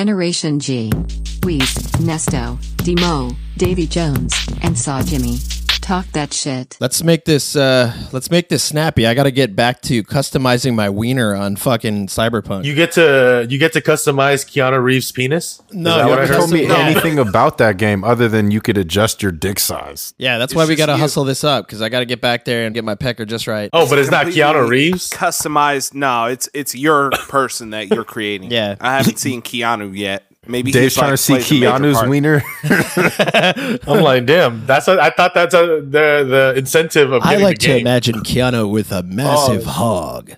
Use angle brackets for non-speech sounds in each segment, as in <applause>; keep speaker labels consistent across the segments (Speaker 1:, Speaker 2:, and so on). Speaker 1: Generation G. Weez, Nesto, Demo, Davy Jones, and Saw Jimmy. Talk that shit.
Speaker 2: Let's make this uh let's make this snappy. I got to get back to customizing my wiener on fucking Cyberpunk.
Speaker 3: You get to you get to customize Keanu Reeves' penis.
Speaker 2: no,
Speaker 3: Is that
Speaker 2: you
Speaker 3: what I
Speaker 2: haven't
Speaker 3: heard?
Speaker 2: told
Speaker 4: told me
Speaker 2: No.
Speaker 4: anything about that game other than you could adjust your dick size.
Speaker 2: yeah, that's why
Speaker 5: It's
Speaker 2: we got to
Speaker 5: just you.
Speaker 2: hustle this up cuz I got to get back there and get my pecker just right.
Speaker 3: Oh, but it's not Keanu
Speaker 5: completely
Speaker 3: Reeves.
Speaker 5: Customized? No, it's
Speaker 3: <laughs>
Speaker 5: it's your person that you're creating.
Speaker 2: Yeah.
Speaker 5: I haven't seen Keanu yet. Maybe
Speaker 4: Dave's
Speaker 5: he's like,
Speaker 4: trying to see
Speaker 5: plays a major
Speaker 4: Keanu's
Speaker 5: part.
Speaker 4: wiener.
Speaker 3: I'm like, damn. That's a, I thought that's a, the the incentive of.
Speaker 2: I
Speaker 3: getting
Speaker 2: like
Speaker 3: the
Speaker 2: to
Speaker 3: game.
Speaker 2: imagine Keanu with a massive
Speaker 5: Oh.
Speaker 2: hog.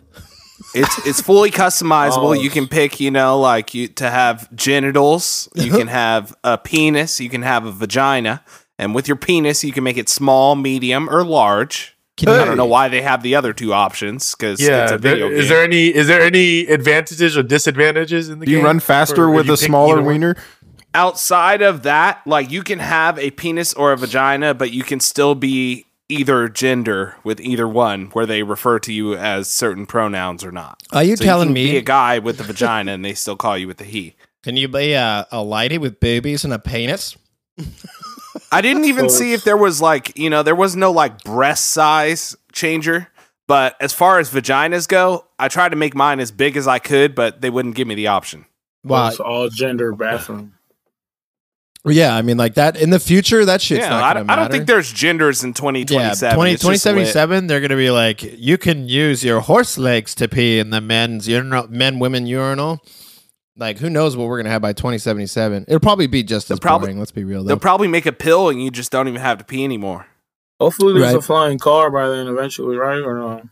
Speaker 5: It's it's fully
Speaker 3: Oh.
Speaker 5: customizable. You can pick, you know, like you to have genitals.
Speaker 3: <laughs>
Speaker 5: You can have a penis. You can have a vagina. And with your penis, you can make it small, medium, or large.
Speaker 2: Can
Speaker 5: I
Speaker 2: you,
Speaker 5: don't know why they have the other two options because it's
Speaker 3: Yeah,
Speaker 5: a
Speaker 3: there-
Speaker 5: video
Speaker 3: is
Speaker 5: game.
Speaker 3: there any is there any advantages or disadvantages in the
Speaker 4: Do you
Speaker 3: game?
Speaker 4: run faster
Speaker 3: Or
Speaker 4: with
Speaker 3: you
Speaker 4: a
Speaker 3: pick
Speaker 4: smaller
Speaker 3: either one?
Speaker 4: wiener?
Speaker 5: Outside of that, like you can have a penis or a vagina, but you can still be either gender with either one, where they refer to you as certain pronouns or not.
Speaker 2: are you
Speaker 5: So
Speaker 2: telling
Speaker 5: can
Speaker 2: me
Speaker 5: be a guy with the vagina and they still call you with the he?
Speaker 2: Can you be a, a lady with boobies and a penis?
Speaker 5: I didn't even see if there was like, you know, there was no like breast size changer. But as far as vaginas go, I tried to make mine as big as I could, but they wouldn't give me the option.
Speaker 2: Wow.
Speaker 6: It's all gender bathroom.
Speaker 2: Yeah, I mean, like that in the future, that shit's
Speaker 5: yeah,
Speaker 2: not
Speaker 5: I,
Speaker 2: gonna
Speaker 5: don't- I don't
Speaker 2: matter.
Speaker 5: think there's genders in 2027.
Speaker 2: Yeah, 20,
Speaker 5: It's just lit.
Speaker 2: 2077, they're going to be like, you can use your horse legs to pee in the men's urinal, men women urinal. Like, who knows what we're going to have by 2077? It'll probably be just as
Speaker 5: probably-
Speaker 2: boring. Let's be real,
Speaker 5: They'll
Speaker 2: though.
Speaker 5: probably make a pill and you just don't even have to pee anymore.
Speaker 6: Hopefully, there's
Speaker 2: Right.
Speaker 6: a flying car by then eventually, right? Or no?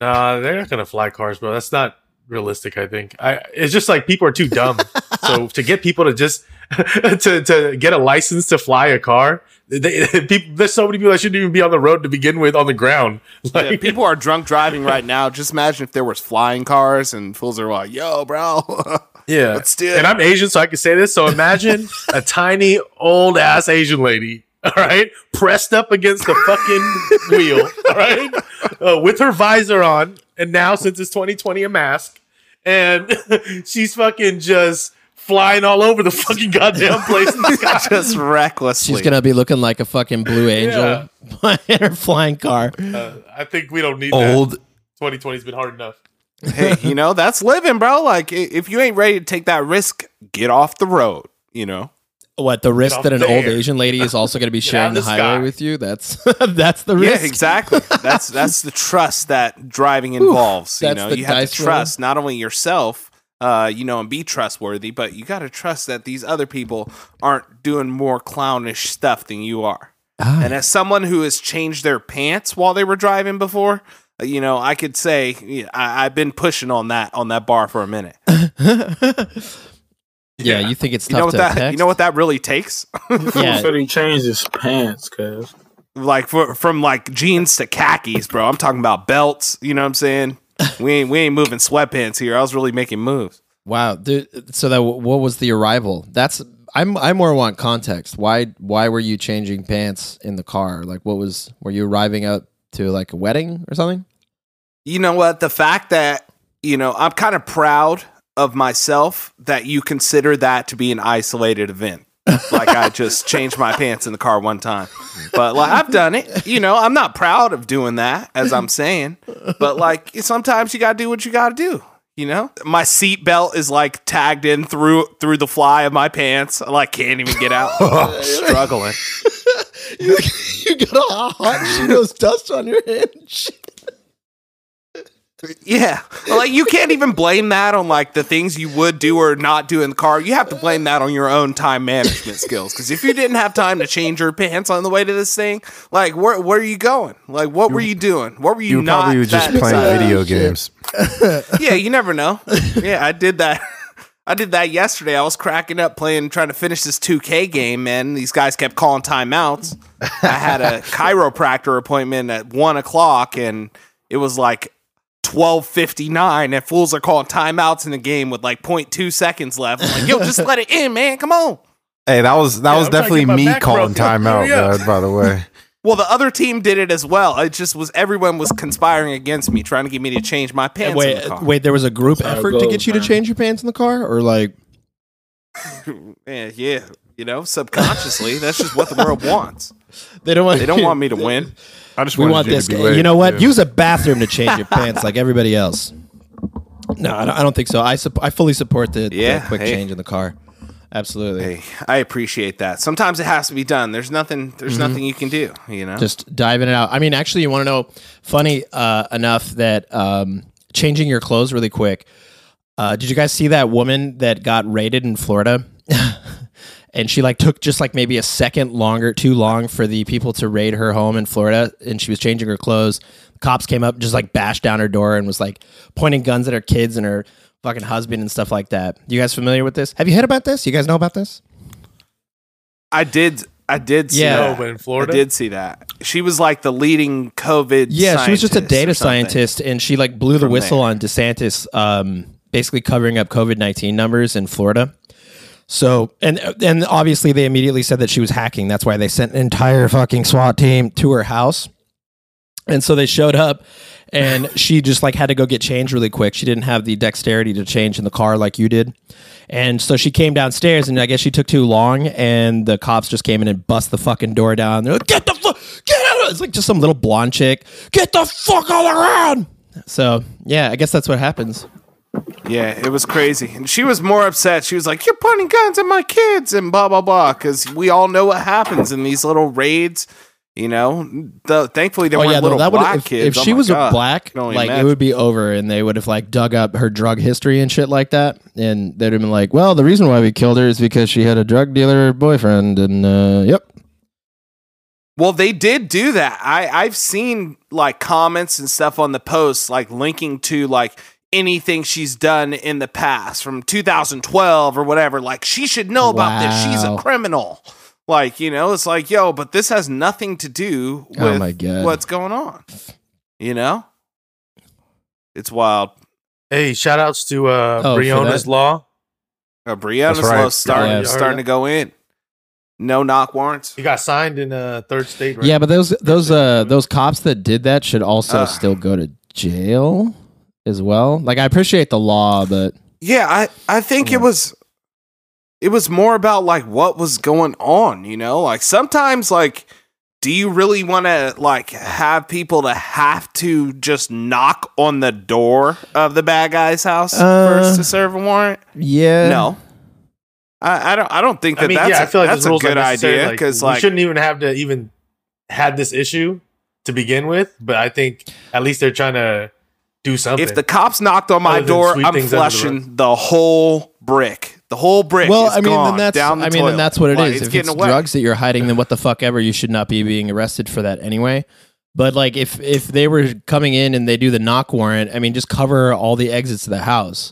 Speaker 3: Nah, they're not gonna fly cars, bro. That's not realistic. I think. I it's just like people are too dumb. so to get people to just <laughs> to to get a license to fly a car, they, <laughs> people, there's so many people that shouldn't even be on the road to begin with on the ground.
Speaker 5: Yeah,
Speaker 3: Like,
Speaker 5: people are drunk driving right now. Just imagine if there was flying cars and fools are like, "Yo, bro, <laughs>
Speaker 3: yeah,
Speaker 5: let's do it."
Speaker 3: and I'm Asian, so I can say this. So <laughs> imagine a tiny old ass Asian lady, all right, pressed up against the fucking wheel, all right, uh, with her visor on, and now since it's 2020, a mask, and <laughs> she's fucking just flying all over the fucking goddamn place. In the sky.
Speaker 5: just recklessly.
Speaker 2: She's going to be looking like a fucking blue
Speaker 3: Yeah.
Speaker 2: angel <laughs> in her flying car.
Speaker 3: <laughs> I think we don't need
Speaker 4: Old.
Speaker 3: that. 2020's been hard enough.
Speaker 5: hey, you know, that's living, bro. Like, i- if you ain't ready to take that risk, get off the road, you know?
Speaker 2: What, the risk
Speaker 3: Get
Speaker 2: that
Speaker 3: off
Speaker 2: an old
Speaker 3: there.
Speaker 2: Asian lady is also going
Speaker 5: <laughs>
Speaker 2: to be sharing
Speaker 3: of
Speaker 2: the
Speaker 3: the
Speaker 2: highway
Speaker 3: sky.
Speaker 2: with you? That's <laughs> that's the risk.
Speaker 5: Yeah,
Speaker 2: <laughs>
Speaker 5: exactly. That's that's the trust that driving involves. you
Speaker 2: that's
Speaker 5: know,
Speaker 2: the
Speaker 5: you have to
Speaker 2: dice roll.
Speaker 5: trust not only yourself, uh, you know, and be trustworthy, but you got to trust that these other people aren't doing more clownish stuff than you are.
Speaker 2: Ah.
Speaker 5: And as someone who has changed their pants while they were driving before, uh, you know, I could say yeah, I, I've been pushing on that on that bar for a minute.
Speaker 2: <laughs> yeah, you think it's
Speaker 5: You
Speaker 2: tough
Speaker 5: know what
Speaker 2: to
Speaker 5: that
Speaker 2: text?
Speaker 5: you know what that really takes? <laughs>
Speaker 2: Yeah.
Speaker 6: So he changed his pants, cuz.
Speaker 5: like for, from like jeans to khakis, bro. I'm talking about belts. You know what I'm saying? We ain't we ain't moving sweatpants here. I was really making moves.
Speaker 2: Wow, dude, so that what was the arrival? That's I'm I more want context. Why why were you changing pants in the car? Like what was were you arriving out to like a wedding or something?
Speaker 5: You know what? The fact that you know I'm kind of proud of myself that you consider that to be an isolated event. like I <laughs> just changed my pants in the car one time. But like I've done it. You know, I'm not proud of doing that as I'm saying. But like sometimes you got to do what you got to do. You know, my seat belt is like tagged in through through the fly of my pants. I like can't even get <laughs> out. Oh, I'm struggling.
Speaker 2: <laughs> you got a hot Cheetos dust on your hand.
Speaker 5: Yeah, like you can't even blame that on like the things you would do or not do in the car. You have to blame that on your own time management skills. Because if you didn't have time to change your pants on the way to this thing, like where where are you going? Like what were you doing? What were you,
Speaker 4: You
Speaker 5: not?
Speaker 4: probably were just
Speaker 5: that
Speaker 4: playing
Speaker 5: excited-
Speaker 4: video games.
Speaker 5: Yeah, you never know. Yeah, I did that. <laughs> I did that yesterday. I was cracking up playing, trying to finish this 2K game, man. These guys kept calling timeouts. I had a chiropractor appointment at one o'clock, and it was like twelve fifty nine, and fools are calling timeouts in the game with like 0.2 seconds left. I'm like, yo, just let it in, man. Come on.
Speaker 4: Hey, that was that
Speaker 3: Yeah,
Speaker 4: was
Speaker 3: I'm trying to
Speaker 4: definitely
Speaker 3: get my
Speaker 4: me
Speaker 3: back
Speaker 4: calling
Speaker 3: rubbed up.
Speaker 4: timeout,
Speaker 3: Hurry up.
Speaker 4: bud, by the way.
Speaker 5: Well, the other team did it as well. It just was everyone was conspiring against me, trying to get me to change my pants. in the
Speaker 2: Wait, uh,
Speaker 5: car.
Speaker 2: wait, there was a group
Speaker 6: how it
Speaker 2: effort to
Speaker 6: goes,
Speaker 2: get you to
Speaker 6: man.
Speaker 2: change your pants in the car or like
Speaker 5: Eh, yeah, you know, subconsciously, that's just what the world wants.
Speaker 2: They don't want.
Speaker 5: They don't
Speaker 2: <laughs>
Speaker 5: want me to win.
Speaker 4: I just
Speaker 2: We
Speaker 4: wanted
Speaker 2: want
Speaker 4: you to
Speaker 2: this.
Speaker 4: be late.
Speaker 2: You know what?
Speaker 4: Yeah.
Speaker 2: Use a bathroom to change your pants like everybody else. No, I don't, I don't think so. I sup- I fully support the, the
Speaker 5: Yeah,
Speaker 2: quick
Speaker 5: hey.
Speaker 2: change in the car. Absolutely.
Speaker 5: Hey, I appreciate that. Sometimes it has to be done. There's nothing. There's nothing you can do. You know.
Speaker 2: Mm-hmm. Just diving it out. I mean, actually, you want to know? Funny uh, enough that um, changing your clothes really quick. Uh, did you guys see that woman that got raided in Florida? <laughs> and she like took just like maybe a second longer, too long for the people to raid her home in Florida. And she was changing her clothes. Cops came up, just like bashed down her door, and was like pointing guns at her kids and her fucking husband and stuff like that. You guys familiar with this? Have you heard about this? You guys know about this?
Speaker 5: I did. I did see
Speaker 2: Yeah.
Speaker 5: that.
Speaker 2: No,
Speaker 3: but in Florida?
Speaker 5: I did see that. She was like the leading COVID.
Speaker 2: Yeah, she was just a
Speaker 5: scientist or
Speaker 2: data
Speaker 5: something.
Speaker 2: scientist, and she like blew the
Speaker 5: From
Speaker 2: whistle
Speaker 5: there.
Speaker 2: on DeSantis, um, basically covering up COVID nineteen numbers in Florida. So, and and obviously they immediately said that she was hacking. That's why they sent an entire fucking SWAT team to her house. And so they showed up, and she just like had to go get change really quick. She didn't have the dexterity to change in the car like you did, and so she came downstairs, and I guess she took too long, and the cops just came in and bust the fucking door down. They're like, "Get the fuck, get out!" It's like just some little blonde chick. Get the fuck all around. So yeah, I guess that's what happens.
Speaker 5: Yeah, it was crazy. And she was more upset. She was like, You're pointing guns at my kids and blah, blah, blah. Because we all know what happens in these little raids. You know, the, thankfully there
Speaker 2: Oh
Speaker 5: weren't
Speaker 2: yeah,
Speaker 5: little
Speaker 2: that would
Speaker 5: black
Speaker 2: if,
Speaker 5: kids.
Speaker 2: if
Speaker 5: Oh
Speaker 2: she
Speaker 5: my
Speaker 2: was
Speaker 5: God.
Speaker 2: a black,
Speaker 5: I can only
Speaker 2: like it
Speaker 5: imagine.
Speaker 2: would be over, and they would have like dug up her drug history and shit like that, and they'd have been like, "Well, the reason why we killed her is because she had a drug dealer boyfriend," and uh, yep,
Speaker 5: Well, they did do that. I I've seen like comments and stuff on the posts like linking to like anything she's done in the past from 2012 or whatever. Like she should know about this. She's a
Speaker 2: Wow.
Speaker 5: criminal. Like you know, it's like yo, but this has nothing to do with
Speaker 2: Oh my God.
Speaker 5: what's going on. You know, it's wild.
Speaker 3: Hey, shout outs to uh,
Speaker 2: Oh, for
Speaker 3: Breonna's
Speaker 2: that?
Speaker 3: Law.
Speaker 5: Uh, Brianna's
Speaker 4: right.
Speaker 5: low starting
Speaker 2: Yeah.
Speaker 5: starting to go in. No knock warrants.
Speaker 3: He got signed in uh, third state, right?
Speaker 2: yeah. But those those uh those cops that did that should also
Speaker 5: Ah.
Speaker 2: still go to jail as well. Like I appreciate the law, but
Speaker 5: Yeah, I I think it was it was more about like what was going on, you know? Like sometimes like do you really want to like have people to have to just knock on the door of the bad guy's house first to serve a warrant?
Speaker 2: Uh, yeah,
Speaker 5: No. I, I don't I don't think that
Speaker 3: I mean,
Speaker 5: that's
Speaker 3: yeah,
Speaker 5: a,
Speaker 3: I feel like
Speaker 5: that's
Speaker 3: this
Speaker 5: a
Speaker 3: rule's
Speaker 5: good
Speaker 3: unnecessary.
Speaker 5: idea cuz
Speaker 3: we
Speaker 5: like
Speaker 3: shouldn't even have to even had this issue to begin with. But I think at least they're trying to do something.
Speaker 5: if the cops knocked on my
Speaker 3: Other than
Speaker 5: door,
Speaker 3: sweep
Speaker 5: I'm
Speaker 3: things under the
Speaker 5: fleshing the, whole brick. The whole <laughs> brick.
Speaker 2: Well,
Speaker 5: is
Speaker 2: I mean,
Speaker 5: gone
Speaker 2: then that's
Speaker 5: down the
Speaker 2: I mean, then
Speaker 5: toilet.
Speaker 2: that's what it is.
Speaker 5: Like,
Speaker 2: if
Speaker 5: getting
Speaker 2: it's
Speaker 5: away.
Speaker 2: drugs that you're hiding, then
Speaker 5: <laughs>
Speaker 2: what the fuck ever, you should not be being arrested for that anyway. But like, if if they were coming in and they do the knock warrant, I mean, just cover all the exits to the house.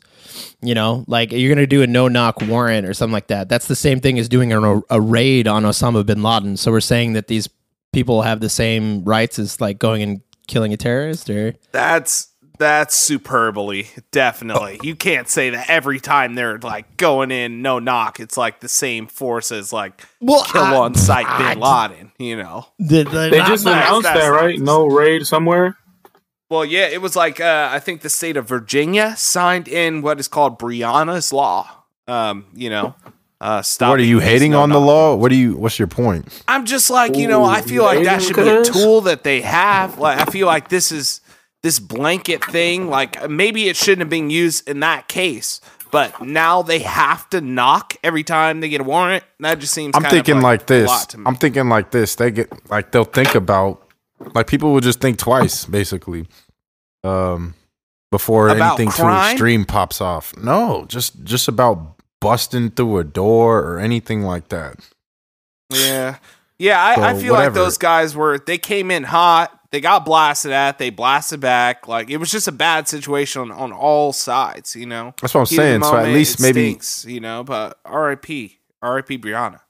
Speaker 2: You know, like you're gonna do a no knock warrant or something like that. That's the same thing as doing a, a raid on Osama bin Laden. So we're saying that these people have the same rights as like going and killing a terrorist, or
Speaker 5: That's that's superbly, definitely. You can't say that every time they're like going in, no knock. It's like the same force as like
Speaker 2: Well,
Speaker 5: kill
Speaker 2: I-
Speaker 5: on sight Bin Laden. You know.
Speaker 2: the,
Speaker 6: They just
Speaker 5: nice,
Speaker 6: announced
Speaker 5: that's
Speaker 6: that,
Speaker 5: nice.
Speaker 6: right? No raid somewhere.
Speaker 5: Well, yeah, it was like uh, I think the state of Virginia signed in what is called Brianna's Law. Um, you know, uh, stop.
Speaker 4: What are you hating on the law? What do you? What's your point?
Speaker 5: I'm just like, you know, I feel like that should be a
Speaker 6: Lakers?
Speaker 5: tool that they have. Like, I feel like this is this blanket thing. Like, maybe it shouldn't have been used in that case, but now they have to knock every time they get a warrant. That just seems.
Speaker 4: I'm
Speaker 5: kind of
Speaker 4: thinking like,
Speaker 5: a
Speaker 4: this.
Speaker 5: lot to me.
Speaker 4: I'm thinking like this. They get like they'll think about like people will just think twice basically, um, before
Speaker 5: About
Speaker 4: anything
Speaker 5: crime?
Speaker 4: too extreme pops off. No, just just about busting through a door or anything like that.
Speaker 5: Yeah. Yeah, I, I
Speaker 4: So,
Speaker 5: feel like
Speaker 4: whatever.
Speaker 5: those guys were they came in hot, they got blasted at, they blasted back. Like it was just a bad situation on, on all sides, you know.
Speaker 4: That's what I'm
Speaker 5: Heat of the
Speaker 4: saying. So at least
Speaker 5: it
Speaker 4: maybe-
Speaker 5: stinks, you know, but R.I.P. R.I.P. Brianna.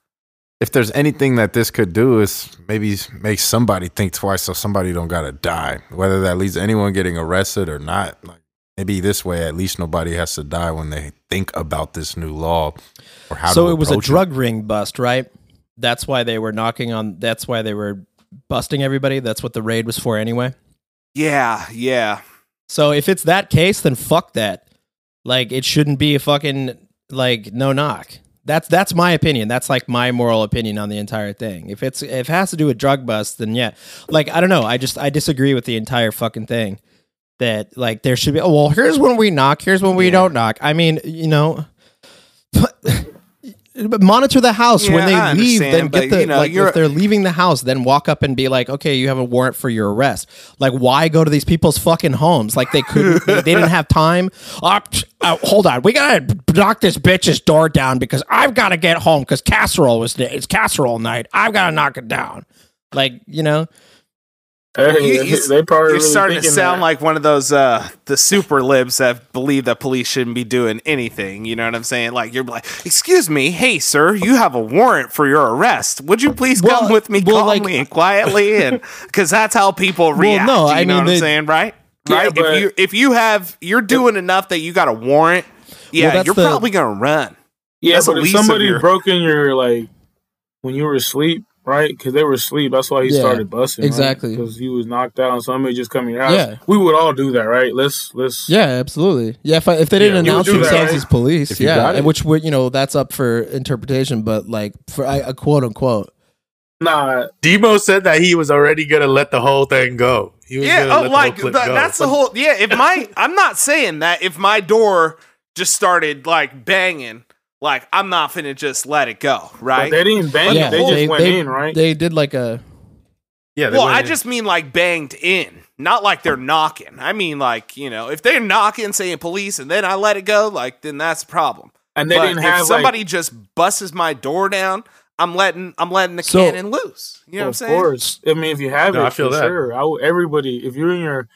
Speaker 4: If there's anything that this could do is maybe make somebody think twice so somebody don't gotta die, whether that leads to anyone getting arrested or not. Like maybe this way, at least nobody has to die when they think about this new law or how.
Speaker 2: so
Speaker 4: to
Speaker 2: it was a
Speaker 4: approach
Speaker 2: drug ring bust, right? That's why they were knocking on. That's why they were busting everybody. That's what the raid was for, anyway.
Speaker 5: Yeah, yeah.
Speaker 2: So if it's that case, then fuck that. Like it shouldn't be a fucking like no knock. That's that's my opinion. That's like my moral opinion on the entire thing. If it's if it has to do with drug bust, then yeah. Like I don't know. I just I disagree with the entire fucking thing. That like there should be. Oh, well, here's when we knock. Here's when we don't knock. I mean, you know. <laughs> But monitor the house when
Speaker 5: Yeah,
Speaker 2: they
Speaker 5: I
Speaker 2: leave. Then
Speaker 5: understand,
Speaker 2: get
Speaker 5: but,
Speaker 2: the
Speaker 5: you know,
Speaker 2: like
Speaker 5: you're-
Speaker 2: if they're leaving the house, then walk up and be like, "Okay, you have a warrant for your arrest." Like, why go to these people's fucking homes? Like they
Speaker 5: <laughs>
Speaker 2: couldn't, they, they didn't have time. Uh, psh, uh, hold on, we gotta knock this bitch's door down because I've got to get home because casserole was it's casserole night. I've got to knock it down. Like you know,
Speaker 6: Hey,
Speaker 5: You- you-
Speaker 6: they probably
Speaker 5: You're
Speaker 6: really
Speaker 5: starting to
Speaker 6: thinking
Speaker 5: sound
Speaker 6: that.
Speaker 5: like one of those uh the super libs that believe that police shouldn't be doing anything. You know what I'm saying? Like you're like, excuse me, hey sir, you have a warrant for your arrest. Would you please
Speaker 2: Well,
Speaker 5: come with me
Speaker 2: well,
Speaker 5: calmly
Speaker 2: like-
Speaker 5: and quietly?
Speaker 2: <laughs>
Speaker 5: And because that's how people react.
Speaker 2: no,
Speaker 5: you
Speaker 2: I mean,
Speaker 5: know what I'm
Speaker 2: they-
Speaker 5: saying, right?
Speaker 6: Yeah,
Speaker 5: right?
Speaker 6: but-
Speaker 5: if you if you have you're doing enough that you got a warrant, yeah,
Speaker 2: that's
Speaker 5: you're
Speaker 2: the-
Speaker 5: probably gonna run.
Speaker 6: Yeah,
Speaker 5: That's
Speaker 6: but
Speaker 5: the
Speaker 6: if
Speaker 5: least of
Speaker 6: somebody
Speaker 5: your-
Speaker 6: broke in your like when you were asleep, right? Because they were asleep. That's why he
Speaker 2: Yeah,
Speaker 6: started busting.
Speaker 2: exactly.
Speaker 6: Because you was knocked out. and Somebody just come in your house.
Speaker 2: Yeah.
Speaker 6: We would all do that, right? Let's let's.
Speaker 2: yeah, absolutely. Yeah, if I, if they
Speaker 4: didn't Yeah,
Speaker 6: announce themselves as
Speaker 2: police,
Speaker 4: If you yeah, got it.
Speaker 2: which you know that's up for interpretation, but like for a quote unquote,
Speaker 6: Nah.
Speaker 3: Demo said that he was already gonna let the whole thing go. He was
Speaker 5: Yeah,
Speaker 3: gonna
Speaker 5: oh,
Speaker 3: let
Speaker 5: like
Speaker 3: clip
Speaker 5: tha- that's the whole. Yeah, if
Speaker 6: <laughs>
Speaker 5: my I'm not saying that if my door just started like banging, like I'm not finna just let it go,
Speaker 6: But
Speaker 5: right?
Speaker 6: they didn't bang.
Speaker 2: Yeah,
Speaker 6: it. They,
Speaker 2: they-
Speaker 6: just went
Speaker 2: they-
Speaker 6: in, right?
Speaker 2: they did like a
Speaker 3: yeah. they
Speaker 5: Well,
Speaker 3: went
Speaker 5: I
Speaker 3: in.
Speaker 5: just mean like banged in, not like they're knocking. I mean like you know if they're knocking, saying police, and then I let it go, like then that's a problem.
Speaker 6: and they
Speaker 5: but
Speaker 6: didn't
Speaker 5: if
Speaker 6: have
Speaker 5: somebody
Speaker 6: Like,
Speaker 5: just busts my door down, I'm letting I'm letting the
Speaker 2: So-
Speaker 5: cannon loose. You know what I'm
Speaker 6: of
Speaker 5: saying?
Speaker 6: course. I mean, if you have
Speaker 3: No,
Speaker 6: it,
Speaker 3: I feel
Speaker 6: for
Speaker 3: that.
Speaker 6: sure. I would, everybody, if you're in your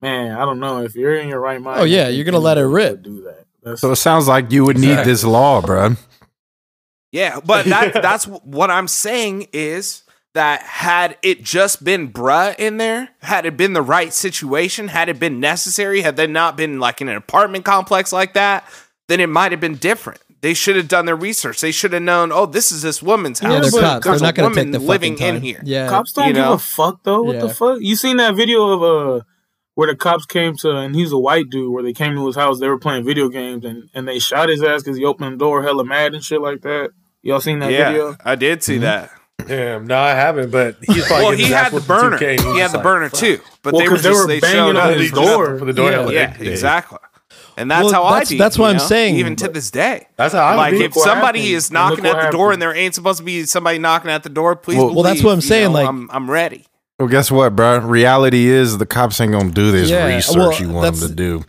Speaker 6: man, I don't know. If you're in your right mind,
Speaker 2: Oh, yeah,
Speaker 6: I think
Speaker 2: you're gonna let it
Speaker 6: anybody
Speaker 2: rip.
Speaker 6: would Do that. That's,
Speaker 4: So it sounds like you would need this law, bruh.
Speaker 5: Yeah,
Speaker 2: <laughs>
Speaker 5: but that that's what I'm saying is that had it just been bruh in there, had it been the right situation, had it been necessary, had they not been like in an apartment complex like that, then it might have been different. They should have done their research. They should have known, oh, this is this woman's
Speaker 2: Yeah,
Speaker 5: house.
Speaker 2: they're
Speaker 6: but
Speaker 2: cops. They're
Speaker 5: there's
Speaker 2: not
Speaker 5: a
Speaker 2: going to take
Speaker 5: woman
Speaker 2: the fucking
Speaker 5: living
Speaker 2: time.
Speaker 5: in here.
Speaker 2: Yeah.
Speaker 6: cops don't
Speaker 5: you
Speaker 6: give
Speaker 5: know?
Speaker 6: a fuck though. What the
Speaker 2: Yeah.
Speaker 6: fuck? You seen that video of uh where the cops came to and he's a white dude where they came to his house, they were playing video games and, and they shot his ass because he opened the door hella mad and shit like that. Y'all seen that video?
Speaker 5: I did
Speaker 2: Mm-hmm.
Speaker 5: see that.
Speaker 3: damn. No, I haven't. But he's probably
Speaker 5: Well,
Speaker 3: getting
Speaker 5: he
Speaker 3: his ass
Speaker 5: had the
Speaker 3: whooped in
Speaker 5: burner.
Speaker 3: 2K, and
Speaker 5: He
Speaker 3: was
Speaker 5: had the
Speaker 3: like,
Speaker 5: burner too. But
Speaker 6: Well,
Speaker 5: they were
Speaker 6: 'cause they
Speaker 5: just
Speaker 6: were
Speaker 5: they
Speaker 6: banging
Speaker 5: showed
Speaker 6: on
Speaker 5: up.
Speaker 6: his
Speaker 3: He just opened
Speaker 6: door.
Speaker 3: the door.
Speaker 2: Yeah.
Speaker 3: hella
Speaker 5: Yeah,
Speaker 3: big.
Speaker 5: exactly. And that's
Speaker 2: Well,
Speaker 5: how
Speaker 2: that's-
Speaker 5: I be.
Speaker 2: that's
Speaker 5: you
Speaker 2: what I'm
Speaker 5: know?
Speaker 2: saying,
Speaker 5: Even to
Speaker 2: but-
Speaker 5: this day.
Speaker 3: That's how I
Speaker 5: like
Speaker 3: would be.
Speaker 5: if
Speaker 6: what
Speaker 5: somebody
Speaker 6: happened.
Speaker 5: is
Speaker 6: And look
Speaker 5: knocking
Speaker 6: what
Speaker 5: at the door
Speaker 6: happened.
Speaker 5: and there ain't supposed to be somebody knocking at the door, please.
Speaker 4: Well-
Speaker 2: Well, that's what I'm
Speaker 5: believe, you
Speaker 2: saying,
Speaker 5: know,
Speaker 2: like-
Speaker 5: I'm, I'm ready.
Speaker 4: Well, guess what, bruh? Reality is the cops ain't gonna do this
Speaker 2: Yeah,
Speaker 4: research
Speaker 2: well,
Speaker 4: you want them
Speaker 2: that's-
Speaker 4: to do.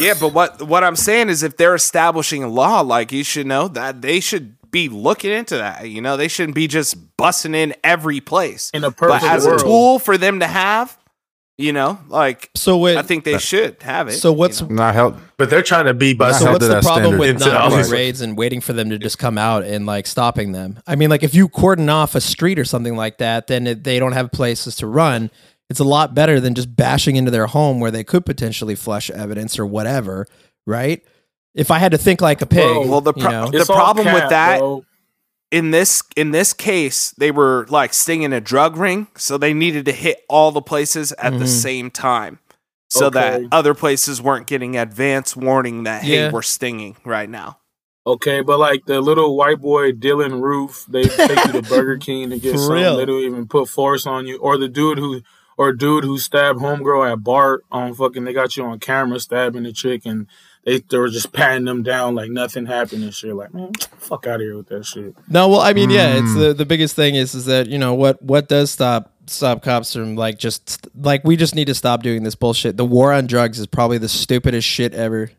Speaker 5: Yeah, but what what I'm saying is, if they're establishing a law, like you should know that they should be looking into that. You know, they shouldn't be just busting in every place.
Speaker 6: In a
Speaker 5: But
Speaker 6: perfect
Speaker 5: as
Speaker 6: world.
Speaker 5: a tool for them to have, you know, like
Speaker 2: So wait.
Speaker 5: I think they should have it.
Speaker 2: so what's
Speaker 5: you know?
Speaker 4: Not help.
Speaker 3: But they're trying to be by
Speaker 4: So
Speaker 2: so
Speaker 4: held
Speaker 2: what's
Speaker 4: to
Speaker 2: the
Speaker 4: that
Speaker 2: problem
Speaker 4: standard.
Speaker 2: with
Speaker 3: It's
Speaker 2: not doing
Speaker 3: obvious.
Speaker 2: raids and waiting for them to just come out and like stopping them? I mean, like if you cordon off a street or something like that, then it, they don't have places to run. It's a lot better than just bashing into their home where they could potentially flush evidence or whatever, right? If I had to think like a pig,
Speaker 6: Bro,
Speaker 5: well, the
Speaker 2: you
Speaker 5: pro-
Speaker 2: know?
Speaker 5: the
Speaker 6: all
Speaker 5: problem with
Speaker 6: cap,
Speaker 5: that-
Speaker 6: bro.
Speaker 5: in this in this case they were like stinging a drug ring so they needed to hit all the places at
Speaker 6: Mm-hmm.
Speaker 5: the
Speaker 2: Mhm.
Speaker 5: same time so that
Speaker 6: Okay.
Speaker 5: other places weren't getting advance warning that hey
Speaker 2: Yeah.
Speaker 5: we're stinging right now
Speaker 6: Okay, but like the little white boy Dylan Roof, they take you to
Speaker 2: <laughs>
Speaker 6: Burger King to
Speaker 2: For
Speaker 6: get something.
Speaker 2: real.
Speaker 6: They don't even put force on you. Or the dude who, or dude who stabbed homegirl at Bart on fucking. They got you on camera stabbing the chick, and they they were just patting them down like nothing happened and shit. Like man, fuck out of here with that shit.
Speaker 2: No, well, I mean, yeah, it's the, the biggest thing is is that you know what what does stop stop cops from like just like we just need to stop doing this bullshit. The war on drugs is probably the stupidest shit ever.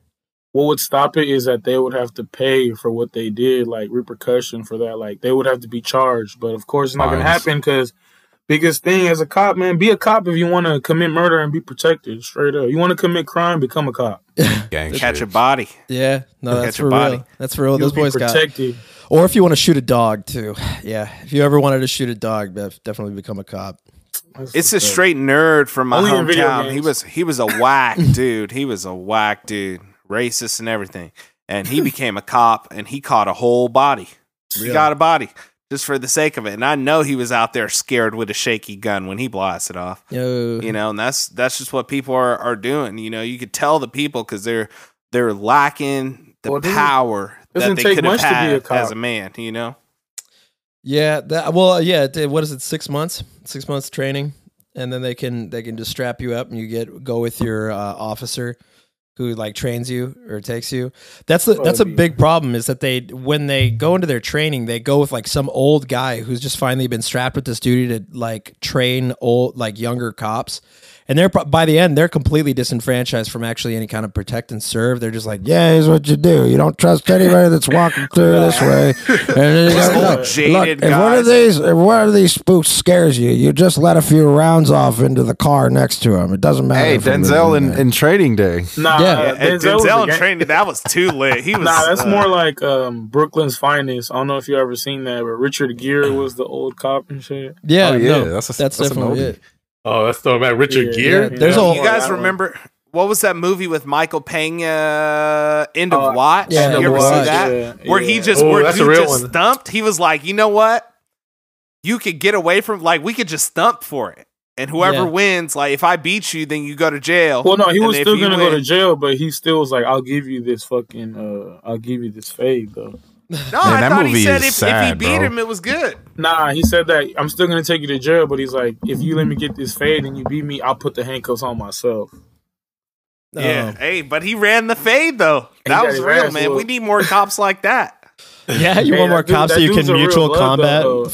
Speaker 6: What would stop it is that they would have to pay for what they did, like repercussion for that. Like they would have to be charged. But of course, it's not gonna
Speaker 4: Fines.
Speaker 6: happen because. Biggest thing as a cop, man, be a cop if you want to commit murder and be protected. Straight up, you want to commit crime, become a cop.
Speaker 4: Gang
Speaker 5: catch a
Speaker 4: shit.
Speaker 5: body
Speaker 2: Yeah, no,
Speaker 5: Look
Speaker 2: that's
Speaker 5: at your
Speaker 2: for
Speaker 5: body.
Speaker 2: real. That's for real.
Speaker 6: You'll
Speaker 2: Those boys
Speaker 6: be
Speaker 2: got.
Speaker 6: protected.
Speaker 2: Or if you want to shoot a dog too, yeah. If you ever wanted to shoot a dog, def- definitely become a cop.
Speaker 5: it's a straight nerd from my
Speaker 6: Only in video
Speaker 5: hometown he
Speaker 6: games.
Speaker 5: was he was a
Speaker 6: <laughs>
Speaker 5: whack dude he was a whack dude racist and everything and
Speaker 6: <laughs>
Speaker 5: he became a cop and he caught a whole body he got a body just for the sake of it and i know he was out there scared with a shaky gun when he blasted off
Speaker 2: Yo,
Speaker 5: you know and that's that's just what people are are doing you know you could tell the people because they're they're lacking the
Speaker 6: Well, it doesn't-
Speaker 5: power that
Speaker 6: doesn't
Speaker 5: they
Speaker 6: take
Speaker 5: could have
Speaker 6: much to be a
Speaker 5: had
Speaker 6: cop.
Speaker 5: as a man. You know,
Speaker 2: Yeah, that, well, yeah. it- What is it? Six months, six months training, and then they can they can just strap you up and you get go with your uh, officer who like trains you or takes you. That's the, that's a
Speaker 6: Probably.
Speaker 2: big problem is that they when they go into their training they go with like some old guy who's just finally been strapped with this duty to like train old like younger cops. And they're pro- by the end they're completely disenfranchised from actually any kind of protect and serve. They're just like, yeah, here's what you do. You don't trust anybody that's walking through this way. And then you gotta
Speaker 5: Just old
Speaker 2: look,
Speaker 5: jaded
Speaker 2: if one of
Speaker 5: guys.
Speaker 2: these if one of these spooks scares you, you just let a few rounds off into the car next to him. It doesn't matter.
Speaker 4: Hey,
Speaker 2: if it lives
Speaker 4: Denzel in,
Speaker 2: there.
Speaker 4: in Trading Day.
Speaker 6: Nah, uh,
Speaker 2: Yeah.
Speaker 5: Hey,
Speaker 6: Denzel was a
Speaker 5: Denzel
Speaker 6: gang-
Speaker 5: training that was too lit.
Speaker 6: <laughs>
Speaker 5: He was
Speaker 6: Nah, that's
Speaker 5: uh,
Speaker 6: more like um, Brooklyn's Finest. I don't know if you ever seen that, but Richard Gere was the old cop and shit.
Speaker 2: yeah,
Speaker 4: Oh, yeah,
Speaker 2: no,
Speaker 4: that's
Speaker 2: that's
Speaker 4: a- that's an
Speaker 2: definitely
Speaker 4: oldie.
Speaker 2: it.
Speaker 3: Oh, that's throwing back Richard
Speaker 6: Yeah,
Speaker 3: Gere.
Speaker 6: yeah.
Speaker 2: There's a
Speaker 5: You
Speaker 2: whole,
Speaker 5: guys
Speaker 6: that one.
Speaker 5: remember what was that movie with Michael Pena? End of
Speaker 6: Oh,
Speaker 5: Watch.
Speaker 2: yeah,
Speaker 5: you
Speaker 2: End of
Speaker 5: ever see
Speaker 2: Watch.
Speaker 5: that?
Speaker 6: Yeah,
Speaker 5: where he
Speaker 6: yeah.
Speaker 5: just
Speaker 3: Ooh,
Speaker 5: where
Speaker 3: that's a
Speaker 5: dude
Speaker 3: real
Speaker 5: just
Speaker 3: one.
Speaker 5: stumped. He was like, you know what? You could get away from like we could just stump for it, and whoever
Speaker 2: Yeah.
Speaker 5: wins, like if I beat you, then you go to jail.
Speaker 6: Well, no, he
Speaker 5: And
Speaker 6: was
Speaker 5: if
Speaker 6: still
Speaker 5: you
Speaker 6: gonna go
Speaker 5: win-
Speaker 6: to jail, but he still was like, "I'll give you this fucking, uh, I'll give you this fade though."
Speaker 5: No,
Speaker 4: Man,
Speaker 5: I
Speaker 4: that
Speaker 5: thought he
Speaker 4: movie
Speaker 5: said
Speaker 4: is
Speaker 5: if, if he
Speaker 4: sad,
Speaker 5: beat
Speaker 4: bro.
Speaker 5: him, it was good.
Speaker 6: Nah, he said that I'm still gonna take you to jail, but he's like, "If you let me get this fade and you beat me, I'll put the handcuffs on myself."
Speaker 2: Um,
Speaker 5: Yeah, hey, but he ran the fade though.
Speaker 6: He
Speaker 5: That
Speaker 6: got
Speaker 5: was
Speaker 6: his
Speaker 5: real,
Speaker 6: ass
Speaker 5: man. We
Speaker 6: whooped.
Speaker 5: need more cops like that.
Speaker 2: <laughs>
Speaker 5: <laughs>
Speaker 2: yeah. You
Speaker 6: Hey,
Speaker 2: want more
Speaker 6: that dude-
Speaker 2: cops
Speaker 6: that
Speaker 2: so you
Speaker 6: dude's
Speaker 2: can
Speaker 6: a real
Speaker 2: mutual
Speaker 6: blood,
Speaker 2: combat? <laughs>
Speaker 6: though.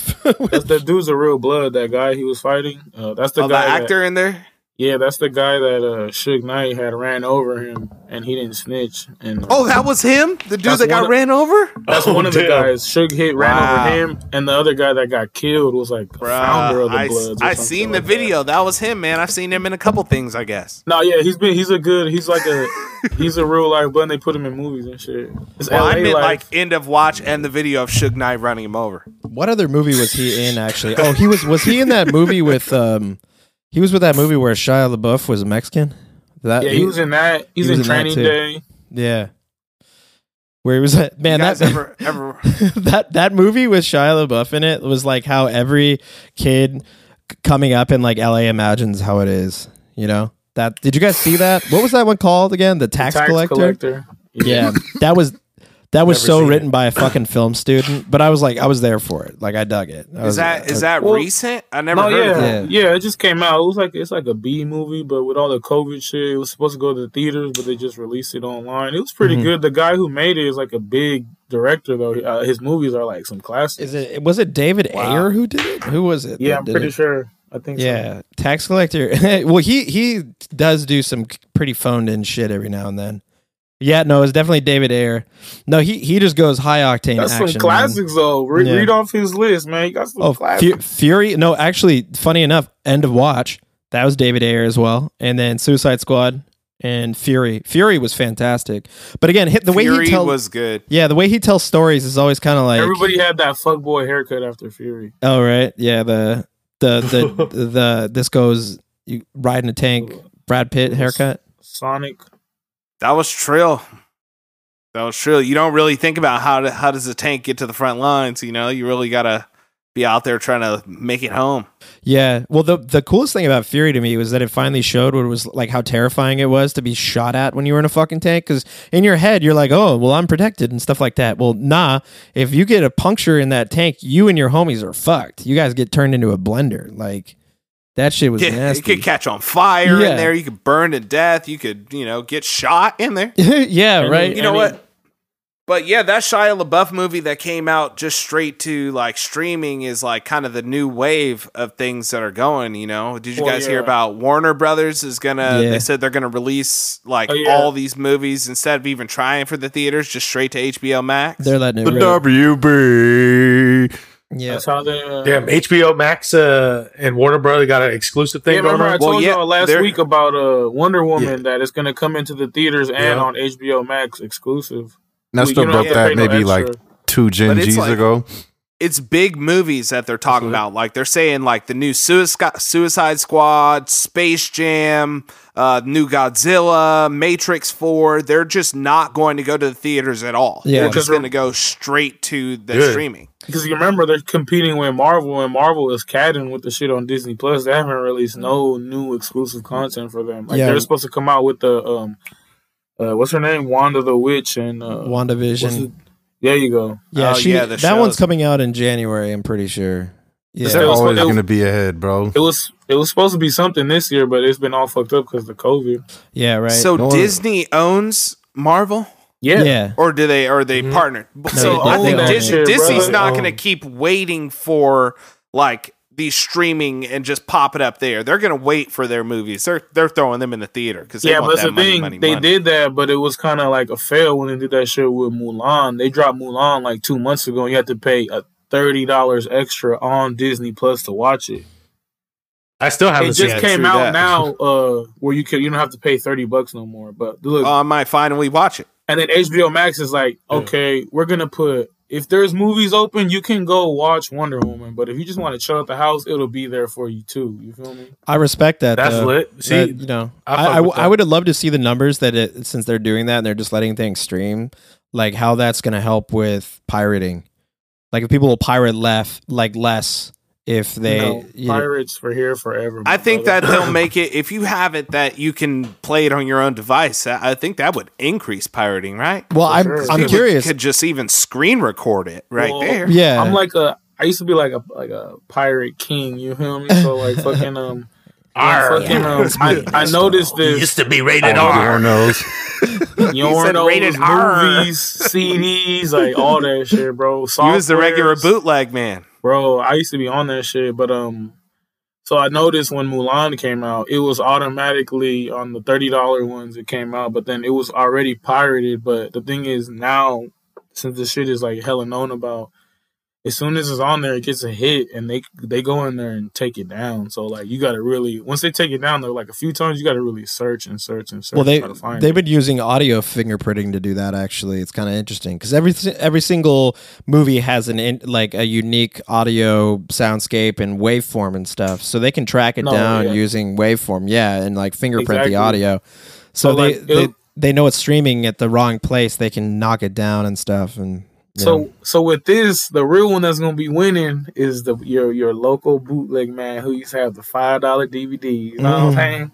Speaker 6: That's the dude's a real blood. That guy he was fighting. Uh, that's the
Speaker 5: Oh, the
Speaker 6: guy. that-
Speaker 5: actor in there.
Speaker 6: yeah, that's the guy that uh, Suge Knight had ran over him, and he didn't snitch. And uh,
Speaker 5: Oh, that was him. The dude
Speaker 6: That's
Speaker 5: that got
Speaker 6: one of-
Speaker 5: ran over.
Speaker 6: That's
Speaker 5: <laughs>
Speaker 3: Oh,
Speaker 6: one of the
Speaker 3: damn.
Speaker 6: guys. Suge hit ran
Speaker 5: Wow.
Speaker 6: over him, and the other guy that got killed was like the founder of the
Speaker 5: I,
Speaker 6: Bloods. or
Speaker 5: I
Speaker 6: some
Speaker 5: seen
Speaker 6: shit
Speaker 5: the
Speaker 6: like that.
Speaker 5: video. That. was him, man. I've seen him in a couple things, I guess.
Speaker 6: No, yeah, he's been he's a good he's
Speaker 2: <laughs>
Speaker 6: like a he's a real life But They put him in movies and shit. It's
Speaker 5: Well,
Speaker 6: LA
Speaker 5: I meant like
Speaker 6: life.
Speaker 5: end of watch and the video of Suge Knight running him over.
Speaker 2: What other movie was he in? Actually, oh, he was was he in that movie with um, he was with that movie where Shia LaBeouf was Mexican. That
Speaker 6: yeah, he was in that. He's
Speaker 2: he was
Speaker 6: in
Speaker 2: in that
Speaker 6: Training
Speaker 2: too.
Speaker 6: Day.
Speaker 2: yeah. Where he was at, man,
Speaker 5: You guys
Speaker 2: that
Speaker 5: ever ever
Speaker 2: <laughs> that that movie with Shia LaBeouf in it was like how every kid c- coming up in like LA imagines how it is. You know that? Did you guys see that? What was that one called again? The tax,
Speaker 6: Tax
Speaker 2: collector.
Speaker 6: collector.
Speaker 2: Yeah, that was that was
Speaker 3: Never
Speaker 2: so
Speaker 3: seen
Speaker 2: written by a fucking film student. But I was like, I was there for it. Like I dug it. I
Speaker 5: is
Speaker 2: was-
Speaker 5: that is
Speaker 2: I-
Speaker 5: that
Speaker 6: Well,
Speaker 5: recent? I never
Speaker 6: No,
Speaker 5: heard of that.
Speaker 6: Oh, yeah, yeah, It just came out. It was like it's like a B movie, but with all the COVID shit, it was supposed to go to the theaters, but they just released it online. It was pretty
Speaker 2: Mm-hmm.
Speaker 6: good. The guy who made it is like a big director, though. Uh, his movies are like some
Speaker 2: is
Speaker 6: classics.
Speaker 2: it? Was it David Ayer who did it? Who was it?
Speaker 6: yeah,
Speaker 2: that
Speaker 6: I'm
Speaker 2: did
Speaker 6: pretty
Speaker 2: it?
Speaker 6: sure. I think. so.
Speaker 2: Yeah, tax collector. <laughs> well, he he does do some pretty phoned in shit every now and then. Yeah, no, it's definitely David Ayer. No, he he just goes high octane
Speaker 6: That's
Speaker 2: action.
Speaker 6: some
Speaker 2: man.
Speaker 6: classics, though. Re-
Speaker 2: Yeah.
Speaker 6: Read off his list, man. He got some
Speaker 2: Oh,
Speaker 6: classics.
Speaker 2: Fu- Fury. No, actually, funny enough, End of Watch. That was David Ayer as well, and then Suicide Squad and Fury. Fury was fantastic, but again, hit the way
Speaker 5: Fury
Speaker 2: he tells.
Speaker 5: was good.
Speaker 2: yeah, the way he tells stories is always kind of like.
Speaker 6: Everybody had that fuckboy haircut after Fury.
Speaker 2: oh right, yeah. The the the
Speaker 6: <laughs>
Speaker 2: the, the this goes you riding a tank. Brad Pitt haircut.
Speaker 6: Sonic.
Speaker 5: That was Trill. That was Trill. You don't really think about how to, how does the tank get to the front lines. You know, you really gotta be out there trying to make it home.
Speaker 2: Yeah. Well, the the coolest thing about Fury to me was that it finally showed what it was like how terrifying it was to be shot at when you were in a fucking tank. Because in your head, you're like, oh, well, I'm protected and stuff like that. Well, nah. If you get a puncture in that tank, you and your homies are fucked. You guys get turned into a blender. Like that shit was
Speaker 5: Yeah, you
Speaker 2: nasty.
Speaker 5: could catch on fire
Speaker 2: Yeah.
Speaker 5: in there. You could burn to death. You could you know get shot in there.
Speaker 2: <laughs> yeah.
Speaker 6: And
Speaker 2: Right.
Speaker 5: You know
Speaker 6: I mean-
Speaker 5: what? But yeah, that Shia LaBeouf movie that came out just straight to like streaming is like kind of the new wave of things that are going. You know, did you
Speaker 6: Well,
Speaker 5: guys hear
Speaker 6: yeah.
Speaker 5: about Warner Brothers is gonna?
Speaker 2: Yeah.
Speaker 5: They said they're gonna release like
Speaker 6: Oh, yeah.
Speaker 5: all these movies instead of even trying for the theaters, just straight to HBO Max.
Speaker 2: They're letting it.
Speaker 4: The
Speaker 2: rip.
Speaker 4: WB.
Speaker 2: Yeah.
Speaker 6: That's how they. Uh,
Speaker 3: Damn, HBO Max uh, and Warner Brother got an exclusive thing
Speaker 6: Yeah,
Speaker 3: going
Speaker 6: remember I
Speaker 3: on.
Speaker 5: Well,
Speaker 6: told
Speaker 5: yeah,
Speaker 6: y'all last
Speaker 5: they're-
Speaker 6: week about uh, Wonder Woman that it's going to come into the theaters and
Speaker 3: Yeah.
Speaker 6: on HBO Max exclusive.
Speaker 4: Nestor
Speaker 6: You don't
Speaker 4: broke
Speaker 6: have to
Speaker 4: that
Speaker 6: pay no
Speaker 4: maybe like
Speaker 6: extra.
Speaker 4: two Gen
Speaker 5: But it's
Speaker 4: G's
Speaker 5: like-
Speaker 4: ago.
Speaker 5: it's big movies that they're
Speaker 2: Mm-hmm.
Speaker 5: talking about. Like they're saying like the new Suicide Suicide Squad, Space Jam, uh, new Godzilla, Matrix Four. They're just not going to go to the theaters at all.
Speaker 2: Yeah.
Speaker 5: they're just
Speaker 6: Because-
Speaker 5: going to go straight to the
Speaker 3: Good.
Speaker 5: streaming.
Speaker 6: Because you remember they're competing with Marvel, and Marvel is catting with the shit on Disney Plus. They haven't released no new exclusive content for them. Like
Speaker 2: Yeah.
Speaker 6: they're supposed to come out with the um, uh, what's her name? Wanda the Witch and uh, what's
Speaker 2: WandaVision.
Speaker 6: it- There you go.
Speaker 2: Yeah,
Speaker 5: Oh,
Speaker 2: she,
Speaker 5: yeah, the
Speaker 2: that one's
Speaker 5: shows.
Speaker 2: coming out in January, I'm pretty sure. Yeah.
Speaker 4: They're
Speaker 6: It was-
Speaker 4: always
Speaker 6: it was-
Speaker 4: going to be ahead, bro.
Speaker 6: It was it was supposed to be something this year, but it's been all fucked up because of the COVID.
Speaker 2: yeah, right.
Speaker 5: So
Speaker 4: No.
Speaker 5: Disney owns Marvel,
Speaker 2: yeah.
Speaker 5: or do they? Are they partnered? B-
Speaker 2: Mm-hmm. No,
Speaker 5: so
Speaker 2: they
Speaker 5: I think
Speaker 2: own
Speaker 5: Dis-
Speaker 6: it.
Speaker 5: Disney's
Speaker 6: Brother,
Speaker 5: not
Speaker 6: own.
Speaker 5: going to keep waiting for like these streaming and just pop it up there. They're going to wait for their movies. They're they're throwing them in the theater because they
Speaker 6: yeah,
Speaker 5: want
Speaker 6: but
Speaker 5: that
Speaker 6: that's the
Speaker 5: money,
Speaker 6: thing.
Speaker 5: money,
Speaker 6: they
Speaker 5: money.
Speaker 6: did that, but it was kind of like a fail when they did that shit with Mulan. They dropped Mulan like two months ago, and you had to pay a thirty dollars extra on Disney Plus to watch it.
Speaker 3: I still haven't
Speaker 6: It
Speaker 3: seen
Speaker 6: just
Speaker 3: it.
Speaker 6: came
Speaker 5: true
Speaker 6: out
Speaker 5: that. <laughs>
Speaker 6: now, uh, where you can you don't have to pay thirty bucks no more. But look,
Speaker 5: Oh, I might finally watch it.
Speaker 6: and then HBO Max is like, okay, we're gonna put if there's movies open, you can go watch Wonder Woman. But if you just want to chill at the house, it'll be there for you too. You feel me?
Speaker 2: I respect that.
Speaker 3: That's
Speaker 2: though.
Speaker 3: lit. See,
Speaker 2: That, you know,
Speaker 3: I
Speaker 2: I
Speaker 3: fuck
Speaker 2: I,
Speaker 3: with that.
Speaker 2: would have loved to see the numbers that it, since they're doing that and they're just letting things stream, like how that's going to help with pirating. Like if people will pirate left like less if they
Speaker 6: No,
Speaker 2: you know-
Speaker 6: pirates for here forever.
Speaker 5: I
Speaker 6: my
Speaker 5: think
Speaker 6: brother.
Speaker 5: that they'll make it if you have it that you can play it on your own device. I I think that would increase pirating, right?
Speaker 2: Well, I'm
Speaker 6: sure.
Speaker 2: I'm
Speaker 5: People
Speaker 2: curious.
Speaker 5: Could just even screen record it right
Speaker 6: Well,
Speaker 5: there.
Speaker 2: yeah.
Speaker 6: I'm like a. I used to be like a like a pirate king. You feel me?
Speaker 5: <laughs>
Speaker 6: So like fucking um.
Speaker 3: Arr.
Speaker 6: fucking, um, I, I noticed this
Speaker 3: used to be rated
Speaker 4: All the
Speaker 3: R.
Speaker 4: pornos.
Speaker 5: said
Speaker 6: Yornos,
Speaker 5: rated R.
Speaker 6: movies, CDs, like all that shit, bro.
Speaker 5: You was the
Speaker 6: Softwares.
Speaker 5: regular bootleg man.
Speaker 6: bro. I used to be on that shit, but um, so I noticed when Mulan came out, it was automatically on the thirty dollar ones. It came out, but then it was already pirated. But the thing is now, since the shit is like hella known about, as soon as it's on there, it gets a hit, and they they go in there and take it down. So like, you got to really once they take it down, though, like a few times, you got to really search and search and search.
Speaker 2: well, they
Speaker 6: and try to find
Speaker 2: they've
Speaker 6: it.
Speaker 2: been using audio fingerprinting to do that. Actually, it's kind of interesting because every si- every single movie has an in, like a unique audio soundscape and waveform and stuff, so they can track it
Speaker 6: No,
Speaker 2: down
Speaker 6: yeah.
Speaker 2: using waveform. Yeah, and like fingerprint
Speaker 6: Exactly.
Speaker 2: the audio, so
Speaker 6: So,
Speaker 2: they
Speaker 6: like,
Speaker 2: they
Speaker 6: it'll-
Speaker 2: they know it's streaming at the wrong place. They can knock it down and stuff. And you
Speaker 6: So
Speaker 2: know.
Speaker 6: so with this, the real one that's gonna be winning is the your your local bootleg man who used to have the five dollar DVDs. You know
Speaker 2: Mm.
Speaker 6: what I'm saying?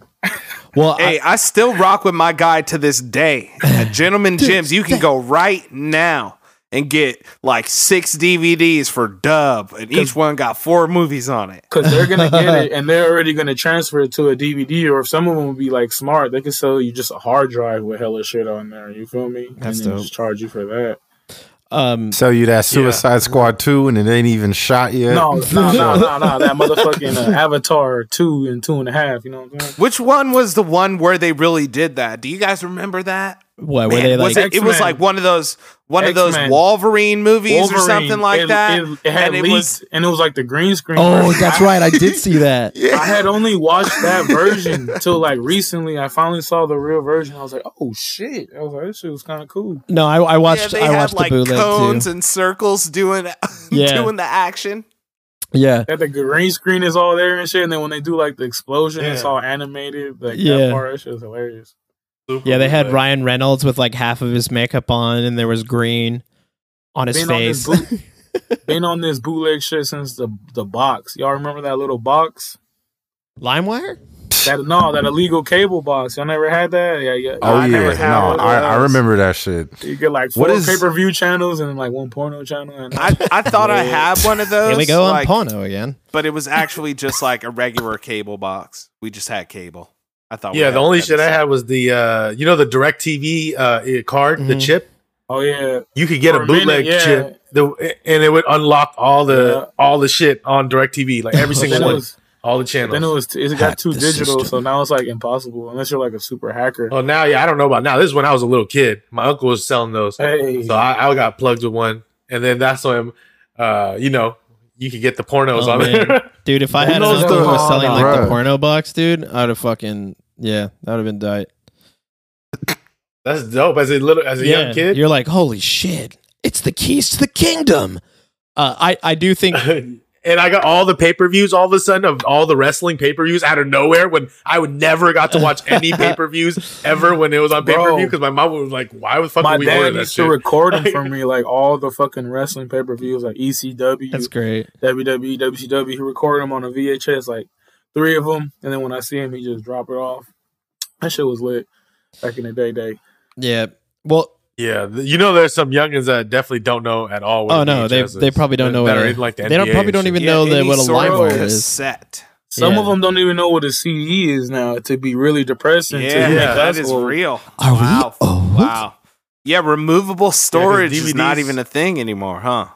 Speaker 2: well,
Speaker 5: Hey,
Speaker 2: I,
Speaker 5: I, still rock with my guy to this
Speaker 2: <laughs>
Speaker 5: day. At Gentleman Jim's, you can go right now and get like six DVDs for dub, and each one got four movies on it.
Speaker 6: Because they're gonna
Speaker 2: <laughs>
Speaker 6: get it and they're already gonna transfer it to a DVD. Or if some of them would be like smart, they could sell you just a hard drive with hella shit on there. You feel me?
Speaker 2: That's
Speaker 6: and then
Speaker 2: dope.
Speaker 6: just charge you
Speaker 2: <laughs>
Speaker 6: for that.
Speaker 2: um,
Speaker 4: Sell you
Speaker 6: <laughs>
Speaker 4: that Suicide Squad 2 and it ain't even shot yet.
Speaker 6: No, no, no, no, no. That motherfucking uh, Avatar two and two and a half. You know what I'm saying?
Speaker 5: Which one was the one where they really did that? Do you guys remember that?
Speaker 2: what were
Speaker 5: Man,
Speaker 2: they like?
Speaker 5: was it, it was
Speaker 6: X-Men.
Speaker 5: like one of those one of those
Speaker 6: X-Men.
Speaker 5: Wolverine movies or
Speaker 6: Wolverine,
Speaker 5: something like
Speaker 6: it-
Speaker 5: that.
Speaker 6: It, it had
Speaker 5: and it
Speaker 6: leaked,
Speaker 5: was
Speaker 6: and it was like the green screen.
Speaker 2: oh,
Speaker 5: <laughs>
Speaker 6: version.
Speaker 2: that's right. I did see that.
Speaker 6: I had only watched that version till like recently. I finally saw the real version. I was like, oh shit! I was like, this shit was kind of cool.
Speaker 2: No, I, I watched.
Speaker 5: yeah, they
Speaker 2: I
Speaker 5: had
Speaker 2: watched
Speaker 5: like
Speaker 2: the bootleg
Speaker 5: cones
Speaker 2: too.
Speaker 5: and circles doing <laughs>
Speaker 2: Yeah.
Speaker 5: doing the action.
Speaker 2: yeah,
Speaker 6: That the green screen is all there and shit. And then when they do like the explosion, it's
Speaker 3: Yeah.
Speaker 6: all animated. Like
Speaker 2: Yeah.
Speaker 6: that part, that shit was hilarious.
Speaker 2: yeah. They had Ryan Reynolds with like half of his makeup on, and there was green on his
Speaker 6: Been on this
Speaker 2: face.
Speaker 6: boot, been on this bootleg shit since the the box. Y'all remember that little box?
Speaker 2: <laughs> LimeWire.
Speaker 6: That no, that illegal cable box. Y'all never had that? Yeah, yeah.
Speaker 4: Oh,
Speaker 6: I
Speaker 4: yeah.
Speaker 6: never had one
Speaker 4: No,
Speaker 6: of
Speaker 4: I, I
Speaker 6: those.
Speaker 4: remember that shit.
Speaker 6: You get like
Speaker 4: What
Speaker 6: four
Speaker 4: is-
Speaker 6: pay per view channels and like one porno channel. And
Speaker 5: I, I thought
Speaker 2: <laughs>
Speaker 5: I had one of those.
Speaker 2: Here we go
Speaker 5: like,
Speaker 2: on Pono again.
Speaker 5: but it was actually just like a regular cable box. We just had cable. I thought. we
Speaker 3: Yeah,
Speaker 5: had
Speaker 3: the only
Speaker 5: that
Speaker 3: shit I
Speaker 5: stuff.
Speaker 3: had was the uh, you know the Direct TV uh, eh, card, the
Speaker 2: Mhm.
Speaker 3: chip.
Speaker 6: oh yeah,
Speaker 3: You could get
Speaker 6: For
Speaker 3: a
Speaker 6: a minute,
Speaker 3: bootleg
Speaker 6: yeah.
Speaker 3: chip, the, and it would unlock all the all the shit on Direct TV, like
Speaker 6: <laughs>
Speaker 3: every
Speaker 2: But
Speaker 3: single
Speaker 6: Then it
Speaker 3: one,
Speaker 6: was-
Speaker 3: all the
Speaker 6: Then it
Speaker 3: channels.
Speaker 6: was it
Speaker 2: Hack
Speaker 6: got too
Speaker 2: the
Speaker 6: digital,
Speaker 2: system.
Speaker 6: so now it's like impossible unless you're like a super hacker.
Speaker 3: Oh, now yeah, I don't know about now. This is when I was a little kid. My uncle was selling those,
Speaker 6: Hey,
Speaker 3: so I, I got plugged with one, and then that's when uh, you know you could get the pornos
Speaker 2: Oh,
Speaker 3: on
Speaker 2: man.
Speaker 3: there.
Speaker 2: Dude, if I had an
Speaker 3: knows
Speaker 2: uncle
Speaker 3: the-
Speaker 2: who was selling like the
Speaker 4: Bruh.
Speaker 2: porno box, dude, I would have fucking yeah, that would have been tight.
Speaker 3: <laughs> that's dope. As a little as a
Speaker 2: yeah,
Speaker 3: young kid,
Speaker 2: you're like, holy shit, it's the keys to the kingdom. Uh, I I do think
Speaker 3: <laughs> and I got all the pay per views all of a sudden of all the wrestling pay per views out of nowhere when I would never got to watch any pay per views ever when it was on pay
Speaker 6: Bro.
Speaker 3: per view because my mom was like, "Why the fuck
Speaker 6: my
Speaker 3: would we order
Speaker 6: dad
Speaker 3: that
Speaker 6: used to
Speaker 3: shit?" <laughs>
Speaker 6: record them for me, like all the fucking wrestling pay per views, like E ECW,
Speaker 2: that's great.
Speaker 6: WWE, WCW. He recorded them on a VHS, like three of them, and then when I see him, he just drop it off. That shit was lit back in the day. Day
Speaker 2: Yeah. Well,
Speaker 3: Yeah, th- you know, there's some youngins that definitely don't know at all. What
Speaker 2: oh
Speaker 3: a
Speaker 2: no, they
Speaker 3: VHS
Speaker 2: they
Speaker 3: is.
Speaker 2: probably don't
Speaker 3: That-
Speaker 2: know
Speaker 3: that
Speaker 2: what
Speaker 3: are
Speaker 2: a-
Speaker 3: in, like the
Speaker 2: They don't
Speaker 3: NBA
Speaker 2: probably
Speaker 3: and
Speaker 2: don't
Speaker 3: shit.
Speaker 2: even
Speaker 5: Yeah,
Speaker 2: know that
Speaker 5: any
Speaker 2: what a
Speaker 5: sort of
Speaker 2: LimeWire is.
Speaker 5: cassette.
Speaker 6: Some
Speaker 2: Yeah.
Speaker 6: of them don't even know what a CD is now. To be really depressing. to
Speaker 5: Yeah,
Speaker 6: you.
Speaker 3: Yeah,
Speaker 5: that
Speaker 6: That's
Speaker 5: is
Speaker 6: old.
Speaker 5: real.
Speaker 2: Are we Oh,
Speaker 5: wow.
Speaker 2: old?
Speaker 5: Wow. Yeah, removable storage is not
Speaker 3: DVDs
Speaker 5: even a thing
Speaker 2: <laughs>
Speaker 5: anymore, huh?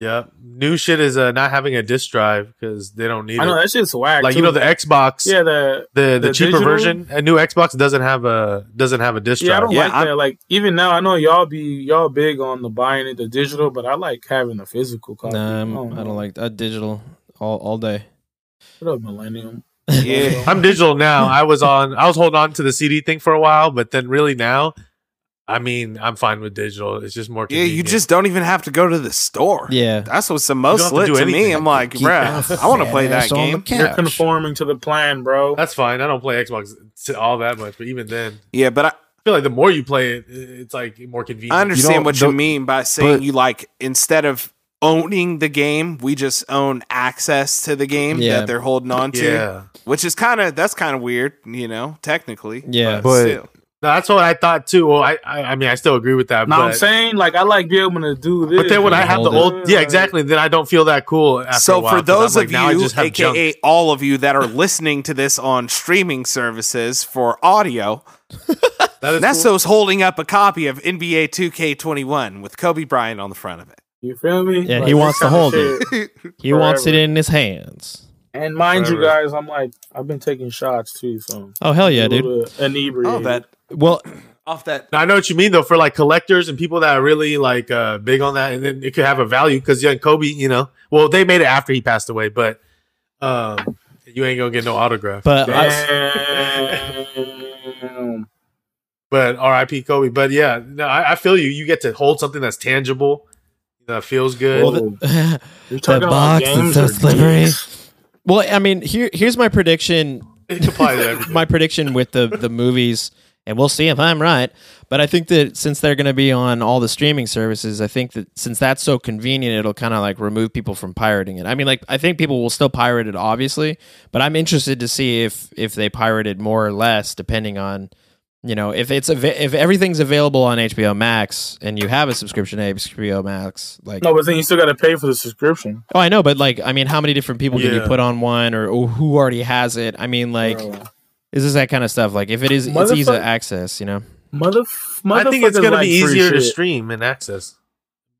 Speaker 3: Yeah, new shit is uh, not having a disc drive because they don't need
Speaker 6: I know
Speaker 3: it.
Speaker 6: that shit's whack.
Speaker 3: Like you
Speaker 6: too.
Speaker 3: know, the Xbox,
Speaker 6: yeah, the
Speaker 3: the, the
Speaker 6: the
Speaker 3: cheaper
Speaker 6: digital?
Speaker 3: version, a new Xbox doesn't have a doesn't have a disc
Speaker 6: yeah.
Speaker 3: drive.
Speaker 6: I don't
Speaker 5: Yeah,
Speaker 6: like
Speaker 5: I'm-
Speaker 6: that. Like even now, I know y'all be y'all big on the buying it the digital, but I like having the physical copy.
Speaker 2: Nah, I'm,
Speaker 6: don't
Speaker 2: I
Speaker 6: know.
Speaker 2: don't like that. Digital all all day.
Speaker 6: Shut up, Millennium.
Speaker 5: Yeah.
Speaker 3: I'm digital
Speaker 5: <laughs>
Speaker 3: now. I was on I was holding on to the CD thing for a while, but then really now, I mean, I'm fine with digital. It's just more.
Speaker 5: Yeah, you
Speaker 3: convenient.
Speaker 5: just don't even have to go to the store.
Speaker 2: Yeah.
Speaker 5: That's what's the
Speaker 3: don't
Speaker 5: most
Speaker 3: have to
Speaker 5: lit
Speaker 3: do
Speaker 5: to, me.
Speaker 3: anything.
Speaker 5: I'm like,
Speaker 2: Keep
Speaker 5: bruh,
Speaker 2: your
Speaker 5: I want to play that
Speaker 2: ass on the
Speaker 5: game.
Speaker 6: You're
Speaker 2: couch.
Speaker 6: conforming to the plan, bro.
Speaker 3: that's fine. I don't play Xbox to all that much, but even then,
Speaker 5: Yeah, but I,
Speaker 3: I feel like the more you play it, it's like more convenient.
Speaker 5: I understand
Speaker 4: don't-
Speaker 5: what you
Speaker 4: don't-
Speaker 5: mean by saying
Speaker 4: but-
Speaker 5: you like instead of owning the game, we just own access to the game
Speaker 2: Yeah.
Speaker 5: that they're holding on to,
Speaker 3: Yeah,
Speaker 5: which is kind of that's kind of weird, you know, technically.
Speaker 2: Yeah.
Speaker 4: But-
Speaker 5: still.
Speaker 3: no, that's what I thought too. Well, I I, I mean, I still agree with that.
Speaker 6: Now
Speaker 3: but,
Speaker 6: I'm saying like I like being able to do this.
Speaker 3: but then when I have the
Speaker 2: Hold it.
Speaker 3: old, yeah, exactly. Then I don't feel that cool. After a
Speaker 5: so
Speaker 3: while,
Speaker 5: for
Speaker 3: 'cause
Speaker 5: those
Speaker 3: I'm like,
Speaker 5: of
Speaker 3: now I
Speaker 5: you,
Speaker 3: just have
Speaker 5: aka
Speaker 3: junk.
Speaker 5: all of you that are listening to this on streaming services for audio,
Speaker 3: that is cool.
Speaker 5: Nesso's holding up a copy of NBA 2K21 with Kobe Bryant on the front of it.
Speaker 6: You feel me?
Speaker 2: Yeah, he wants
Speaker 6: this
Speaker 2: to
Speaker 6: kinda
Speaker 2: hold
Speaker 6: shit.
Speaker 2: He wants it
Speaker 6: Forever.
Speaker 2: in his hands.
Speaker 6: And mind you
Speaker 3: Whatever.
Speaker 6: guys, I'm like I've been taking shots too, so
Speaker 2: Oh hell yeah,
Speaker 6: a
Speaker 2: dude.
Speaker 6: little Inebriated.
Speaker 5: Oh, that
Speaker 2: Well,
Speaker 5: off that
Speaker 3: Now, I know what you mean though. For like collectors and people that are really like uh, big on that, and then it could have a value because young Kobe, you know, well they made it after he passed away, but um, you ain't gonna get no autograph.
Speaker 2: but I,
Speaker 6: Damn.
Speaker 3: But R.I.P. Kobe. But yeah, no, I, I feel you. You get to hold something that's tangible, that feels good.
Speaker 6: Well,
Speaker 2: the, <laughs>
Speaker 6: You're
Speaker 2: the
Speaker 6: talking about
Speaker 2: box is
Speaker 6: games
Speaker 2: so
Speaker 6: or
Speaker 2: slippery.
Speaker 6: dicks?
Speaker 2: Well, I mean, here here's my prediction
Speaker 3: it can apply
Speaker 2: <laughs>
Speaker 3: to everything.
Speaker 2: my prediction with the the movies, and we'll see if I'm right. But I think that since they're going to be on all the streaming services, I think that since that's so convenient, it'll kind of like remove people from pirating it. I mean, like I think people will still pirate it, obviously, but I'm interested to see if if they pirate it more or less, depending on you know if it's av- if everything's available on HBO Max and you have a subscription to HBO Max, like
Speaker 6: No, but then you still got to pay for the subscription.
Speaker 2: oh I know, but like I mean, how many different people can you
Speaker 3: Yeah.
Speaker 2: put on one, or, or who already has it? I mean, like.
Speaker 6: bro.
Speaker 2: This is that kind of stuff. Like if it is, it's
Speaker 6: Motherfuck-
Speaker 2: easy access. You know.
Speaker 6: mother,
Speaker 3: I think it's
Speaker 6: going
Speaker 3: gonna be easier to stream and access.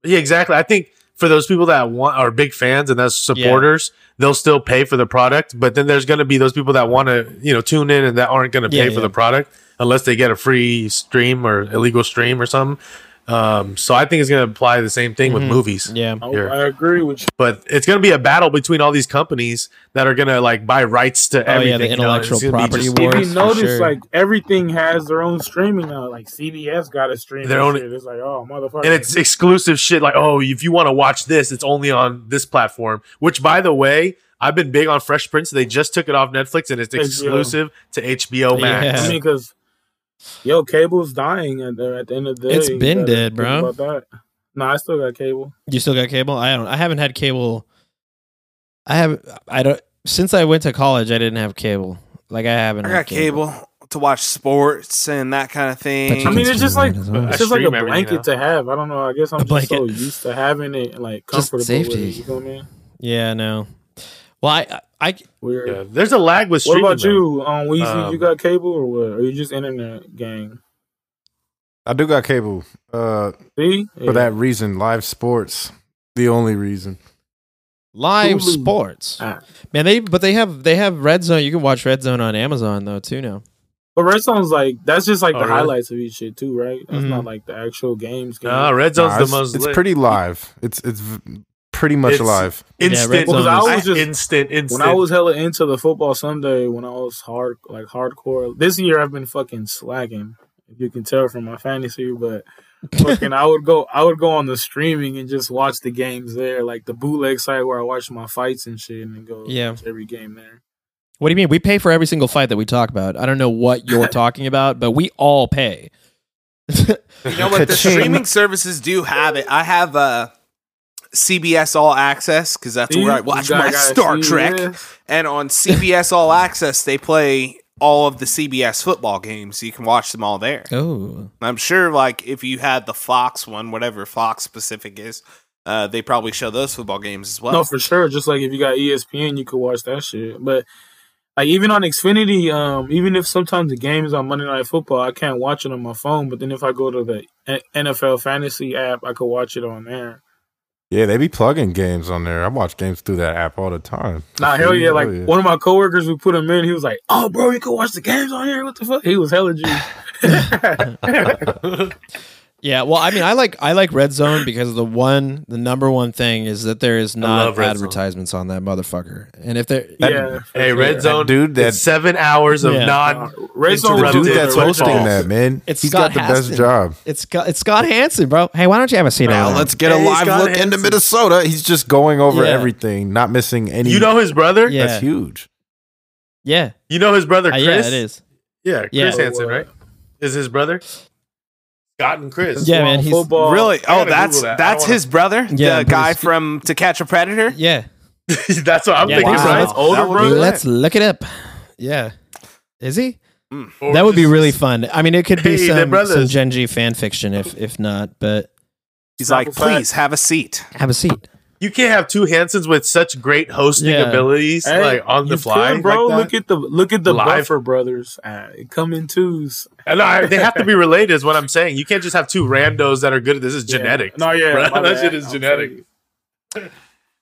Speaker 3: Yeah, exactly. I think for those people that want are big fans and those supporters, they'll still pay for the product. But then there's gonna be those people that want to you know tune in and that aren't gonna
Speaker 2: Yeah,
Speaker 3: pay for
Speaker 2: yeah.
Speaker 3: the product unless they get a free stream or illegal stream or something. Um, so I think it's gonna apply the same thing
Speaker 2: Mhm.
Speaker 3: with movies.
Speaker 2: Yeah.
Speaker 6: I,
Speaker 3: Here.
Speaker 6: I agree with you.
Speaker 3: But it's gonna be a battle between all these companies that are gonna like buy rights to
Speaker 2: Oh
Speaker 3: everything.
Speaker 2: yeah, the
Speaker 3: you know, and it's
Speaker 2: intellectual
Speaker 3: gonna be
Speaker 2: property
Speaker 3: just-
Speaker 2: wars.
Speaker 6: if you
Speaker 2: for
Speaker 6: notice,
Speaker 2: sure.
Speaker 6: like everything has their own streaming now. Like CBS got a stream.
Speaker 3: Their
Speaker 6: Their
Speaker 3: own-
Speaker 6: own. Shit. It's like oh motherfucker.
Speaker 3: and it's exclusive shit like oh if you want to watch this it's only on this platform which by the way i've been big on fresh prince they just took it off netflix and it's
Speaker 6: HBO.
Speaker 3: exclusive to hbo
Speaker 6: I
Speaker 3: max
Speaker 2: Yeah.
Speaker 6: mean, because yo, cable's dying at the, at the end of the day.
Speaker 2: It's
Speaker 6: You
Speaker 2: been
Speaker 6: gotta
Speaker 2: dead,
Speaker 6: think
Speaker 2: bro.
Speaker 6: About that. No, I still got cable.
Speaker 2: you still got cable? I don't. I haven't had cable. I have. I don't. Since I went to college, I didn't have cable. Like I haven't.
Speaker 5: I
Speaker 2: had
Speaker 5: got cable to watch sports and that kind of
Speaker 2: But
Speaker 5: thing.
Speaker 2: you
Speaker 6: I mean,
Speaker 2: can
Speaker 6: it's just
Speaker 2: stream
Speaker 6: like
Speaker 2: it as well.
Speaker 6: it's just like a
Speaker 3: Stream everything,
Speaker 6: blanket to have. I don't know.
Speaker 2: <laughs>
Speaker 6: I guess I'm
Speaker 2: A
Speaker 6: just so
Speaker 2: blanket.
Speaker 6: used to having it and like
Speaker 2: Just
Speaker 6: comfortable
Speaker 2: safety.
Speaker 6: with it. You know what I mean?
Speaker 2: Yeah. No. Well, I. I.
Speaker 6: Weird.
Speaker 3: Yeah, there's a lag with
Speaker 6: What
Speaker 3: streaming
Speaker 6: about
Speaker 3: though.
Speaker 6: you, um, Weezy?
Speaker 3: Um,
Speaker 6: you got cable or what? Or you just internet gang?
Speaker 4: I do got cable. Uh,
Speaker 6: See, Yeah.
Speaker 4: For that reason, live sports, the only reason.
Speaker 2: Live
Speaker 6: Hulu.
Speaker 2: sports.
Speaker 6: Ah.
Speaker 2: Man, they but they have they have Red Zone. You can watch Red Zone on Amazon though too now.
Speaker 6: But Red Zone's like that's just like
Speaker 3: Oh,
Speaker 6: the
Speaker 3: really? Mm-hmm.
Speaker 6: highlights of each shit too, right? That's
Speaker 2: Mhm.
Speaker 6: not like the actual games. games.
Speaker 3: Nah, red zone's
Speaker 4: Nah,
Speaker 3: the
Speaker 4: it's,
Speaker 3: most
Speaker 4: it's
Speaker 3: lit.
Speaker 4: pretty live. It's it's v- pretty much
Speaker 3: It's-
Speaker 4: live.
Speaker 3: instant
Speaker 2: Red Well, 'cause
Speaker 6: Zone I is- was just-
Speaker 3: instant instant
Speaker 6: when I was hella into the football Sunday, when I was hard like hardcore. This year I've been fucking slacking. If you can tell from my fantasy, but fucking I would go I would go on the streaming and just watch the games there, like the bootleg site where I watch my fights and shit, and then go
Speaker 2: Yeah.
Speaker 6: watch every game there.
Speaker 2: What do you mean? We pay for every single fight that we talk about. I don't know what
Speaker 3: <laughs>
Speaker 2: you're talking about, but we all pay. <laughs>
Speaker 5: You know what? The
Speaker 4: Ka-ching.
Speaker 5: streaming services do have it. I have uh, CBS All Access because that's
Speaker 6: See?
Speaker 5: where I
Speaker 6: You
Speaker 5: watch
Speaker 6: gotta-
Speaker 5: my
Speaker 6: gotta
Speaker 5: Star
Speaker 6: see
Speaker 5: Trek.
Speaker 6: this.
Speaker 5: And on CBS All Access, they play all of the CBS football games. You can watch them all there.
Speaker 2: Oh,
Speaker 5: I'm sure, like if you had the Fox one, whatever Fox specific is, uh, they probably show those football games as well.
Speaker 6: No, for sure. Just like if you got E ESPN, you could watch that shit. But like even on Xfinity, um, even if sometimes the game is on Monday Night Football, I can't watch it on my phone. But then if I go to the N- NFL Fantasy app, I could watch it on there.
Speaker 4: Yeah, they be plugging games on there. I watch games through that app all the time.
Speaker 6: Nah, hell yeah! Like
Speaker 4: Oh, yeah.
Speaker 6: one of my coworkers, we put him in. He was like, "Oh, bro, you could watch the games on here. What the fuck?" He was
Speaker 2: <sighs>
Speaker 6: hella G.
Speaker 2: yeah. Well, I mean, I like I like Red Zone because the one, the number one thing is that there is not
Speaker 3: love Red Zone.
Speaker 2: advertisements on that motherfucker. And if there,
Speaker 6: yeah,
Speaker 3: Hey, Red Zone,
Speaker 4: dude
Speaker 3: dude,
Speaker 4: that-
Speaker 3: that's seven hours of
Speaker 2: Yeah.
Speaker 3: non.
Speaker 6: Red
Speaker 4: The
Speaker 6: Zone
Speaker 4: dude
Speaker 3: interrupted
Speaker 4: that's
Speaker 3: football.
Speaker 4: hosting that man,
Speaker 2: It's
Speaker 4: he's
Speaker 2: Scott
Speaker 4: got the
Speaker 2: Haston.
Speaker 4: best job.
Speaker 2: it's Scott, it's Scott Hansen, bro. Hey, why don't you have a seat?
Speaker 4: Now
Speaker 2: over there?
Speaker 4: let's get a
Speaker 3: Hey,
Speaker 4: live
Speaker 3: Scott
Speaker 4: look into
Speaker 3: Hansen.
Speaker 4: Minnesota. He's just going over
Speaker 2: Yeah.
Speaker 4: everything, not missing any.
Speaker 3: You know his brother?
Speaker 2: Yeah.
Speaker 4: that's huge.
Speaker 2: yeah,
Speaker 3: You know his brother,
Speaker 2: Uh,
Speaker 3: Chris?
Speaker 2: yeah, it is.
Speaker 3: Yeah, Chris
Speaker 2: Yeah.
Speaker 3: Hansen, right? Is his brother? Scott and Chris.
Speaker 2: Yeah, man, he's-
Speaker 6: football.
Speaker 5: really?
Speaker 3: I
Speaker 5: Oh,
Speaker 3: gotta
Speaker 5: that's
Speaker 3: Google that. I
Speaker 5: that's
Speaker 3: don't
Speaker 5: his brother,
Speaker 2: Yeah,
Speaker 5: the
Speaker 2: but
Speaker 5: guy
Speaker 2: it's-
Speaker 5: from To Catch a Predator.
Speaker 3: <laughs>
Speaker 2: Yeah,
Speaker 3: that's what I'm
Speaker 2: Yeah,
Speaker 3: thinking,
Speaker 2: wow.
Speaker 3: right?
Speaker 6: His older
Speaker 5: That would be
Speaker 6: brother?
Speaker 2: let's look it up. Yeah, is he?
Speaker 3: Or
Speaker 2: that would be
Speaker 3: just-
Speaker 2: really fun. I mean, it could be
Speaker 3: Hey, they're
Speaker 2: some, some
Speaker 3: brothers.
Speaker 2: Gen G fan fiction, if if not. But
Speaker 5: He's like,
Speaker 6: Simple fact.
Speaker 5: please have a seat.
Speaker 2: have a seat.
Speaker 3: You can't have two Hansons with such great hosting
Speaker 2: Yeah.
Speaker 3: abilities,
Speaker 6: Hey,
Speaker 3: like on the
Speaker 6: you
Speaker 3: fly,
Speaker 6: could, bro. look at the look at the
Speaker 3: Live.
Speaker 6: Buffer brothers uh, come in twos.
Speaker 3: And I, they have to be related, is what I'm saying. You can't just have two randos that are good. at This is genetic.
Speaker 6: No, yeah,
Speaker 3: bro.
Speaker 6: my
Speaker 3: <laughs> that
Speaker 6: bad.
Speaker 3: shit is
Speaker 6: I'm
Speaker 3: genetic.
Speaker 6: sorry.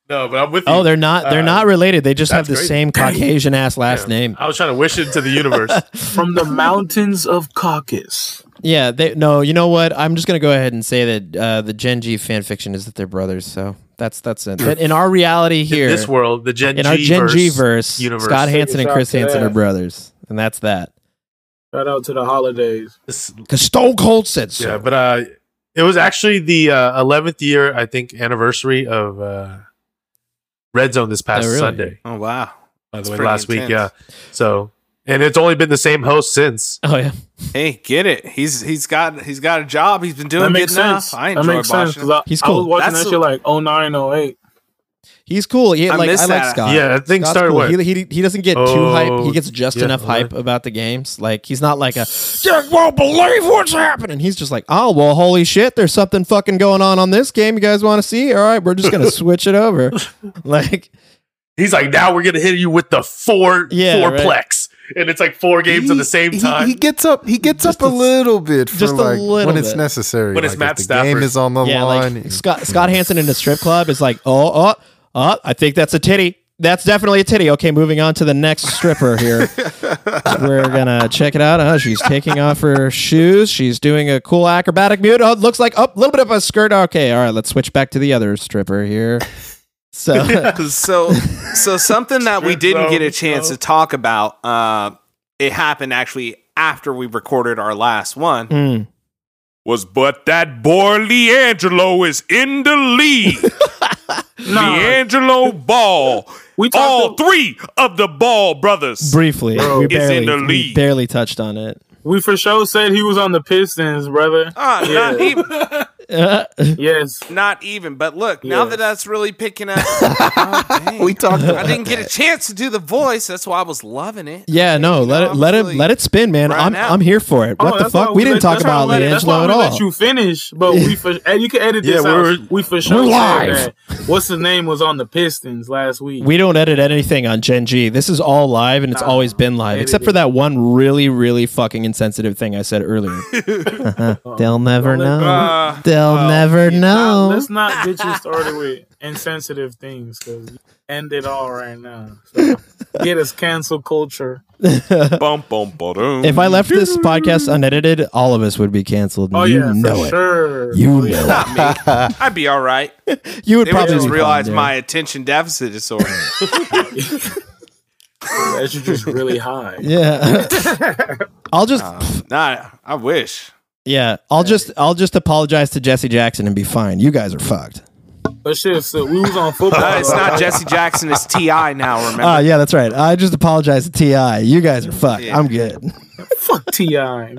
Speaker 3: No, but I'm with you.
Speaker 2: Oh, they're not. They're
Speaker 3: Uh,
Speaker 2: not related. They just have the
Speaker 3: that's great. <laughs>
Speaker 2: same Caucasian ass last name.
Speaker 3: I was trying to wish it to the universe.
Speaker 6: From the mountains of Caucasus.
Speaker 2: Yeah. They no. You know what? I'm just gonna go ahead and say that uh, the Gen G fan fiction is that they're brothers. So that's that's it. But in our reality here,
Speaker 3: this world, the Gen
Speaker 2: in
Speaker 3: G
Speaker 2: our Gen G verse,
Speaker 3: universe.
Speaker 2: Scott Hansen and
Speaker 6: Take a
Speaker 2: Chris
Speaker 6: shot to
Speaker 2: Hansen are
Speaker 6: that.
Speaker 2: brothers, and that's that.
Speaker 6: Shout out to the holidays.
Speaker 3: This-
Speaker 2: Because Stone Cold said so.
Speaker 3: Yeah, but uh, it was actually the uh, 11th year, I think, anniversary of uh, Red Zone this past
Speaker 2: Oh, really?
Speaker 3: Sunday.
Speaker 5: Oh wow.
Speaker 3: By
Speaker 5: That's
Speaker 3: the way,
Speaker 5: pretty
Speaker 3: last week, yeah.
Speaker 5: intense.
Speaker 3: So, and it's only been the same host since.
Speaker 2: Oh yeah.
Speaker 5: Hey, get it. He's he's got he's got a job. He's been doing
Speaker 6: That
Speaker 5: good
Speaker 6: makes sense.
Speaker 5: enough. I
Speaker 6: that
Speaker 5: enjoyed
Speaker 6: makes sense.
Speaker 5: watching.
Speaker 6: 'cause I,
Speaker 2: He's
Speaker 6: I
Speaker 2: cool.
Speaker 6: was watching
Speaker 5: That's
Speaker 6: that
Speaker 5: a-
Speaker 6: shit like 09, 08.
Speaker 2: He's cool. He,
Speaker 5: I
Speaker 2: like,
Speaker 5: miss
Speaker 2: I like
Speaker 5: that.
Speaker 2: Scott.
Speaker 3: Yeah, that thing
Speaker 2: Scott's
Speaker 3: started
Speaker 2: cool.
Speaker 3: what?
Speaker 2: He, he, he doesn't get too
Speaker 3: Oh,
Speaker 2: hype. He gets just
Speaker 3: yeah,
Speaker 2: enough hype
Speaker 3: okay.
Speaker 2: about the games. Like he's not like a you won't believe what's happening. He's just like, oh well, holy shit, there's something fucking going on on this game. You guys want to see? All right, we're just
Speaker 3: <laughs>
Speaker 2: gonna switch it over. Like
Speaker 3: He's like, now we're gonna hit you with the four
Speaker 2: Yeah,
Speaker 3: fourplex, and it's like four games at the same
Speaker 4: He-
Speaker 3: time.
Speaker 4: He, gets up. He gets
Speaker 2: Just
Speaker 4: up
Speaker 2: a-
Speaker 4: a little bit for
Speaker 2: just a
Speaker 4: like
Speaker 2: little
Speaker 4: when it's
Speaker 2: bit.
Speaker 4: necessary.
Speaker 3: When it's
Speaker 4: like,
Speaker 3: Matt
Speaker 4: if the game
Speaker 3: Stafford.
Speaker 4: is on the
Speaker 2: yeah,
Speaker 4: line.
Speaker 2: like Scott Scott Hansen in a strip club is like, oh oh oh, I think that's a titty. That's definitely a titty. Okay, moving on to the next stripper here. We're gonna check it out. Oh, she's taking off her shoes. She's doing a cool acrobatic move. Oh, it looks like up a little bit of a skirt. Okay, all right. Let's switch back to the other stripper here. So
Speaker 5: <laughs> So so something that we <laughs>
Speaker 3: Strip
Speaker 5: didn't get a
Speaker 3: zone,
Speaker 5: chance
Speaker 3: so-
Speaker 5: to talk about. Uh, it happened actually after we recorded our last one.
Speaker 2: mm.
Speaker 5: Was but that boy Leangelo is in the <laughs> lead.
Speaker 6: Nah,
Speaker 5: Leangelo Ball.
Speaker 6: we
Speaker 3: Oh,
Speaker 6: talked.
Speaker 5: three of the Ball brothers.
Speaker 2: briefly, we
Speaker 6: it's
Speaker 2: barely,
Speaker 5: in the
Speaker 2: we
Speaker 5: league.
Speaker 2: barely touched on it.
Speaker 6: we for sure said he was on the Pistons, brother.
Speaker 5: Ah, not, even,
Speaker 2: Uh,
Speaker 6: Yes.
Speaker 5: not even. But look, now
Speaker 6: Yes.
Speaker 5: that that's really
Speaker 2: <laughs>
Speaker 5: picking up. Oh, dang.
Speaker 4: we talked.
Speaker 5: I
Speaker 4: About
Speaker 5: didn't get a chance to do the voice. That's why I was loving it.
Speaker 2: Yeah, no, let it
Speaker 5: I'm
Speaker 2: let
Speaker 5: really
Speaker 2: it let it spin, man.
Speaker 5: right
Speaker 2: I'm
Speaker 5: now.
Speaker 2: I'm here for it. What
Speaker 6: Oh,
Speaker 2: the
Speaker 6: that's why
Speaker 2: fuck? We didn't
Speaker 6: let-
Speaker 2: talk
Speaker 6: that's why
Speaker 2: about
Speaker 6: we let- that's why
Speaker 2: Leangelo at
Speaker 6: we
Speaker 2: all.
Speaker 6: Let you finish, but
Speaker 2: <laughs>
Speaker 6: we for and you can edit this
Speaker 3: Yeah,
Speaker 6: out.
Speaker 3: we're-
Speaker 6: we for sure said
Speaker 2: live.
Speaker 6: that. What's his name was on the Pistons last week.
Speaker 2: We don't edit anything on Gen G. This is all live, and it's always been live, except for that one really, really fucking insensitive thing I said
Speaker 5: <laughs>
Speaker 2: earlier. Uh-huh. They'll never
Speaker 6: Don't let-
Speaker 2: know.
Speaker 5: Uh,
Speaker 2: They'll never
Speaker 6: Now,
Speaker 2: know.
Speaker 6: let's not get you started with insensitive things because end it all right now. So, get us cancel culture.
Speaker 5: bum, bum, ba-dum.
Speaker 2: If I left this podcast unedited, all of us would be canceled.
Speaker 6: Oh
Speaker 2: you
Speaker 6: yeah,
Speaker 2: know
Speaker 6: for
Speaker 2: it.
Speaker 6: sure.
Speaker 2: You know
Speaker 5: <laughs> Not me. I'd be all right.
Speaker 2: it. You would
Speaker 5: They would
Speaker 2: probably
Speaker 5: just
Speaker 2: be
Speaker 5: realize
Speaker 2: fine,
Speaker 5: my attention deficit disorder.
Speaker 2: <laughs>
Speaker 6: That you're just really high.
Speaker 2: dude.
Speaker 5: <laughs>
Speaker 2: Yeah. I'll just
Speaker 5: nah, I wish.
Speaker 2: yeah. I'll just I'll just apologize to Jesse Jackson and be fine. You guys are fucked.
Speaker 6: But shit, so we
Speaker 5: <laughs>
Speaker 6: was on football.
Speaker 5: Uh,
Speaker 2: <laughs>
Speaker 5: it's not Jesse Jackson. It's Ti now. Remember?
Speaker 2: Ah, yeah, that's right. I just apologize to Ti. You guys are fucked.
Speaker 5: Yeah.
Speaker 2: I'm good.
Speaker 6: fuck Ti. man.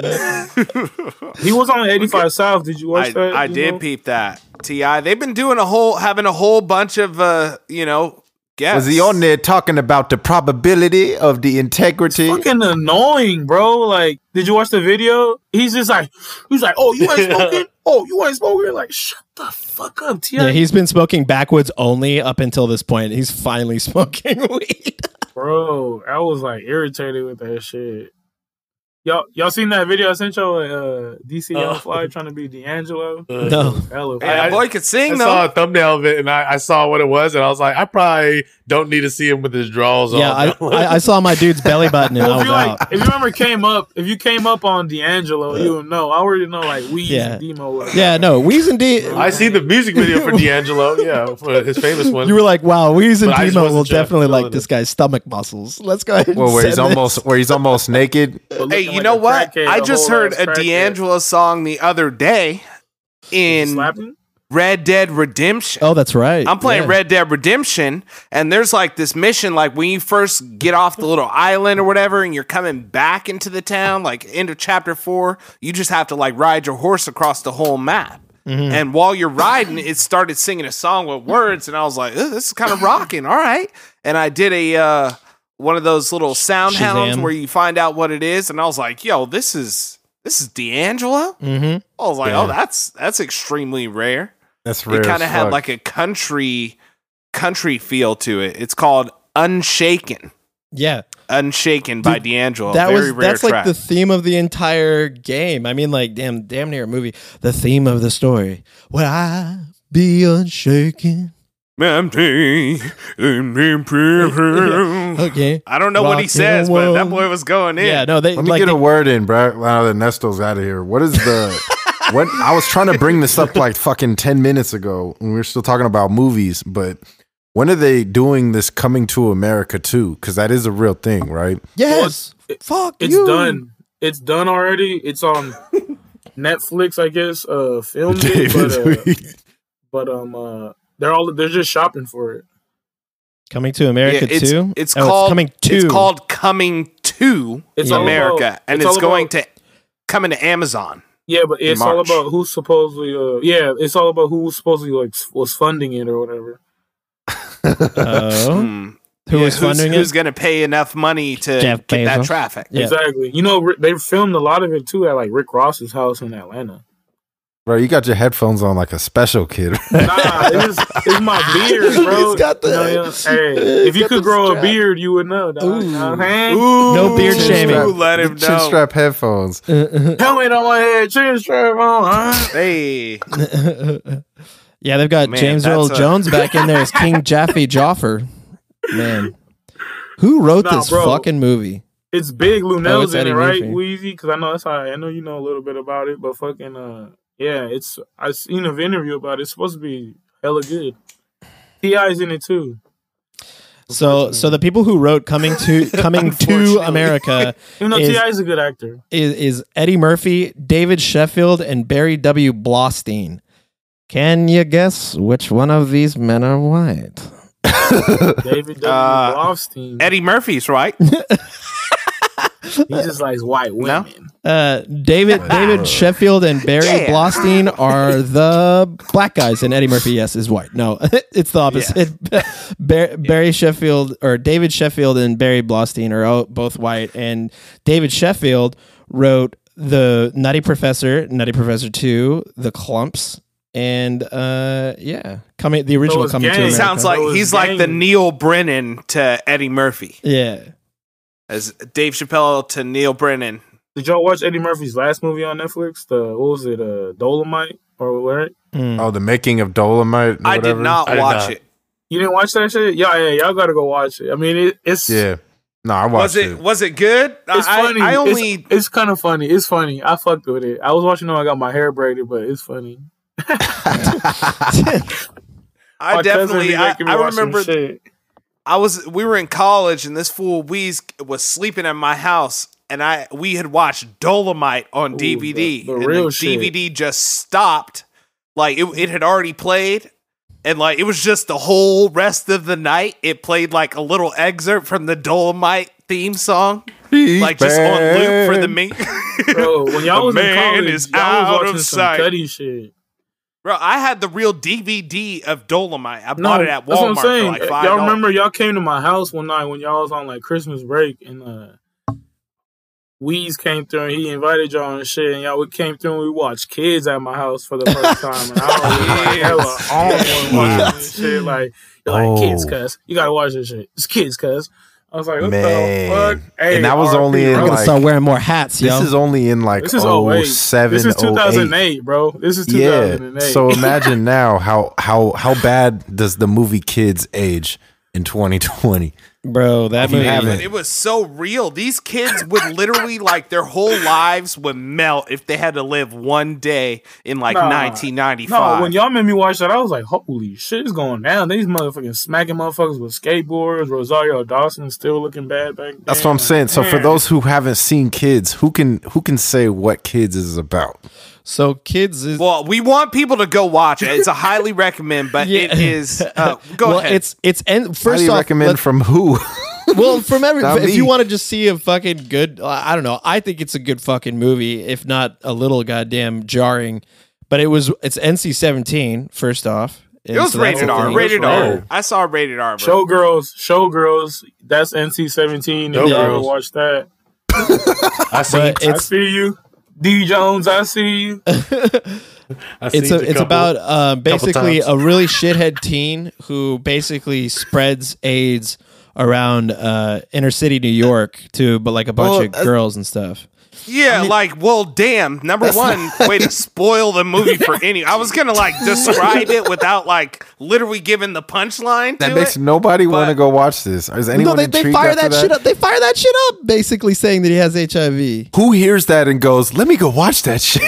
Speaker 6: he was on 85 South. Did you watch
Speaker 5: I,
Speaker 6: that?
Speaker 5: I
Speaker 6: you
Speaker 5: did
Speaker 6: know?
Speaker 5: peep that. Ti. They've been doing a whole, having a whole bunch of, uh, you know, guess.
Speaker 4: Was he on there talking about the probability of the integrity?
Speaker 6: fucking annoying, bro. Like, did you watch the video? He's just like, he's like, oh, you
Speaker 5: <laughs>
Speaker 6: ain't smoking. Oh, you ain't smoking. Like, shut the fuck up, T.
Speaker 2: Yeah, he's been smoking backwoods only up until this point. He's finally <laughs> smoking weed.
Speaker 6: bro. I was like irritated with that shit. Y'all, y'all seen that video I sent y'all? Uh,
Speaker 2: <laughs>
Speaker 6: DCL
Speaker 3: Oh.
Speaker 6: Fly trying to be D'Angelo.
Speaker 2: no.
Speaker 6: Hella
Speaker 5: Hey, that
Speaker 6: funny.
Speaker 5: boy could sing
Speaker 3: I
Speaker 5: though.
Speaker 3: saw a thumbnail of it and I, I saw what it was and I was like, I probably don't need to see him with his drawers
Speaker 2: Yeah, I,
Speaker 3: on.
Speaker 2: I, I saw my dude's belly button
Speaker 6: <laughs>
Speaker 2: and I
Speaker 6: Well,
Speaker 2: was
Speaker 6: if you like,
Speaker 2: out. Uh,
Speaker 6: if you remember came up, if you came up on D'Angelo, you would know. I already know like we
Speaker 2: Yeah.
Speaker 6: demo. Like,
Speaker 2: Yeah, no, Weez and D.
Speaker 3: <laughs> I see the music
Speaker 2: <laughs>
Speaker 3: video for D'Angelo. Yeah, for his famous one.
Speaker 2: You were like, wow, Weez and
Speaker 3: But I just
Speaker 2: Demo
Speaker 3: wasn't
Speaker 2: will
Speaker 3: sure.
Speaker 2: definitely
Speaker 3: Still
Speaker 2: like
Speaker 3: with
Speaker 2: this
Speaker 3: it.
Speaker 2: guy's stomach muscles. Let's go ahead. And
Speaker 4: Well, where he's
Speaker 2: send this.
Speaker 4: almost where he's almost naked.
Speaker 6: but looking
Speaker 5: Hey, you
Speaker 6: like
Speaker 5: know
Speaker 6: a
Speaker 5: what?
Speaker 6: crackhead,
Speaker 5: I
Speaker 6: a
Speaker 5: just
Speaker 6: whole
Speaker 5: heard
Speaker 6: ass
Speaker 5: a
Speaker 6: crackhead.
Speaker 5: D'Angelo song the other day in
Speaker 6: slapping.
Speaker 5: Red Dead Redemption.
Speaker 2: Oh, that's right.
Speaker 5: I'm playing
Speaker 2: Yeah.
Speaker 5: Red Dead Redemption, and there's like this mission, like when you first get off the little island or whatever, and you're coming back into the town, like end of chapter four, you just have to like ride your horse across the whole map.
Speaker 2: Mm-hmm.
Speaker 5: And while you're riding, it started singing a song with words, and I was like, "Ugh, "This is kind of rocking, all right." And I did a uh, one of those little sound hounds
Speaker 2: Shazam.
Speaker 5: where you find out what it is, and I was like, "Yo, this is this is D'Angelo." Mm-hmm. I was like, "Oh, that's that's extremely rare."
Speaker 4: That's rare.
Speaker 5: it kind of
Speaker 4: as
Speaker 5: had
Speaker 4: fuck.
Speaker 5: like a country country feel to it. It's called Unshaken.
Speaker 2: Yeah,
Speaker 5: Unshaken by D'Angelo.
Speaker 2: that
Speaker 5: Oh, Very
Speaker 2: was
Speaker 5: rare
Speaker 2: that's
Speaker 5: track.
Speaker 2: like the
Speaker 6: <laughs>
Speaker 2: theme of the entire game. I mean, like damn, damn near a movie. The theme of the story. Would I be unshaken?
Speaker 5: Empty, empty.
Speaker 2: <laughs> Okay.
Speaker 5: I don't know what he
Speaker 2: Rockin'
Speaker 5: says, but that
Speaker 2: world.
Speaker 5: boy was going in.
Speaker 2: Yeah, no, they
Speaker 4: Let me
Speaker 2: like
Speaker 4: get a
Speaker 2: they-
Speaker 4: word in, bro. Now that Nesto's out of here, what is the what? I was trying to bring this up like fucking ten minutes ago, and we were still talking about movies. But when are they doing this Coming to America too? Because that is a real thing, right?
Speaker 2: yes. Fuck,
Speaker 6: It's
Speaker 2: you.
Speaker 6: done. It's done already. It's on Netflix, I guess. Uh, filmed
Speaker 2: <laughs>
Speaker 6: it,
Speaker 4: <laughs>
Speaker 6: but, uh, but um, uh, they're all they're just shopping for it.
Speaker 2: Coming to
Speaker 5: Yeah,
Speaker 2: America
Speaker 5: it's,
Speaker 2: too.
Speaker 5: it's
Speaker 2: Oh,
Speaker 5: called
Speaker 2: coming to.
Speaker 5: It's called Coming to
Speaker 6: It's all
Speaker 5: America,
Speaker 6: about-
Speaker 5: and
Speaker 6: it's
Speaker 5: it's,
Speaker 6: all
Speaker 5: going
Speaker 6: about-
Speaker 5: to coming to Amazon.
Speaker 6: Yeah, but it's all
Speaker 5: March.
Speaker 6: about who supposedly. Uh, yeah, it's all about who supposedly like was funding it or whatever.
Speaker 5: <laughs>
Speaker 2: Oh,
Speaker 5: Mm.
Speaker 2: who
Speaker 5: Yeah,
Speaker 2: was
Speaker 5: who's,
Speaker 2: funding
Speaker 5: who's
Speaker 2: it?
Speaker 5: going to pay enough money to
Speaker 2: Jeff
Speaker 5: get that
Speaker 2: Bezos.
Speaker 5: traffic?
Speaker 2: Yeah.
Speaker 6: Exactly. You know, Ri- they filmed a lot of it too at like Rick Ross's house in Atlanta.
Speaker 4: Bro, you got your headphones on like a special kid.
Speaker 6: <laughs> Nah, it's, it's
Speaker 2: <laughs>
Speaker 6: my beard, bro.
Speaker 2: He's got the-
Speaker 6: You know, yeah. Hey,
Speaker 2: he's
Speaker 6: if you
Speaker 2: got the
Speaker 6: could grow
Speaker 2: strap.
Speaker 6: a beard, you would know. Dog.
Speaker 2: Ooh.
Speaker 6: You know what I'm saying?
Speaker 2: No beard
Speaker 5: Ooh,
Speaker 2: shaming.
Speaker 5: Let him
Speaker 4: Chin
Speaker 5: know.
Speaker 4: strap headphones.
Speaker 6: Helmet on my head, chin strap on. huh?
Speaker 5: Hey,
Speaker 2: yeah, they've got
Speaker 5: Man,
Speaker 2: James
Speaker 5: that's
Speaker 2: Earl
Speaker 5: a-
Speaker 2: Jones back in there as
Speaker 5: <laughs>
Speaker 2: King Jaffe Joffer. Man, who wrote
Speaker 6: Nah,
Speaker 2: this
Speaker 6: bro.
Speaker 2: fucking movie?
Speaker 6: It's big.
Speaker 2: Oh,
Speaker 6: Lunel's
Speaker 2: it's
Speaker 6: in
Speaker 2: Eddie
Speaker 6: it, right,
Speaker 2: Murphy.
Speaker 6: Wheezy? Because I know that's how I know you know a little bit about it, but fucking uh, yeah, it's I seen an interview about it. It's supposed to be hella good. Ti's in it too.
Speaker 2: So, so the people who wrote "Coming
Speaker 5: <laughs>
Speaker 2: to Coming to
Speaker 5: Unfortunately.
Speaker 2: America"
Speaker 6: Even though
Speaker 2: is-
Speaker 6: Ti is a
Speaker 5: <laughs>
Speaker 6: good actor.
Speaker 2: is, is Eddie Murphy, David Sheffield, and Barry W. Blostein. Can you guess which one of these men are white?
Speaker 6: David W.
Speaker 5: Uh,
Speaker 6: Rothstein.
Speaker 5: Eddie Murphy's right.
Speaker 6: He just likes white
Speaker 5: No?
Speaker 6: women.
Speaker 2: Uh, David David Sheffield and Barry
Speaker 5: Yeah.
Speaker 2: Blostein are the black guys, and Eddie Murphy, yes, is white. No, <laughs> it's the opposite. <laughs> Bar- Barry Sheffield or David Sheffield and Barry Blostein are o- both white, and David Sheffield wrote the Nutty Professor, Nutty Professor Two, The Clumps, and uh, yeah, coming the original
Speaker 6: it's
Speaker 2: coming to
Speaker 6: gay.
Speaker 2: America.
Speaker 5: Sounds like
Speaker 6: That was
Speaker 5: he's like the
Speaker 6: gang.
Speaker 5: Neil Brennan to Eddie Murphy,
Speaker 2: yeah.
Speaker 5: as Dave Chappelle to Neil Brennan.
Speaker 6: Did y'all watch Eddie Murphy's last movie on Netflix? The what was it? Uh, Dolomite or what?
Speaker 2: Mm.
Speaker 4: Oh, the making of Dolomite. or
Speaker 5: I did
Speaker 4: whatever?
Speaker 5: not
Speaker 3: I did
Speaker 5: watch
Speaker 3: not.
Speaker 5: it.
Speaker 6: You didn't watch that shit? Yeah, yeah, y'all gotta go watch it. I mean, it, it's
Speaker 4: Yeah. No, I watched
Speaker 5: Was it, was it good?
Speaker 6: It's
Speaker 5: I,
Speaker 6: funny.
Speaker 5: I
Speaker 6: It's-
Speaker 5: only
Speaker 6: it's, kind of funny. It's funny. I fucked with it. I was watching when I got my hair braided, but it's funny.
Speaker 5: I
Speaker 6: My cousin
Speaker 5: definitely
Speaker 6: be
Speaker 5: I,
Speaker 6: making me
Speaker 5: I
Speaker 6: watch some
Speaker 5: remember <laughs>
Speaker 6: shit.
Speaker 5: I was we were in college and this fool Weez was sleeping at my house and I we had watched Dolomite on DVD.
Speaker 6: the- the
Speaker 5: and
Speaker 6: real shit.
Speaker 5: DVD just stopped. Like it, it had already played. And like it was just the whole rest of the night. It played like a little excerpt from the Dolomite theme song. like just on loop for the mink.
Speaker 6: Bro, when y'all
Speaker 5: The
Speaker 6: was in
Speaker 5: man
Speaker 6: college,
Speaker 5: is
Speaker 6: y'all
Speaker 5: out
Speaker 6: was watching
Speaker 5: of
Speaker 6: some
Speaker 5: sight.
Speaker 6: Cuddy shit.
Speaker 5: <laughs> Bro, I had the real DVD of Dolomite. I
Speaker 6: No,
Speaker 5: bought it at
Speaker 6: that's what I'm
Speaker 5: Walmart for
Speaker 6: saying.
Speaker 5: like
Speaker 6: Uh,
Speaker 5: five.
Speaker 6: y'all remember y'all came to my house one night when y'all was on like Christmas break and uh Weeze came through and he invited y'all and shit and y'all we came through and we watched kids at my house for the
Speaker 5: <laughs>
Speaker 6: first time and I was like hella on one watching this shit like you're like kids
Speaker 4: Oh.
Speaker 6: cuz you gotta watch this shit it's kids cuz I was like what
Speaker 4: Man.
Speaker 6: the fuck
Speaker 4: And that was
Speaker 6: RP,
Speaker 4: only
Speaker 6: bro.
Speaker 4: in,
Speaker 2: I'm gonna
Speaker 4: like- oh,
Speaker 2: start wearing more hats,
Speaker 4: This
Speaker 2: yo.
Speaker 4: is only in like
Speaker 6: this is
Speaker 4: 07,
Speaker 6: 08 this is
Speaker 4: 2008.
Speaker 6: 2008 bro this is 2008
Speaker 4: Yeah. So imagine now how how how bad does the movie kids age in 2020?
Speaker 2: Bro, that
Speaker 4: you
Speaker 2: movie.
Speaker 4: haven't-
Speaker 5: But it was so real. These kids would literally like their whole lives would melt if they had to live one day in like
Speaker 6: Nah.
Speaker 5: 1995.
Speaker 6: No, when y'all made me watch that, I was like, holy shit is going down. These motherfucking smacking motherfuckers with skateboards. Rosario Dawson still looking bad back then.
Speaker 4: That's what I'm
Speaker 6: Like,
Speaker 4: saying. So for
Speaker 6: man.
Speaker 4: those who haven't seen kids, who can who can say what kids is about?
Speaker 2: So kids is
Speaker 5: well, we want people to go watch it. It's a highly recommend, but
Speaker 2: Yeah.
Speaker 5: it is.
Speaker 2: <laughs>
Speaker 5: Uh, go
Speaker 2: well,
Speaker 5: ahead.
Speaker 2: it's it's and
Speaker 4: How do
Speaker 2: first
Speaker 4: you
Speaker 2: off,
Speaker 4: recommend
Speaker 2: let-
Speaker 4: from who?
Speaker 2: well, from every
Speaker 4: Not
Speaker 2: if
Speaker 4: me.
Speaker 2: you want to just see a fucking good, I don't know. I think it's a good fucking movie, if not a little goddamn jarring. But it was it's NC seventeen. First off,
Speaker 5: it was rated R. Rated R.
Speaker 6: Oh.
Speaker 5: I saw a rated R. version.
Speaker 6: Showgirls, Showgirls, that's NC 17. If
Speaker 3: Showgirls.
Speaker 6: y'all ever watch that,
Speaker 3: I see.
Speaker 2: But
Speaker 6: I
Speaker 2: it's
Speaker 6: see you. D Jones, I see
Speaker 2: <laughs>
Speaker 6: you.
Speaker 3: I
Speaker 2: it's a,
Speaker 3: seen the
Speaker 2: it's
Speaker 3: couple.
Speaker 2: about um, basically
Speaker 3: times.
Speaker 2: a really shithead teen who basically spreads AIDS around uh, inner city New York to but like a bunch
Speaker 4: Well, uh,
Speaker 2: of girls and stuff.
Speaker 5: Yeah, like, well, damn. Number one, way to spoil the movie for any. I was gonna like describe it without like literally giving the
Speaker 4: <laughs>
Speaker 5: punchline.
Speaker 4: that
Speaker 5: to
Speaker 4: makes
Speaker 5: it.
Speaker 4: nobody want to
Speaker 5: but-
Speaker 4: go watch this. Is anyone
Speaker 2: no, they, they
Speaker 4: intrigued
Speaker 2: fire
Speaker 4: after
Speaker 2: that, shit up. They fire that shit up, basically saying that he has HIV.
Speaker 4: Who hears that and goes, "Let me go watch that shit"?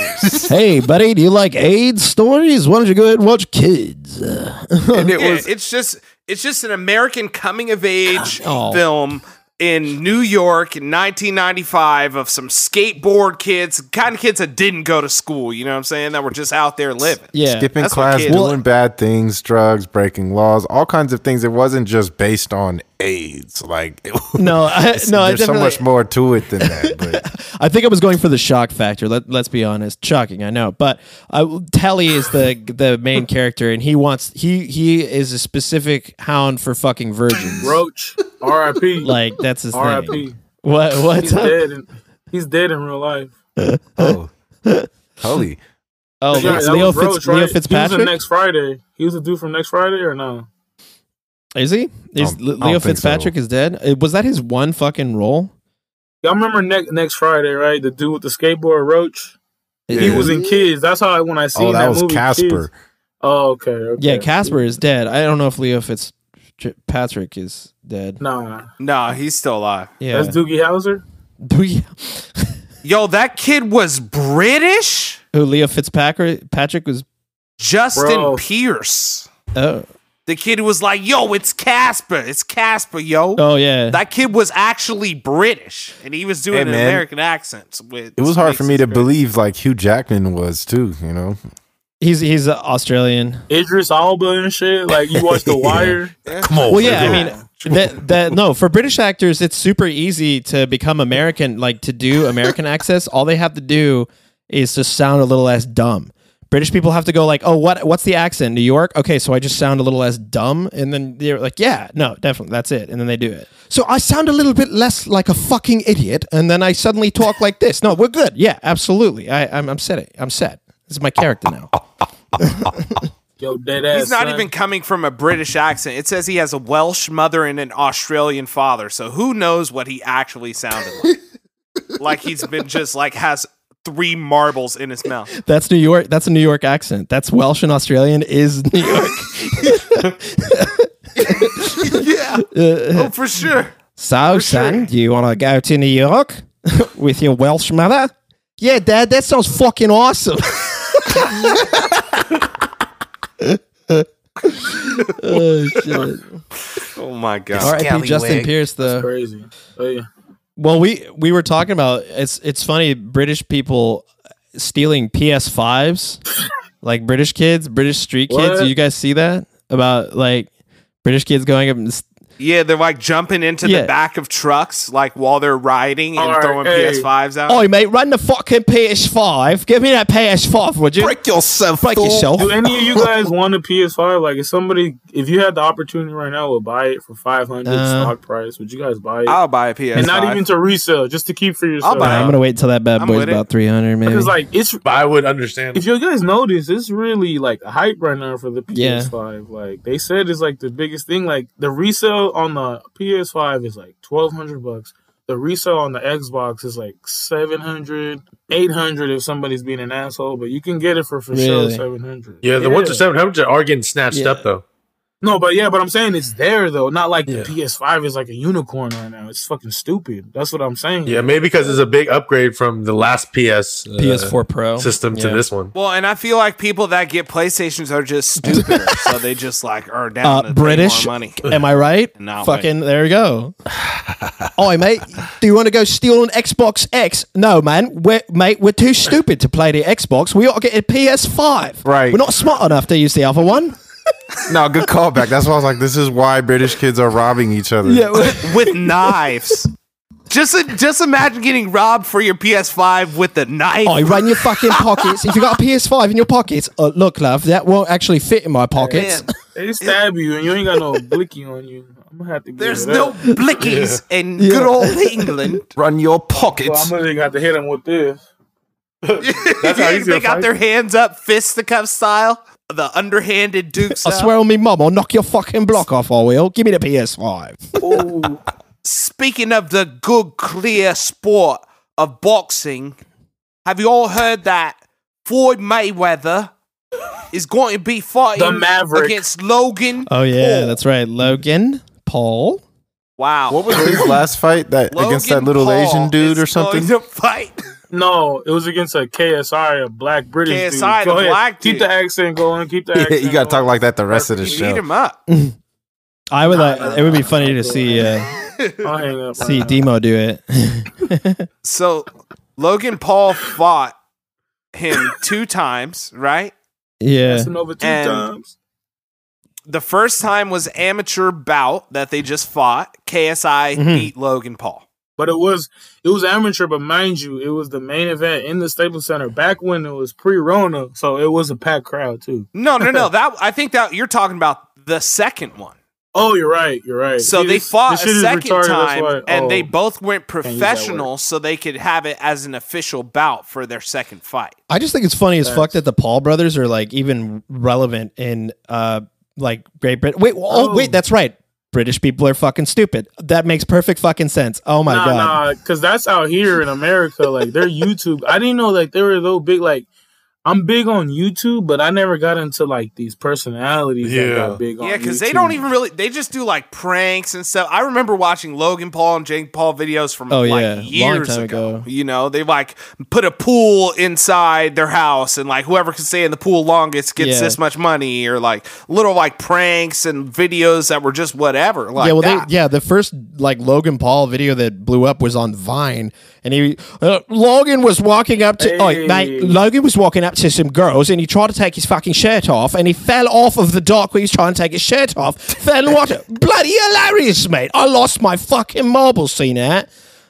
Speaker 2: hey, buddy, do you like AIDS stories? Why don't you go ahead and watch Kids?
Speaker 4: and it
Speaker 5: Yeah,
Speaker 4: was
Speaker 5: it's just it's just an American coming of age
Speaker 2: Oh.
Speaker 5: film in New York in 1995 of some skateboard kids, kind of kids that didn't go to school. You know what I'm saying? That were just out there living.
Speaker 2: Yeah,
Speaker 4: <laughs> skipping
Speaker 5: That's what
Speaker 4: class,
Speaker 5: kids-
Speaker 4: doing bad things, drugs, breaking laws, all kinds of things. It wasn't just based on AIDS. Like <laughs> it was-
Speaker 2: no,
Speaker 6: <laughs>
Speaker 2: I, no, I
Speaker 4: there's so
Speaker 2: definitely.
Speaker 4: much more to it than that. But
Speaker 2: I think I was going for the shock factor. Let, let's be honest, shocking, I know, but I, Telly is the the
Speaker 6: <laughs>
Speaker 2: main character, and he wants he he is a specific hound for fucking virgins.
Speaker 6: Roach, RIP.
Speaker 2: Like that's his
Speaker 6: RIP.
Speaker 2: thing. What
Speaker 6: He's
Speaker 2: what's <laughs> up?
Speaker 6: dead. In, he's dead in real life.
Speaker 4: oh, <laughs> holy,
Speaker 2: Oh,
Speaker 6: Yeah,
Speaker 2: it's
Speaker 6: that
Speaker 2: Leo,
Speaker 6: was
Speaker 2: Fitz,
Speaker 6: Roach, right?
Speaker 2: Leo
Speaker 6: He was
Speaker 2: Fitzpatrick.
Speaker 6: the next Friday. He was the dude from next Friday or no?
Speaker 2: is he? Is
Speaker 4: I don't- I
Speaker 2: Leo
Speaker 4: don't think so.
Speaker 2: Fitzpatrick is dead? Uh, Was that his one fucking role?
Speaker 6: Y'all remember next next Friday, right? The dude with the skateboard, Roach. He
Speaker 4: Yeah.
Speaker 6: was in Kids. That's how I, when I seen
Speaker 4: oh, that,
Speaker 6: that,
Speaker 4: was
Speaker 6: movie,
Speaker 4: Casper.
Speaker 6: Kids. Oh, okay, okay.
Speaker 2: Yeah, Casper is dead. I don't know if Leo Fitzpatrick is dead.
Speaker 6: Nah,
Speaker 5: No, he's still alive.
Speaker 2: Yeah. <laughs>
Speaker 6: that's Doogie Howser.
Speaker 2: Do you-
Speaker 5: Yo, that kid was British.
Speaker 2: <laughs> Who Leo Fitzpatrick Patrick was
Speaker 5: Justin
Speaker 6: Bro.
Speaker 5: Pierce.
Speaker 2: oh
Speaker 5: The kid who was like, "Yo, it's Casper. It's Casper, yo."
Speaker 2: oh yeah.
Speaker 5: That kid was actually British, and he was doing
Speaker 4: Hey,
Speaker 5: an
Speaker 4: man.
Speaker 5: American accent. With
Speaker 4: It was hard for me to believe like Hugh Jackman was too. You know,
Speaker 2: He's he's uh, Australian.
Speaker 6: Idris Alba and shit. Like
Speaker 4: <laughs>
Speaker 6: you watch The Wire.
Speaker 4: come on.
Speaker 2: Well, yeah, I mean, that, that no, for British actors, it's super easy to become American, like to do American accents. All they have to do is just sound a little less dumb. British people have to go like, oh, what what's the accent? New York? Okay, so I just sound a little less dumb, and then they're like, yeah, no, definitely, that's it, and then they do it. So I sound a little bit less like a fucking idiot, and then I suddenly talk like this. No, we're good. Yeah, absolutely. I, I'm I'm set. I'm set. This is my character now.
Speaker 6: Yo, dead ass.
Speaker 5: He's not
Speaker 6: son.
Speaker 5: even coming from a British accent. It says he has a Welsh mother and an Australian father. So who knows what he actually sounded
Speaker 6: <laughs>
Speaker 5: like? like he's been just like has three marbles in his mouth.
Speaker 2: <laughs> That's New York. That's a New York accent. That's Welsh and Australian is New York.
Speaker 5: Oh, for sure.
Speaker 2: So, son, do you want to go to New York <laughs> with your Welsh mother? Yeah, Dad, that sounds fucking awesome. <laughs> oh, shit.
Speaker 5: Oh my god.
Speaker 2: R.I.P. Justin Pierce, though.
Speaker 6: crazy. Oh yeah.
Speaker 2: Well, we we were talking about it's it's funny British people stealing PS5s, like British kids, British street kids.
Speaker 6: What?
Speaker 2: Do you guys see that about like British kids going up and s-
Speaker 5: Yeah, they're like jumping into
Speaker 2: Yeah.
Speaker 5: the back of trucks, like while they're riding and
Speaker 6: All right,
Speaker 5: throwing
Speaker 6: hey.
Speaker 5: PS5s out.
Speaker 2: Oi, mate, run the fucking PS5. Give me that PS5, would you?
Speaker 4: Break yourself.
Speaker 2: Break
Speaker 4: fool.
Speaker 2: yourself.
Speaker 6: Do any of you guys want a PS5? Like, if somebody, if you had the opportunity right now, would buy it for five hundred
Speaker 2: Uh,
Speaker 6: stock price, would you guys buy it?
Speaker 5: I'll buy a PS5.
Speaker 6: and not even to resell, just to keep for yourself.
Speaker 2: <laughs>
Speaker 5: buy
Speaker 2: I'm gonna wait until that bad
Speaker 5: I'm
Speaker 2: boy's
Speaker 5: with it.
Speaker 2: about 300, maybe.
Speaker 6: Because like it's
Speaker 3: But I would understand.
Speaker 6: if you guys notice, it's really like a hype right now for the
Speaker 2: Yeah.
Speaker 6: PS5. Like they said, it's like the biggest thing. Like the resale on the PS5 is like twelve hundred bucks. The resale on the Xbox is like 700, 800 if somebody's being an asshole, but you can get it for for sure
Speaker 2: Really?
Speaker 6: seven hundred.
Speaker 3: yeah, the ones at seven hundred are getting snatched
Speaker 2: Yeah.
Speaker 3: up though.
Speaker 6: No, but yeah, but I'm saying it's there though. Not like
Speaker 3: Yeah.
Speaker 6: the PS5 is like a unicorn right now. It's fucking stupid. That's what I'm saying.
Speaker 3: Yeah, maybe because it's a big upgrade from the last PS uh,
Speaker 2: PS4 Pro
Speaker 3: system to
Speaker 2: Yeah.
Speaker 3: this one.
Speaker 5: Well, and I feel like people that get PlayStations are
Speaker 2: <laughs>
Speaker 5: just stupider, so they just like are down
Speaker 2: Uh,
Speaker 5: to
Speaker 2: British.
Speaker 5: pay more money.
Speaker 2: Am I right?
Speaker 5: No,
Speaker 2: Fucking, there we go. <laughs> Oi, mate, do you want to go steal an Xbox X? No, man. We're, mate, we're too stupid to play the Xbox. We ought to get a PS5.
Speaker 4: Right.
Speaker 2: We're not smart enough to use the other one.
Speaker 4: <laughs> No, good callback. That's why I was like, this is why British kids are robbing each other.
Speaker 5: with knives. Just just imagine getting robbed for your PS5 with a knife.
Speaker 2: I run your fucking pockets. If you got a PS5 in your pockets, uh, look, love, that won't actually fit in my pockets.
Speaker 5: Man,
Speaker 6: They stab you and you ain't
Speaker 3: <laughs>
Speaker 6: got no blicky on you. I'm gonna have to get
Speaker 5: there's
Speaker 6: rid of
Speaker 5: no
Speaker 6: that.
Speaker 5: blickies in good old England.
Speaker 4: Run your
Speaker 6: Well, I'm
Speaker 4: pockets.
Speaker 6: gonna really got to hit him with this.
Speaker 3: That's how he's
Speaker 5: they
Speaker 3: gonna
Speaker 5: got
Speaker 3: fight.
Speaker 5: their hands up, fist the cuff style, the underhanded
Speaker 2: <laughs>
Speaker 5: dukes.
Speaker 2: I
Speaker 5: up.
Speaker 2: swear on me mum, I'll knock your fucking block off, I will. Give me the PS5.
Speaker 5: Speaking of the good, clear sport of boxing, have you all heard that Floyd Mayweather is going to be fighting
Speaker 6: The Maverick.
Speaker 5: against Logan?
Speaker 2: Oh, yeah,
Speaker 5: Paul?
Speaker 2: that's right. Logan, Paul.
Speaker 5: wow.
Speaker 4: What was <laughs> his last fight that against that
Speaker 5: Logan
Speaker 4: little
Speaker 5: Paul
Speaker 4: Asian dude or
Speaker 5: is going
Speaker 4: something? <laughs>
Speaker 5: to fight.
Speaker 6: No, it was against a KSI, a black British
Speaker 5: KSI,
Speaker 6: dude. Go
Speaker 5: the
Speaker 6: ahead.
Speaker 5: black
Speaker 6: keep
Speaker 5: dude.
Speaker 6: the accent going. Keep the
Speaker 4: <laughs> Yeah,
Speaker 6: accent.
Speaker 4: you got to talk like that the rest of the
Speaker 5: You beat
Speaker 4: show.
Speaker 5: him up.
Speaker 2: I would like, it would be funny to see, uh,
Speaker 6: that. I'll hang up.
Speaker 2: see Demo do it. <laughs>
Speaker 5: So Logan Paul fought him two times, right?
Speaker 2: yeah.
Speaker 6: Passing over two
Speaker 5: And-
Speaker 6: times.
Speaker 5: The first time was amateur bout that they just fought. KSI
Speaker 4: Mm-hmm.
Speaker 5: beat Logan Paul.
Speaker 6: But it was it was amateur, but mind you, it was the main event in the Staples Center back when it was pre-Rona, so it was a packed crowd too.
Speaker 5: No, no,
Speaker 4: <laughs>
Speaker 5: no. That I think that you're talking about the second one.
Speaker 6: Oh, you're right. You're right.
Speaker 5: So
Speaker 6: See,
Speaker 5: they
Speaker 6: this-
Speaker 5: fought
Speaker 6: this
Speaker 5: a
Speaker 6: shit is
Speaker 5: second
Speaker 6: retarded, that's
Speaker 5: time,
Speaker 6: why-
Speaker 5: and
Speaker 6: oh.
Speaker 5: they both went
Speaker 6: use that word.
Speaker 5: professional, so they could have it as an official bout for their second fight.
Speaker 2: I just think it's funny as fuck that the Paul brothers are like even relevant in uh like Great Britain. Wait, oh,
Speaker 6: Oh.
Speaker 2: wait, that's right. British people are fucking stupid. That makes perfect fucking sense. Oh my
Speaker 6: nah,
Speaker 2: god.
Speaker 6: nah, because that's out here in America. Like their YouTube, I didn't know like they were so big. Like I'm big on YouTube, but I never got into like these personalities that
Speaker 3: Yeah.
Speaker 6: got big on.
Speaker 5: Yeah, because they
Speaker 6: YouTube.
Speaker 5: don't even really. They just do like pranks and stuff. I remember watching Logan Paul and Jake Paul videos from
Speaker 2: Oh,
Speaker 5: like
Speaker 2: yeah. Long
Speaker 5: years
Speaker 2: time
Speaker 5: ago.
Speaker 2: ago.
Speaker 5: You know, they like put a pool inside their house, and like whoever can stay in the pool longest gets
Speaker 2: Yeah.
Speaker 5: this much money, or like little like pranks and videos that were just whatever. Like
Speaker 2: yeah, well,
Speaker 5: that.
Speaker 2: They, yeah. The first like Logan Paul video that blew up was on Vine, and he uh, Logan was walking up to oh, mate,
Speaker 6: Hey.
Speaker 2: Logan was walking up to some girls, and he tried to take his fucking shirt off, and he fell off of the dock where he was trying to take his shirt off,
Speaker 6: <laughs>
Speaker 2: fell in the water. Bloody hilarious, mate! I lost my fucking marbles seeing that.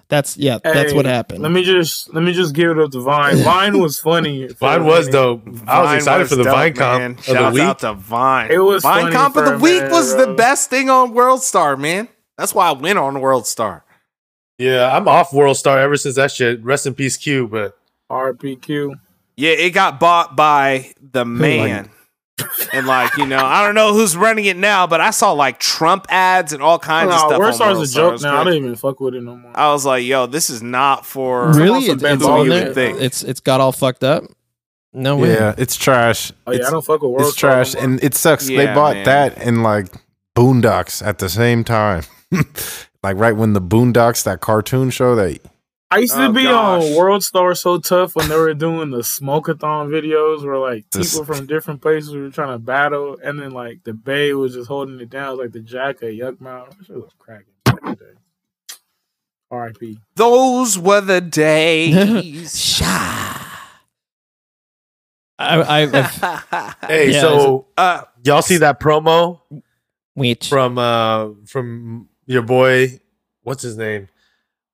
Speaker 2: That's yeah, that's
Speaker 6: Hey,
Speaker 2: what happened.
Speaker 6: Let me just let me just give it up to
Speaker 3: <laughs>
Speaker 6: Vine. Vine was funny.
Speaker 3: Vine was dope. I was
Speaker 5: Vine
Speaker 3: excited for the
Speaker 5: dope,
Speaker 3: Vine comp
Speaker 5: man.
Speaker 3: of the
Speaker 5: Shouts
Speaker 3: week.
Speaker 5: out to Vine.
Speaker 6: It was
Speaker 5: Vine
Speaker 6: funny
Speaker 5: comp of
Speaker 6: for
Speaker 5: the
Speaker 6: a
Speaker 5: week
Speaker 6: minute,
Speaker 5: was the
Speaker 6: bro.
Speaker 5: best thing on World Star, man. That's why I went on World Star.
Speaker 3: Yeah, I'm off World Star ever since that shit. Rest in peace, Q. But
Speaker 6: RPQ.
Speaker 5: Yeah, it got bought by the man. and like, you know, I don't know who's running it now, but I saw like Trump ads and all kinds of
Speaker 6: Nah,
Speaker 5: stuff.
Speaker 6: World Star's
Speaker 5: on
Speaker 6: a
Speaker 5: World Star. It
Speaker 6: joke
Speaker 5: was
Speaker 6: now. I
Speaker 5: great.
Speaker 6: don't even fuck with it no more.
Speaker 5: I was like, yo, this is not for
Speaker 2: really, it's,
Speaker 6: It's also been
Speaker 2: it's
Speaker 6: all
Speaker 2: on
Speaker 6: you
Speaker 2: there.
Speaker 6: would think.
Speaker 2: It's it's got all fucked up. No way.
Speaker 4: Oh, Yeah, it's trash.
Speaker 6: Oh, yeah, I
Speaker 4: it's
Speaker 6: don't fuck with World
Speaker 4: it's
Speaker 6: Star. no
Speaker 4: trash
Speaker 6: more.
Speaker 4: and it sucks. they
Speaker 5: Yeah,
Speaker 4: bought
Speaker 5: man.
Speaker 4: that and like Boondocks at the same time. <laughs> like right when the Boondocks, that cartoon show that
Speaker 6: I used to
Speaker 5: Oh,
Speaker 6: be
Speaker 5: gosh.
Speaker 6: on World Star so tough when they were doing the smokeathon videos where like
Speaker 4: This-
Speaker 6: people from different places were trying to battle, and then like the Bay was just holding it down, It was like the Jack at Yuck Mouth. That shit was cracking. back in the day. R.I.P.
Speaker 5: <laughs> Those were
Speaker 2: <laughs>
Speaker 5: the days.
Speaker 2: I, I, I've-
Speaker 3: hey,
Speaker 2: Yeah,
Speaker 6: <laughs>
Speaker 3: so
Speaker 5: uh,
Speaker 3: y'all see that promo
Speaker 2: Which
Speaker 3: from uh from your boy what's his name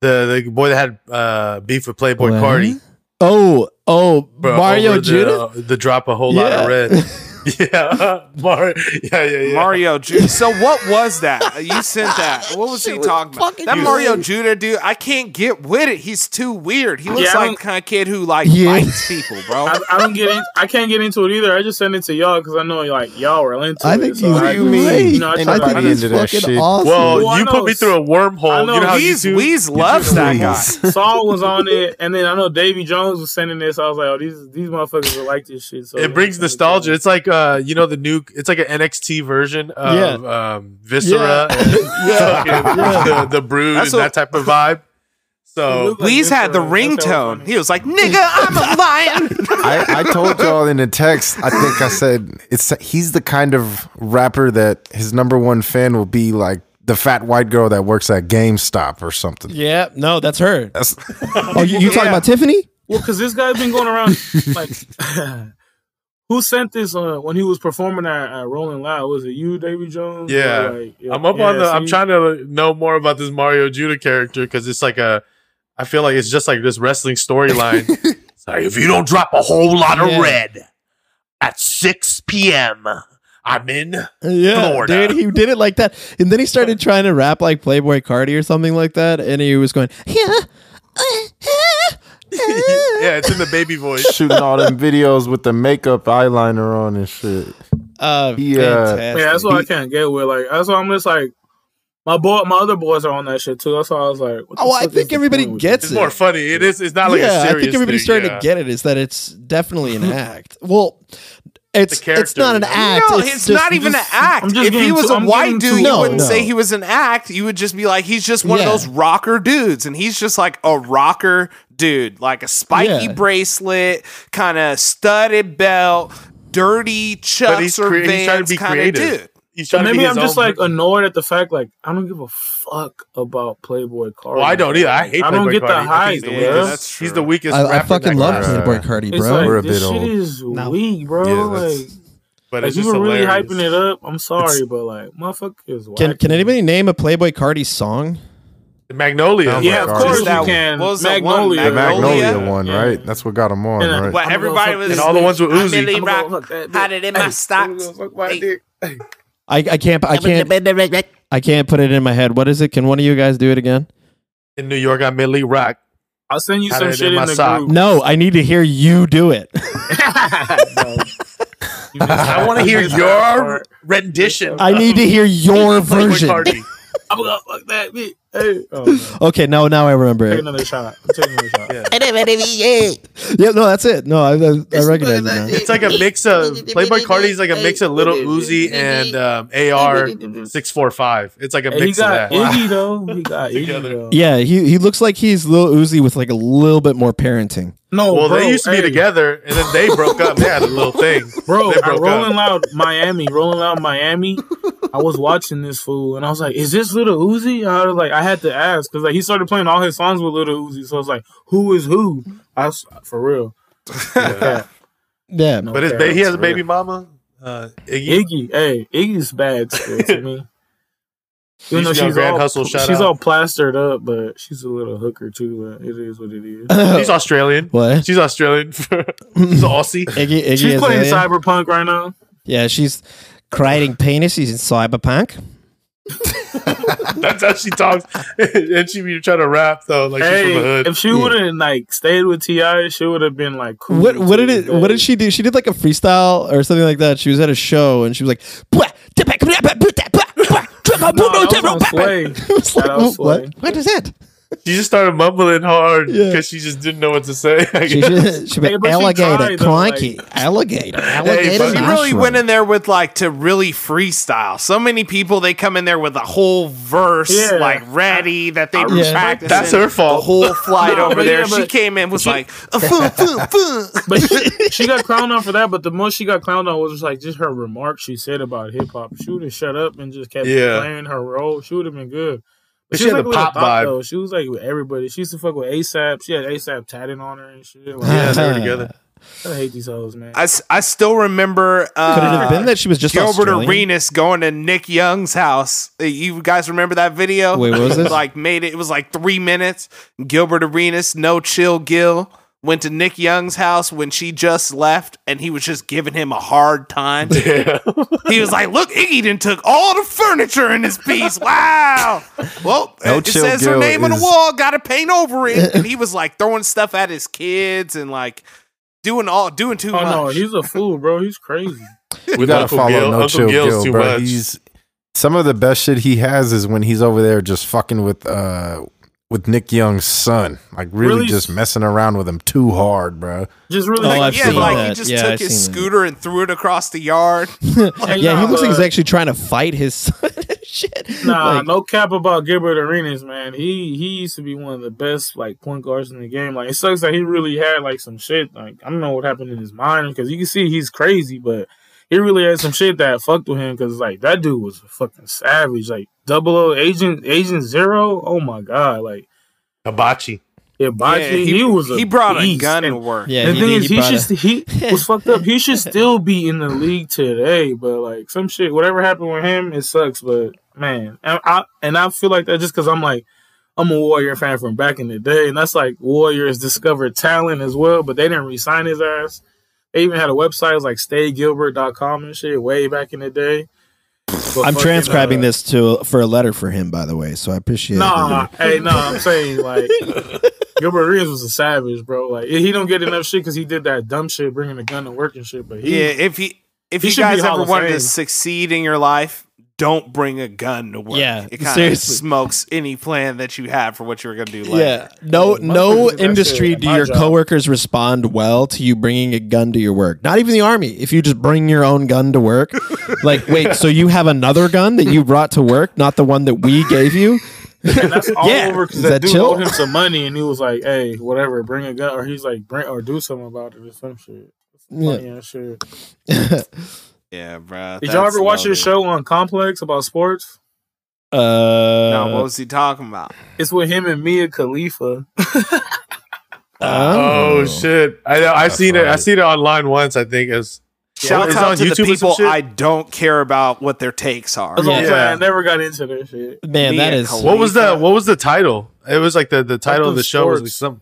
Speaker 3: the the boy that had uh beef with playboy
Speaker 2: What?
Speaker 3: cardi
Speaker 2: oh oh
Speaker 3: bro,
Speaker 2: Mario
Speaker 3: over
Speaker 2: Judah.
Speaker 3: the, uh, the drop a whole lot
Speaker 2: Yeah.
Speaker 3: of
Speaker 2: <laughs>
Speaker 3: red yeah <laughs> Mario yeah yeah yeah
Speaker 5: Uh, Mario Judah. So what was that? You sent
Speaker 2: <laughs>
Speaker 5: that. What was he talking about? That
Speaker 3: you.
Speaker 5: Mario Judah dude, I can't get with it. He's too weird. He looks
Speaker 6: Yeah, I
Speaker 5: like
Speaker 6: don't-
Speaker 5: the kind of kid who like
Speaker 2: Yeah.
Speaker 5: bites people, bro.
Speaker 6: I, I don't get in, I can't get into it either. I just send it to y'all because I know like y'all are into
Speaker 2: I
Speaker 6: it.
Speaker 2: think
Speaker 6: so
Speaker 2: he's
Speaker 6: I
Speaker 4: What do you
Speaker 6: just-
Speaker 4: mean?
Speaker 6: You know, I
Speaker 4: And
Speaker 6: try
Speaker 4: I
Speaker 6: to-
Speaker 4: think
Speaker 6: I
Speaker 4: he <laughs>
Speaker 6: just-
Speaker 4: into that shit.
Speaker 2: awesome.
Speaker 3: well
Speaker 6: Well, I
Speaker 3: you
Speaker 6: know
Speaker 3: put me through a
Speaker 6: I
Speaker 3: wormhole
Speaker 6: know
Speaker 3: you know how
Speaker 5: Weez,
Speaker 3: YouTube-
Speaker 5: Weez loves that guy.
Speaker 6: Saul was on it, and then I know Davy Jones was sending this. I was like, oh, these these motherfuckers will like this shit. So
Speaker 3: it brings nostalgia. It's like uh, you know, the new. It's like an NXT version of um, Viscera,
Speaker 2: <laughs>
Speaker 3: and fucking the, the Brood,
Speaker 5: That's
Speaker 3: and
Speaker 5: what-
Speaker 3: that type of vibe. So
Speaker 5: Weez had the ringtone. He was like, "Nigga, I'm
Speaker 6: <laughs>
Speaker 5: a lion."
Speaker 4: I, I told y'all in the text. I think I said it's he's the kind of rapper that his number one fan will be like the fat white girl that works at GameStop or something.
Speaker 2: yeah, no, that's her.
Speaker 4: That's
Speaker 2: <laughs> Oh, you, you talking
Speaker 5: Yeah.
Speaker 2: about Tiffany?
Speaker 6: Well, because this guy's been going around like, <laughs> who sent this uh, when he was performing at, at Rolling Loud? Was it you, Davy Jones?
Speaker 3: Yeah.
Speaker 6: Or, like, yeah,
Speaker 3: I'm up on
Speaker 6: yeah,
Speaker 3: the. I'm
Speaker 6: see?
Speaker 3: trying to know more about this Mario Judah character because it's like a. I feel like it's just like this
Speaker 2: <laughs>
Speaker 3: wrestling storyline. It's like, if you don't drop a whole lot of
Speaker 2: Yeah.
Speaker 3: red at 6 p.m., I'm in.
Speaker 2: Yeah,
Speaker 3: Florida.
Speaker 2: dude, he did it like that, and then he started trying to rap like Playboy Cardi or something like that, and he was going, yeah, uh, uh, <laughs> uh."
Speaker 3: yeah, it's in the baby voice.
Speaker 2: <laughs>
Speaker 4: shooting all them videos with the makeup eyeliner on and shit.
Speaker 2: Uh,
Speaker 4: He, uh,
Speaker 2: fantastic.
Speaker 6: Yeah, that's what I
Speaker 4: He-
Speaker 6: can't get with. Like, that's why I'm just like, my boy, my other boys are on that shit too. That's why I was like, what the
Speaker 2: Oh, I
Speaker 6: fuck is
Speaker 2: think
Speaker 6: the
Speaker 2: everybody
Speaker 6: point with
Speaker 2: gets
Speaker 3: It's
Speaker 2: it.
Speaker 3: more funny. It is. It's not like a
Speaker 2: yeah,
Speaker 3: serious.
Speaker 2: I think everybody's
Speaker 3: thing,
Speaker 2: starting
Speaker 3: yeah.
Speaker 2: to get it. Is that it's definitely an act. Well, it's
Speaker 3: character,
Speaker 2: it's not an
Speaker 3: you know?
Speaker 2: act.
Speaker 5: no,
Speaker 2: it's,
Speaker 5: it's,
Speaker 2: just-
Speaker 5: not even
Speaker 6: just-
Speaker 5: an act.
Speaker 6: I'm just
Speaker 5: If he
Speaker 6: getting
Speaker 5: was
Speaker 6: too-
Speaker 5: a
Speaker 6: I'm
Speaker 5: white
Speaker 6: getting
Speaker 5: dude,
Speaker 6: too-
Speaker 5: you
Speaker 2: No,
Speaker 5: wouldn't
Speaker 2: no.
Speaker 5: say he was an act. You would just be like, he's just one
Speaker 2: Yeah.
Speaker 5: of those rocker dudes, and he's just like a rocker dude, like a spiky
Speaker 2: Yeah.
Speaker 5: bracelet, kind of studded belt, dirty
Speaker 3: But
Speaker 5: chucks
Speaker 3: he's,
Speaker 5: or
Speaker 3: cre- he's trying
Speaker 5: Vans
Speaker 3: to be
Speaker 5: kind of
Speaker 3: creative.
Speaker 5: dude.
Speaker 3: He's
Speaker 6: So
Speaker 3: trying to be
Speaker 6: maybe
Speaker 3: his
Speaker 6: I'm just
Speaker 3: own
Speaker 6: like annoyed at the fact like I don't give a fuck about Playboy Cardi.
Speaker 3: Well, Oh, I don't either. I hate.
Speaker 6: I don't
Speaker 3: Playboy
Speaker 6: get the
Speaker 3: Cardi. I think
Speaker 6: hype.
Speaker 3: he's the
Speaker 6: man.
Speaker 3: weakest.
Speaker 5: That's true.
Speaker 3: He's the weakest.
Speaker 2: I, I
Speaker 3: rapper in
Speaker 2: fucking
Speaker 3: that
Speaker 2: love
Speaker 3: class.
Speaker 4: crowd.
Speaker 2: Playboy Cardi,
Speaker 6: It's
Speaker 2: bro.
Speaker 6: like,
Speaker 4: We're a
Speaker 6: this
Speaker 4: bit
Speaker 6: shit
Speaker 4: old.
Speaker 6: is
Speaker 2: No.
Speaker 6: weak, bro.
Speaker 4: Yeah, that's-
Speaker 6: like,
Speaker 3: But
Speaker 6: like
Speaker 3: it's
Speaker 6: you
Speaker 3: just
Speaker 6: were really
Speaker 3: hilarious.
Speaker 6: hyping it up. I'm sorry, but like, motherfuckers.
Speaker 2: Can
Speaker 6: whack.
Speaker 2: can anybody name a Playboy Cardi song?
Speaker 3: Magnolia.
Speaker 6: Yeah, of
Speaker 4: Just
Speaker 6: course
Speaker 5: that-
Speaker 6: you can.
Speaker 5: what was that one?
Speaker 6: Magnolia.
Speaker 4: The Magnolia
Speaker 5: Magnolia?
Speaker 4: one,
Speaker 6: Yeah.
Speaker 4: right? That's what got him on,
Speaker 6: And, uh,
Speaker 4: right?
Speaker 5: But
Speaker 6: I'm
Speaker 5: everybody
Speaker 6: gonna
Speaker 5: was
Speaker 3: And all the ones with
Speaker 5: I'm
Speaker 3: Uzi.
Speaker 5: Millie
Speaker 6: I'm gonna
Speaker 5: Rock,
Speaker 6: fuck that dick.
Speaker 5: had it in
Speaker 6: Hey,
Speaker 5: my
Speaker 6: <laughs> I'm
Speaker 5: stocks.
Speaker 6: gonna fuck my
Speaker 5: Hey.
Speaker 6: dick.
Speaker 2: I, I can't I can't I can't put it in my head. What is it? Can one of you guys do it again?
Speaker 3: In New York, I'm Millie Rock.
Speaker 6: I'll send you
Speaker 3: Had
Speaker 6: some
Speaker 3: it
Speaker 6: shit
Speaker 3: in
Speaker 6: in,
Speaker 3: my
Speaker 6: the
Speaker 3: sock.
Speaker 6: group.
Speaker 2: No, I need to hear you do it.
Speaker 6: No.
Speaker 3: <laughs>
Speaker 6: You just-
Speaker 3: I want to hear
Speaker 6: you just-
Speaker 3: your
Speaker 6: Uh,
Speaker 3: rendition.
Speaker 2: <laughs> I need to hear your
Speaker 3: Playboy
Speaker 2: version.
Speaker 3: Cardi.
Speaker 6: I'm gonna fuck that bitch. Hey, oh, no.
Speaker 2: Okay, no, now I remember
Speaker 6: take
Speaker 2: it.
Speaker 6: another shot. Take another shot.
Speaker 3: Yeah.
Speaker 2: Yeah, no, that's it. No, I I, I recognize it now.
Speaker 3: It's like a mix of Playboy Cardi is like a mix of Little Uzi and um, AR six four five. It's like a
Speaker 6: Hey, he
Speaker 3: mix of
Speaker 6: got
Speaker 3: that.
Speaker 6: Iggy though. He got Iggy
Speaker 3: Together.
Speaker 6: though.
Speaker 2: Yeah, he he looks like he's Lil Uzi with like a little bit more parenting.
Speaker 6: No,
Speaker 3: Well,
Speaker 6: bro,
Speaker 3: they used to be
Speaker 6: hey,
Speaker 3: together, and then they broke up. They had a little
Speaker 6: <laughs>
Speaker 3: thing.
Speaker 6: Bro,
Speaker 3: they
Speaker 6: at
Speaker 3: broke
Speaker 6: Rolling
Speaker 3: up.
Speaker 6: Loud Miami, Rolling Loud Miami, I was watching this fool and I was like, "Is this Little Uzi?" I was like, I had to ask because like he started playing all his songs with Little Uzi, so I was like, "Who is who?" I was, for real. Yeah.
Speaker 2: Yeah,
Speaker 6: No
Speaker 3: But his ba-
Speaker 6: fair.
Speaker 3: he has a baby mama. Uh, Iggy.
Speaker 6: Iggy, hey, Iggy's bad still
Speaker 3: <laughs>
Speaker 6: to me.
Speaker 3: Used
Speaker 6: Even though
Speaker 3: to be on
Speaker 6: she's
Speaker 3: Grand
Speaker 6: all,
Speaker 3: Hustle, shout
Speaker 6: she's
Speaker 3: out.
Speaker 6: all plastered up, but she's a little hooker too. But it is what it is.
Speaker 2: <clears throat>
Speaker 3: She's Australian.
Speaker 2: what?
Speaker 3: She's Australian. <laughs> She's Aussie.
Speaker 2: Iggy, Iggy
Speaker 6: She's playing
Speaker 2: Azalea?
Speaker 6: Cyberpunk right now.
Speaker 2: Yeah, she's creating penises in cyberpunk.
Speaker 3: That's how she talks. <laughs> and she be trying to rap though, like she's
Speaker 6: Hey,
Speaker 3: from the hood.
Speaker 6: if she would have like stayed with Ti, she would have been like, cool
Speaker 2: What what
Speaker 6: to
Speaker 2: did it?
Speaker 6: the
Speaker 2: What
Speaker 6: day.
Speaker 2: did she do? She did like a freestyle or something like that. She was at a show and she was like, "Bwah, tipa, bwah, bwah, bwah, bwah, bwah, bwah,
Speaker 6: <laughs> No,
Speaker 2: bwah,
Speaker 6: that was
Speaker 2: bwah,
Speaker 6: on
Speaker 2: bwah, bwah."
Speaker 6: Sway.
Speaker 2: <laughs> It was
Speaker 6: That
Speaker 2: like,
Speaker 6: was
Speaker 2: what?
Speaker 6: Sway.
Speaker 2: What is
Speaker 6: <laughs>
Speaker 2: that?
Speaker 3: She just started mumbling hard
Speaker 2: Yeah.
Speaker 3: because she just didn't know what to say. I
Speaker 2: She
Speaker 3: guess.
Speaker 2: should she
Speaker 6: Hey,
Speaker 2: went,
Speaker 6: but she
Speaker 2: alligator,
Speaker 6: tried, though, like-
Speaker 2: crikey,
Speaker 6: <laughs>
Speaker 2: alligator, alligator.
Speaker 3: but
Speaker 5: She
Speaker 2: mushroom."
Speaker 5: really went in there with like to really freestyle. So many people they come in there with a whole verse
Speaker 6: Yeah.
Speaker 5: like ready that they
Speaker 2: respect
Speaker 5: practice. practicing.
Speaker 3: That's her fault.
Speaker 2: <laughs>
Speaker 5: The whole flight
Speaker 6: No,
Speaker 5: over
Speaker 6: but
Speaker 5: there,
Speaker 6: yeah,
Speaker 5: she
Speaker 6: but
Speaker 5: came in was like, "Uh, fun, fun,
Speaker 6: <laughs>
Speaker 5: fun."
Speaker 6: But she, she got clowned on for that. But the most she got clowned on was just like just her remarks she said about hip hop. She would have shut up and just kept
Speaker 3: Yeah.
Speaker 6: playing her role. She would have been good.
Speaker 3: But she had
Speaker 6: was,
Speaker 3: the
Speaker 6: like, with
Speaker 3: pop vibe.
Speaker 6: Though. She was like with everybody. She used to fuck with ASAP. She had ASAP tatted on her and shit. Like,
Speaker 3: yeah, they were together.
Speaker 6: I hate these hoes, man.
Speaker 5: I, s- I still remember uh,
Speaker 2: Could it have been that she was just
Speaker 5: Gilbert
Speaker 2: Australian?
Speaker 5: Arenas going to Nick Young's house. Uh, You guys remember that video?
Speaker 2: Wait, what was this?
Speaker 5: <laughs> like made it. It was like three minutes. Gilbert Arenas, no chill, Gil went to Nick Young's house when she just left, and he was just giving him a hard
Speaker 6: <laughs>
Speaker 5: time. he was like, "Look, Iggy done took all the furniture in this piece. Wow.
Speaker 2: <laughs>
Speaker 5: Well,
Speaker 4: No
Speaker 5: it
Speaker 4: Chill
Speaker 5: says her
Speaker 4: Gil
Speaker 5: name on the
Speaker 4: is-
Speaker 5: wall. Got to paint over it." and he was like throwing stuff at his kids and like. Doing all doing too much.
Speaker 6: oh no, he's a fool, bro. He's crazy.
Speaker 4: We gotta follow No Chill
Speaker 3: Gil's
Speaker 4: Gil,
Speaker 3: too
Speaker 4: bro.
Speaker 3: much.
Speaker 4: He's some of the best shit he has is when he's over there just fucking with uh with Nick Young's son, like really,
Speaker 6: Really?
Speaker 4: just messing around with him too hard, bro.
Speaker 6: Just really,
Speaker 2: Oh,
Speaker 6: like,
Speaker 2: I've
Speaker 5: yeah,
Speaker 2: seen
Speaker 5: like
Speaker 2: that.
Speaker 5: he just
Speaker 2: Yeah,
Speaker 5: took
Speaker 2: I've
Speaker 5: his
Speaker 2: seen that.
Speaker 5: scooter and threw it across the yard.
Speaker 2: yeah, he looks like
Speaker 6: nah,
Speaker 2: he's actually trying to fight his <laughs> son. and Shit.
Speaker 5: <laughs>
Speaker 6: Nah,
Speaker 2: Like,
Speaker 6: no cap about Gilbert Arenas, man. He he used to be one of the best like point guards in the game. Like it sucks that he really had like some shit. Like I don't know what happened in his mind because you can see he's crazy, but he really had some shit that fucked with him because like that dude was a fucking savage. Like double O agent agent zero. Oh my god, like
Speaker 3: Hibachi.
Speaker 6: Ibachi,
Speaker 5: Yeah,
Speaker 6: he, was a
Speaker 5: he brought a
Speaker 6: beast.
Speaker 5: gun
Speaker 6: And
Speaker 5: to work.
Speaker 2: yeah,
Speaker 6: the
Speaker 2: he,
Speaker 6: thing
Speaker 2: did-
Speaker 6: is,
Speaker 2: he
Speaker 6: he
Speaker 2: brought
Speaker 6: should st-
Speaker 2: <laughs>
Speaker 6: he was fucked up. He should still be in the league today, but like some shit, whatever happened with him, it sucks. But man, and I and I feel like that just because I'm like I'm a Warrior fan from back in the day, and that's like Warriors discovered talent as well, but they didn't resign his ass. They even had a website it was like staygilbert.com and shit way back in the day. But
Speaker 2: a, I'm
Speaker 6: fucking,
Speaker 2: transcribing
Speaker 6: uh,
Speaker 2: this to for a letter for him, by the way. So I appreciate.
Speaker 6: Nah,
Speaker 2: it.
Speaker 6: hey, no, I'm saying like Gilbert Arenas was a savage, bro. Like he don't get enough shit because he did that dumb shit, bringing a gun to work and shit. But he,
Speaker 5: Yeah, if he if
Speaker 6: He
Speaker 5: you
Speaker 6: should be
Speaker 5: guys
Speaker 6: Hall
Speaker 5: ever
Speaker 6: of
Speaker 5: wanted
Speaker 6: Fame.
Speaker 5: to succeed in your life, don't bring a gun to work.
Speaker 2: Yeah,
Speaker 5: it kind of
Speaker 2: seriously.
Speaker 5: smokes any plan that you have for what you were gonna do later.
Speaker 2: Yeah. No.
Speaker 6: Yeah,
Speaker 2: No
Speaker 6: motherfuckers do that
Speaker 2: industry
Speaker 6: shit at
Speaker 2: do
Speaker 6: my
Speaker 2: your
Speaker 6: job.
Speaker 2: coworkers respond well to you bringing a gun to your work. Not even the army. If you just bring your own gun to work, like wait, so you have another gun that you brought to work, not the one that we gave you. <laughs>
Speaker 6: and
Speaker 3: <laughs>
Speaker 6: that's all
Speaker 2: Yeah.
Speaker 6: over
Speaker 2: Is
Speaker 6: because that,
Speaker 2: that
Speaker 6: dude
Speaker 2: chill?
Speaker 6: owed him some money, and he was like, "Hey, whatever, bring a gun," or he's like, "Bring or do something about it or some shit."
Speaker 2: Yeah.
Speaker 6: Yeah, sure.
Speaker 2: Uh,
Speaker 5: yeah, bro.
Speaker 6: Did y'all ever watch this show on Complex about sports?
Speaker 2: Uh,
Speaker 5: No, what was he talking about?
Speaker 6: It's with him and Mia Khalifa.
Speaker 2: uh,
Speaker 3: Oh, shit! I know. I seen it. I
Speaker 4: right.
Speaker 3: seen it online once. I think as
Speaker 5: Shout
Speaker 3: it's on
Speaker 5: out to the
Speaker 3: YouTube or some
Speaker 5: people
Speaker 3: shit?
Speaker 5: I don't care about what their takes are.
Speaker 6: That's what I'm
Speaker 3: Yeah.
Speaker 6: saying. I never got into that shit.
Speaker 2: man,
Speaker 5: Me
Speaker 2: that
Speaker 5: and
Speaker 2: is
Speaker 5: Khalid.
Speaker 3: what was the what was the title? It was like the the title of the show was like
Speaker 6: Sports.
Speaker 3: some.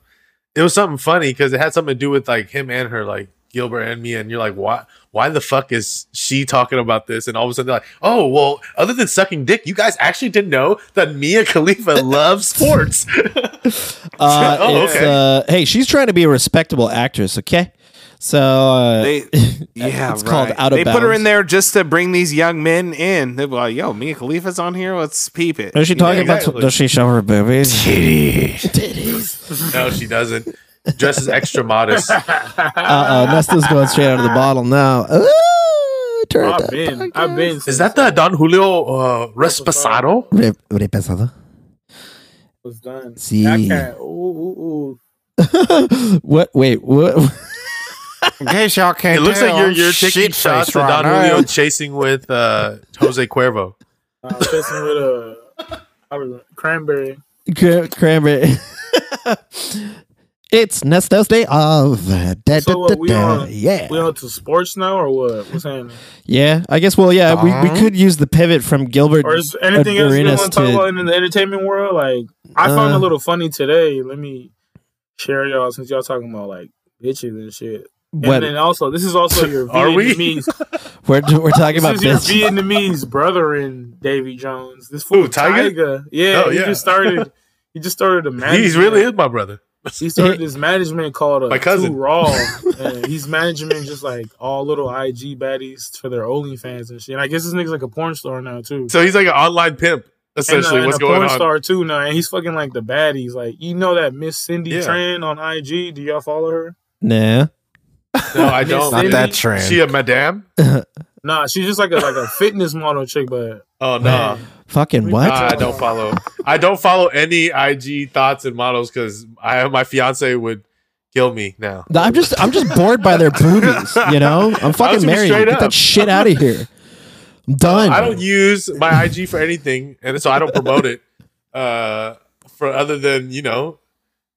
Speaker 3: It was something funny because it had something to do with like him and her, like Gilbert and me, and you're like, why? Why the fuck is she talking about this? And all of a sudden they're like, oh well, other than sucking dick, you guys actually didn't know that Mia Khalifa loves sports.
Speaker 2: Uh,
Speaker 3: Oh,
Speaker 2: it's,
Speaker 3: okay.
Speaker 2: uh, hey, she's trying to be a respectable actress, okay? So uh,
Speaker 5: They,
Speaker 2: <laughs>
Speaker 5: yeah,
Speaker 2: It's
Speaker 5: right.
Speaker 2: called Out of
Speaker 5: They put her
Speaker 2: Bounds.
Speaker 5: in there just to bring these young men in. They were like, "Yo, Mia Khalifa's on here. Let's peep it."
Speaker 2: is she
Speaker 5: You know?
Speaker 2: talking about?
Speaker 3: exactly.
Speaker 2: Does she show her boobies?
Speaker 3: no, she doesn't. Dresses extra modest.
Speaker 2: Uh oh, Nesta's going straight out of the bottle now. Ooh, turn it
Speaker 6: I've
Speaker 2: up.
Speaker 6: been, I've been.
Speaker 3: Is that the Don Julio uh, Respasado?
Speaker 2: Re- repensado.
Speaker 6: was done?
Speaker 2: See.
Speaker 6: That cat, ooh, ooh, ooh.
Speaker 2: <laughs> What? Wait, what? <laughs>
Speaker 4: In case y'all can't,
Speaker 3: It looks like you're you're taking
Speaker 4: shit
Speaker 3: shots at Don Julio chasing with uh, Jose Cuervo.
Speaker 6: I was pissing Uh, with a I was cranberry.
Speaker 2: Cram- cranberry. <laughs> it's Nesto's day of. Da,
Speaker 6: So
Speaker 2: da,
Speaker 6: what,
Speaker 2: da,
Speaker 6: we
Speaker 2: da.
Speaker 6: on-
Speaker 2: yeah.
Speaker 6: We on to sports now or what? What's happening?
Speaker 2: Yeah, I guess. Well, yeah, we, we could use the pivot from Gilbert
Speaker 6: Or is anything else you
Speaker 2: Arenas
Speaker 6: want to talk
Speaker 2: to-
Speaker 6: about in the entertainment world? Like I found
Speaker 2: Uh.
Speaker 6: a little funny today. Let me share y'all since y'all talking about like bitches and shit. And
Speaker 2: what,
Speaker 6: then also this is also your
Speaker 3: <laughs> Are we?
Speaker 2: <laughs>
Speaker 6: Vietnamese.
Speaker 2: we're,
Speaker 6: <laughs>
Speaker 2: we're talking about
Speaker 6: this is your
Speaker 2: bitch.
Speaker 6: Vietnamese brother in Davy Jones. This fool
Speaker 3: Who, Tiger?
Speaker 6: Tiger. Yeah,
Speaker 3: Oh,
Speaker 6: he
Speaker 3: yeah.
Speaker 6: just
Speaker 3: <laughs>
Speaker 6: started. He just started a management.
Speaker 3: He's really is my brother.
Speaker 6: He started this management called uh,
Speaker 3: My cousin.
Speaker 6: Too Raw,
Speaker 3: <laughs>
Speaker 6: and he's managing just like all little IG baddies for their OnlyFans and shit. And I guess this nigga's like a porn star now too. uh,
Speaker 3: So he's like an online pimp, essentially.
Speaker 6: and, uh,
Speaker 3: What's
Speaker 6: and a
Speaker 3: going
Speaker 6: porn
Speaker 3: on?
Speaker 6: star too now, and he's fucking like the baddies. Like you know that Miss Cindy
Speaker 3: Yeah.
Speaker 6: Tran on IG. Do y'all follow her?
Speaker 2: Nah.
Speaker 3: No, I don't.
Speaker 4: Not that
Speaker 6: She
Speaker 4: trend.
Speaker 3: She a madame?
Speaker 6: Nah, she's just like
Speaker 3: <laughs>
Speaker 6: a like a fitness model chick, but
Speaker 3: Oh no,
Speaker 2: Fucking what?
Speaker 3: Nah, I don't follow. I don't follow any IG thoughts and models because I my fiance would kill me now.
Speaker 2: I'm just I'm just bored by their boobies, you know?
Speaker 6: <laughs>
Speaker 2: I'm
Speaker 3: gonna
Speaker 2: fucking
Speaker 3: be
Speaker 2: married.
Speaker 3: straight
Speaker 2: Get
Speaker 3: up.
Speaker 2: that shit out of here. I'm done.
Speaker 3: I don't use my IG for anything, and so I don't promote it. Uh, for other than you know,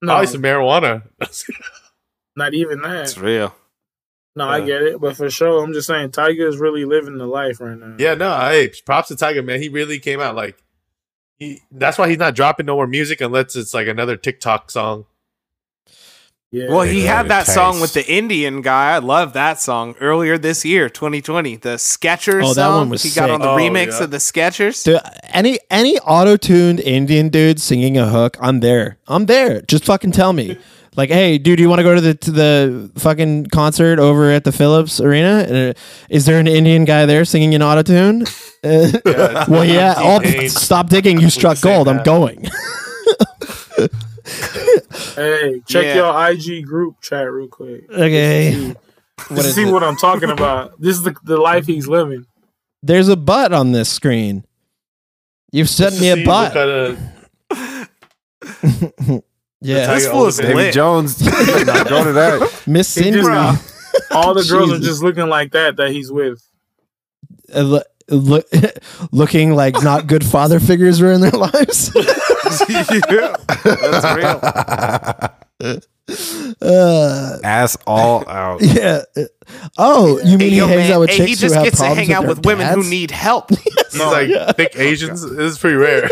Speaker 6: no,
Speaker 3: probably some marijuana. <laughs>
Speaker 6: not even that.
Speaker 5: It's real.
Speaker 6: No, I get it, but for sure, I'm just saying Tiger is really living the life right now.
Speaker 3: Yeah, no, hey, props to Tiger, man. He really came out like he that's why he's not dropping no more music unless it's like another TikTok song.
Speaker 6: yeah.
Speaker 5: Well, he
Speaker 4: Yeah,
Speaker 5: had
Speaker 4: it
Speaker 5: that song with
Speaker 4: tastes.
Speaker 5: the Indian guy. I love that song earlier this year, 2020. The Skechers
Speaker 2: Oh, that
Speaker 5: song.
Speaker 2: one was
Speaker 5: he got
Speaker 2: sick.
Speaker 5: on the
Speaker 3: Oh,
Speaker 5: remix
Speaker 3: yeah.
Speaker 5: of the Skechers.
Speaker 2: Dude, any any auto tuned Indian dude singing a hook, I'm there. I'm there. Just fucking tell <laughs> me. Like, hey, dude, you want to go to the to the fucking concert over at the Phillips Arena? Uh, Is there an Indian guy there singing an auto <laughs> tune? well, yeah. All,
Speaker 3: Dane.
Speaker 2: stop digging. You struck
Speaker 3: say
Speaker 2: gold. I'm
Speaker 3: that.
Speaker 2: going.
Speaker 6: Hey, check
Speaker 5: Yeah.
Speaker 6: your IG group chat real quick.
Speaker 2: okay. <laughs> What is
Speaker 6: See
Speaker 2: it?
Speaker 6: what I'm talking about. This is the, the life he's living.
Speaker 2: There's a butt on this screen. You've sent me a butt. yeah,
Speaker 5: This
Speaker 3: Tiger
Speaker 5: fool is
Speaker 3: Oliver.
Speaker 4: Davy
Speaker 2: <laughs>
Speaker 5: lit.
Speaker 4: Jones. Now go to that.
Speaker 2: Miss Cindy.
Speaker 6: Bro. All the girls are
Speaker 2: Jesus.
Speaker 6: just looking like that that he's with.
Speaker 2: uh, lo- lo- <laughs> looking like not good father figures were in their <laughs> lives.
Speaker 5: That's real.
Speaker 2: uh,
Speaker 4: Ass all out.
Speaker 2: yeah. Oh, you mean
Speaker 5: Hey,
Speaker 2: he
Speaker 5: yo,
Speaker 2: hangs
Speaker 5: man,
Speaker 2: out with
Speaker 5: hey,
Speaker 2: chicks
Speaker 5: he
Speaker 2: who
Speaker 5: just
Speaker 2: have
Speaker 5: gets to
Speaker 2: problems
Speaker 5: hang out
Speaker 2: their
Speaker 5: with women who
Speaker 2: dads?
Speaker 5: need help.
Speaker 3: He's like thick Asians. It's pretty <laughs> rare.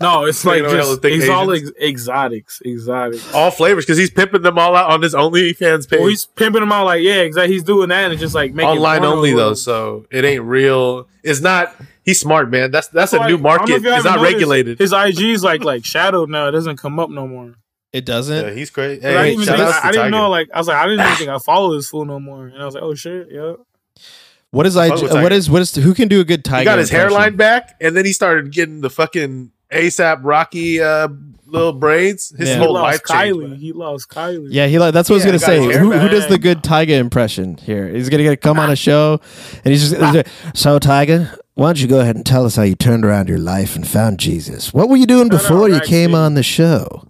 Speaker 6: No, it's like
Speaker 3: Taking away all
Speaker 6: just,
Speaker 3: the thick
Speaker 6: he's all ex-
Speaker 3: Asians.
Speaker 6: exotics, exotics.
Speaker 3: All flavors because he's pimping them all out on his OnlyFans page.
Speaker 6: Well, he's pimping them out like, yeah, exactly. He's doing that and just like making
Speaker 3: Online
Speaker 6: porno
Speaker 3: only
Speaker 6: with
Speaker 3: though,
Speaker 6: them.
Speaker 3: so it ain't real. It's not. He's smart, man. That's that's a
Speaker 6: Like,
Speaker 3: new
Speaker 6: I don't know
Speaker 3: market.
Speaker 6: if
Speaker 3: It's
Speaker 6: you
Speaker 3: not
Speaker 6: haven't noticed,
Speaker 3: regulated.
Speaker 6: His IG's like like shadowed now. It doesn't come up no more.
Speaker 2: It doesn't.
Speaker 3: Yeah, he's crazy.
Speaker 6: But I
Speaker 3: Hey,
Speaker 6: didn't, even
Speaker 3: shout
Speaker 6: think,
Speaker 3: outs
Speaker 6: I,
Speaker 3: to
Speaker 6: I didn't
Speaker 3: Tiger.
Speaker 6: know like I was like I didn't even think I follow this fool no more. And I was like, oh shit, yeah.
Speaker 2: What is I?
Speaker 3: Fuck with Tiger.
Speaker 2: What is what is? Who can do a good tiger?
Speaker 3: he got his
Speaker 2: impression?
Speaker 3: hairline back, and then he started getting the fucking ASAP Rocky uh, little braids. His
Speaker 2: Yeah.
Speaker 6: He
Speaker 3: whole
Speaker 6: lost
Speaker 3: life changed.
Speaker 6: Kylie.
Speaker 3: man.
Speaker 6: He lost Kylie.
Speaker 2: Yeah, he like that's what I
Speaker 3: Yeah,
Speaker 2: was
Speaker 3: got
Speaker 2: gonna
Speaker 3: his
Speaker 2: say.
Speaker 3: hair
Speaker 2: Who, who
Speaker 3: back.
Speaker 2: does the good tiger impression here? He's gonna get, come on a show, and he's just so tiger. Why don't you go ahead and tell us how you turned around your life and found Jesus? What were you doing
Speaker 6: Shut up,
Speaker 2: before you
Speaker 6: Maxie.
Speaker 2: came on the show?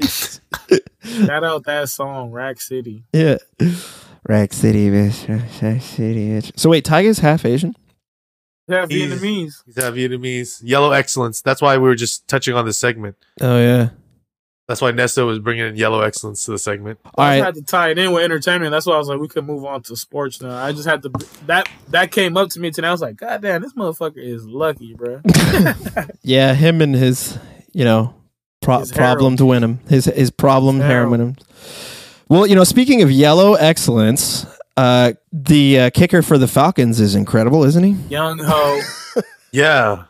Speaker 6: Shout out that song, Rack City.
Speaker 2: Yeah. Rack City, bitch. Rack City, bitch. So wait, Tiger's half Asian?
Speaker 6: Yeah,
Speaker 3: He's-
Speaker 6: Vietnamese.
Speaker 3: He's half Vietnamese. Yellow excellence. That's why we were just touching on this segment.
Speaker 2: Oh yeah.
Speaker 3: That's why Nesta was bringing in yellow excellence to the segment.
Speaker 2: All
Speaker 6: Oh, I just
Speaker 2: right.
Speaker 6: had to tie it in with entertainment. That's why I was like, we could move on to sports now. I just had to. That that came up to me today. I was like, God damn, this motherfucker is
Speaker 3: <laughs>
Speaker 6: lucky, bro.
Speaker 2: Yeah, him and his, you know, pro-
Speaker 6: His
Speaker 2: problem to win him. His his problem
Speaker 6: His
Speaker 2: hair
Speaker 6: harem.
Speaker 2: win him. Well, you know, speaking of yellow excellence, uh, the uh, kicker for the Falcons is incredible, isn't he?
Speaker 6: Young ho.
Speaker 3: Yeah.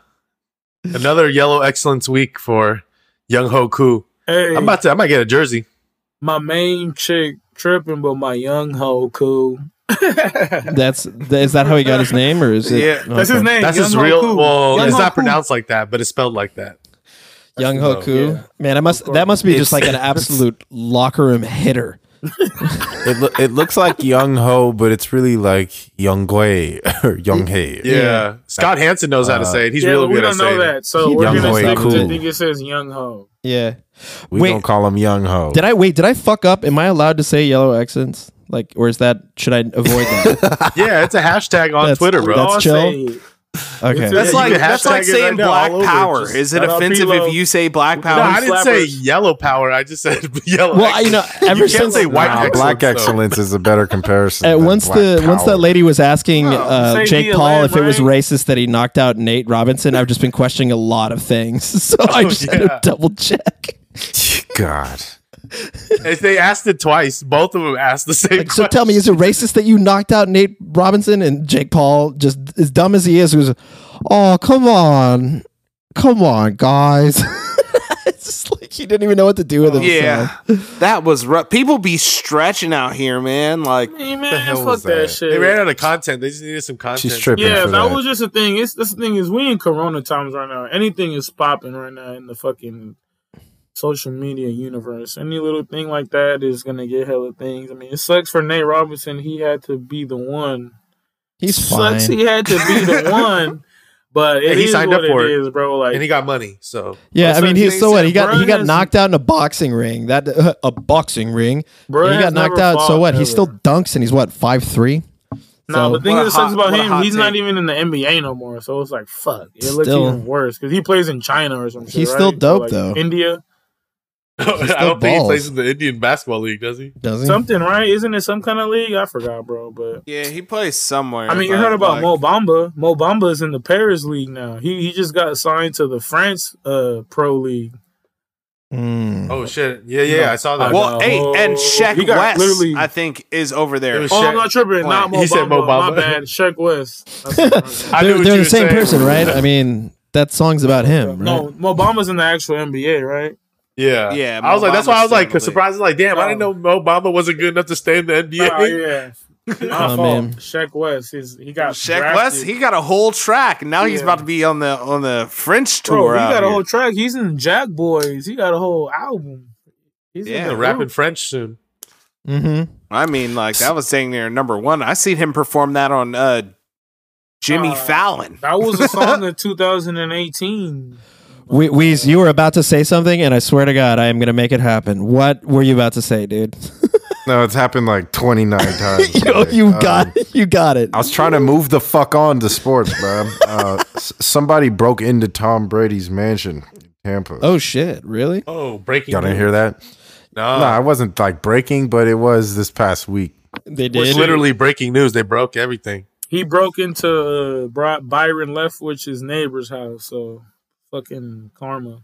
Speaker 3: Another yellow excellence week for Young Ho Koo.
Speaker 6: Hey,
Speaker 3: I'm about to I might get a jersey.
Speaker 6: my main chick tripping, but my young ho cool.
Speaker 2: That's is that how he got his name, or is it? Oh,
Speaker 5: Yeah,
Speaker 6: That's his
Speaker 2: okay.
Speaker 6: name.
Speaker 3: That's
Speaker 6: Young
Speaker 3: his
Speaker 6: Ho
Speaker 3: real
Speaker 6: Koo.
Speaker 3: well,
Speaker 6: Young
Speaker 3: it's
Speaker 6: Ho
Speaker 3: not
Speaker 6: Koo.
Speaker 3: pronounced like that, but it's spelled like that.
Speaker 2: Young
Speaker 3: That's his
Speaker 2: Hoku.
Speaker 6: name.
Speaker 2: Man, I must
Speaker 6: Of
Speaker 2: that must be
Speaker 6: course.
Speaker 2: just like an absolute locker room hitter.
Speaker 4: It, loo- it looks like Young Ho, but it's really like Young Gui or Young Hei.
Speaker 3: Yeah. Scott Hansen knows how to Uh, say it. He's
Speaker 6: Yeah,
Speaker 3: really
Speaker 6: but we
Speaker 3: good at
Speaker 6: don't know
Speaker 3: saying
Speaker 6: that,
Speaker 3: it.
Speaker 6: so
Speaker 2: He
Speaker 6: we're
Speaker 4: young
Speaker 6: gonna
Speaker 4: ho
Speaker 6: stick
Speaker 4: cool.
Speaker 6: to I think it says young ho.
Speaker 2: Yeah.
Speaker 4: We
Speaker 2: Wait.
Speaker 4: don't call him Young Ho.
Speaker 2: Did I wait? Did I fuck up? Am I allowed to say yellow accents? Like, or is that should I avoid that?
Speaker 3: <laughs> Yeah, it's a hashtag on
Speaker 2: That's-
Speaker 3: Twitter,
Speaker 6: We
Speaker 3: bro.
Speaker 2: that's
Speaker 6: all
Speaker 2: chill.
Speaker 6: say it.
Speaker 2: Okay.
Speaker 5: That's
Speaker 3: Yeah,
Speaker 5: like
Speaker 3: you can
Speaker 5: that's
Speaker 3: hashtag
Speaker 5: like
Speaker 3: it
Speaker 5: saying
Speaker 3: right now
Speaker 5: black
Speaker 3: all over.
Speaker 5: power.
Speaker 3: Just
Speaker 5: Is it
Speaker 6: shout out
Speaker 5: offensive
Speaker 6: Pilo.
Speaker 5: if you say black
Speaker 3: No,
Speaker 5: power?
Speaker 3: I didn't say
Speaker 6: slappers.
Speaker 3: yellow power. I just said <laughs> yellow.
Speaker 2: Well, I- you know,
Speaker 3: You
Speaker 2: ever
Speaker 3: can't
Speaker 2: since-
Speaker 3: say white
Speaker 4: Nah,
Speaker 3: excellence,
Speaker 4: black
Speaker 3: though.
Speaker 4: excellence is a better comparison.
Speaker 2: Uh,
Speaker 4: than
Speaker 2: once
Speaker 4: black
Speaker 2: the once
Speaker 4: power.
Speaker 2: that lady was asking uh,
Speaker 6: say
Speaker 2: Jake
Speaker 6: BLM,
Speaker 2: Paul if it was
Speaker 6: right?
Speaker 2: racist that he knocked out Nate Robinson, I've just been questioning a lot of things, <laughs> so I just had to
Speaker 3: yeah.
Speaker 2: double check.
Speaker 4: God.
Speaker 3: If they asked it twice. Both of them asked the same.
Speaker 2: Like, so tell me, is it racist that you knocked out Nate Robinson and Jake Paul? Just as dumb as he is, was, oh come on, come on, guys. <laughs> it's just like he didn't even know what to do with himself.
Speaker 5: Yeah, that was rough. People be stretching out here, man. Like
Speaker 6: Hey man,
Speaker 4: hell
Speaker 6: fuck
Speaker 4: was
Speaker 6: that,
Speaker 4: that?
Speaker 6: shit.
Speaker 3: They ran out of content. They just needed some content.
Speaker 4: She's tripping.
Speaker 6: Yeah,
Speaker 4: for
Speaker 6: that, was just the thing. It's this thing is we in Corona times right now. Anything is popping right now in the fucking social media universe. Any little thing like that is gonna get hella things. I mean, it sucks for Nate Robinson. He had to be the one.
Speaker 2: he's fine.
Speaker 6: Sucks. He had to be the one. But it
Speaker 3: And he
Speaker 6: is
Speaker 3: signed
Speaker 6: what
Speaker 3: up for
Speaker 6: it
Speaker 3: it.
Speaker 6: is, bro. Like
Speaker 3: and he got money. So
Speaker 2: Yeah,
Speaker 6: That's
Speaker 2: I mean,
Speaker 6: what
Speaker 2: he's
Speaker 6: they
Speaker 2: so what
Speaker 6: said.
Speaker 2: he got. he
Speaker 6: Brian
Speaker 2: got
Speaker 6: has-
Speaker 2: knocked out in a boxing ring. That <laughs> a boxing ring.
Speaker 6: bro,
Speaker 2: and he got
Speaker 6: has
Speaker 2: knocked
Speaker 6: never
Speaker 2: out. So
Speaker 6: fought
Speaker 2: what? He
Speaker 6: ever.
Speaker 2: still dunks, and he's what five three.
Speaker 6: No,
Speaker 2: So-
Speaker 6: but the thing
Speaker 5: What a
Speaker 6: that
Speaker 5: hot-
Speaker 6: sucks about
Speaker 5: what a
Speaker 6: him,
Speaker 5: hot
Speaker 6: he's not
Speaker 5: take.
Speaker 6: even in the NBA no more. So it's like, fuck. It looks
Speaker 2: Still-
Speaker 6: even worse because he plays in China or something.
Speaker 2: He's still dope, though.
Speaker 6: India.
Speaker 3: <laughs> I
Speaker 2: still
Speaker 3: don't think he
Speaker 2: balls.
Speaker 3: plays in the Indian basketball league, does he?
Speaker 2: Doesn't he?
Speaker 6: Something, right? Isn't it some kind of league? I forgot, bro. But
Speaker 5: Yeah, he plays somewhere.
Speaker 6: I mean, you
Speaker 5: but,
Speaker 6: heard about
Speaker 5: like,
Speaker 6: Mo Bamba. Mo Bamba is in the Paris league now. He he just got signed to the France uh, pro league.
Speaker 2: Mm.
Speaker 3: Oh shit! Yeah, yeah, I saw that.
Speaker 6: Uh,
Speaker 5: Well, hey, and
Speaker 6: oh,
Speaker 5: Shaq
Speaker 6: you got
Speaker 5: West,
Speaker 6: literally-
Speaker 5: I think, is over there.
Speaker 3: It was
Speaker 6: Oh,
Speaker 3: Shaq-
Speaker 6: I'm not tripping. Not Mo
Speaker 3: He
Speaker 6: Bamba.
Speaker 3: said Mo Bamba.
Speaker 6: My bad. Shaq West. That's-
Speaker 3: I knew
Speaker 2: they're
Speaker 3: what
Speaker 2: they're
Speaker 3: you
Speaker 2: the
Speaker 3: were
Speaker 2: same
Speaker 3: saying.
Speaker 2: person, right? <laughs> I mean, that song's about him, right?
Speaker 6: No, Mo Bamba's in the actual NBA, right?
Speaker 3: Yeah,
Speaker 5: Yeah,
Speaker 3: I was
Speaker 5: Mo Oh.
Speaker 3: like, that's why I
Speaker 5: Bama's
Speaker 3: was like
Speaker 5: still in the league.
Speaker 3: surprised. Like, damn, I didn't know Mo Bamba wasn't good enough to stay in the NBA.
Speaker 6: Oh, yeah. My
Speaker 2: Oh,
Speaker 6: fault.
Speaker 2: man.
Speaker 6: Shaq West. He's, he got
Speaker 5: Oh, Shaq
Speaker 6: drafted.
Speaker 5: West, he got a whole track. Now he's
Speaker 6: Yeah.
Speaker 5: about to be on the on the French tour.
Speaker 6: Bro, he
Speaker 5: out
Speaker 6: got a
Speaker 5: here.
Speaker 6: whole track. He's in Jack Boys. He got a whole album. He's in
Speaker 5: Yeah.
Speaker 6: the
Speaker 3: Gonna rap in
Speaker 6: group.
Speaker 3: French soon.
Speaker 2: Mm-hmm.
Speaker 5: I mean, like that was saying there number one. I seen him perform that on uh, Jimmy
Speaker 6: Uh,
Speaker 5: Fallon.
Speaker 6: That was <laughs> a song in 2018.
Speaker 2: We, Weez, you were about to say something, and I swear to God, I am going to make it happen. What were you about to say, dude? <laughs>
Speaker 4: No, it's happened like 29 times.
Speaker 2: Yo,
Speaker 4: Like,
Speaker 2: you
Speaker 4: um,
Speaker 2: got it. You got it.
Speaker 4: I was trying to move the fuck on to sports, bro. Uh, s- somebody broke into Tom Brady's mansion in Tampa.
Speaker 2: Oh, shit. Really?
Speaker 3: Oh, breaking.
Speaker 4: Y'all didn't
Speaker 3: news.
Speaker 4: hear that?
Speaker 3: No,
Speaker 4: no, I wasn't like breaking, but it was this past week.
Speaker 2: They
Speaker 3: it was
Speaker 2: did.
Speaker 3: literally breaking news. They broke everything.
Speaker 6: He broke into uh, Bri- Byron Leftwich's neighbor's house. So fucking karma.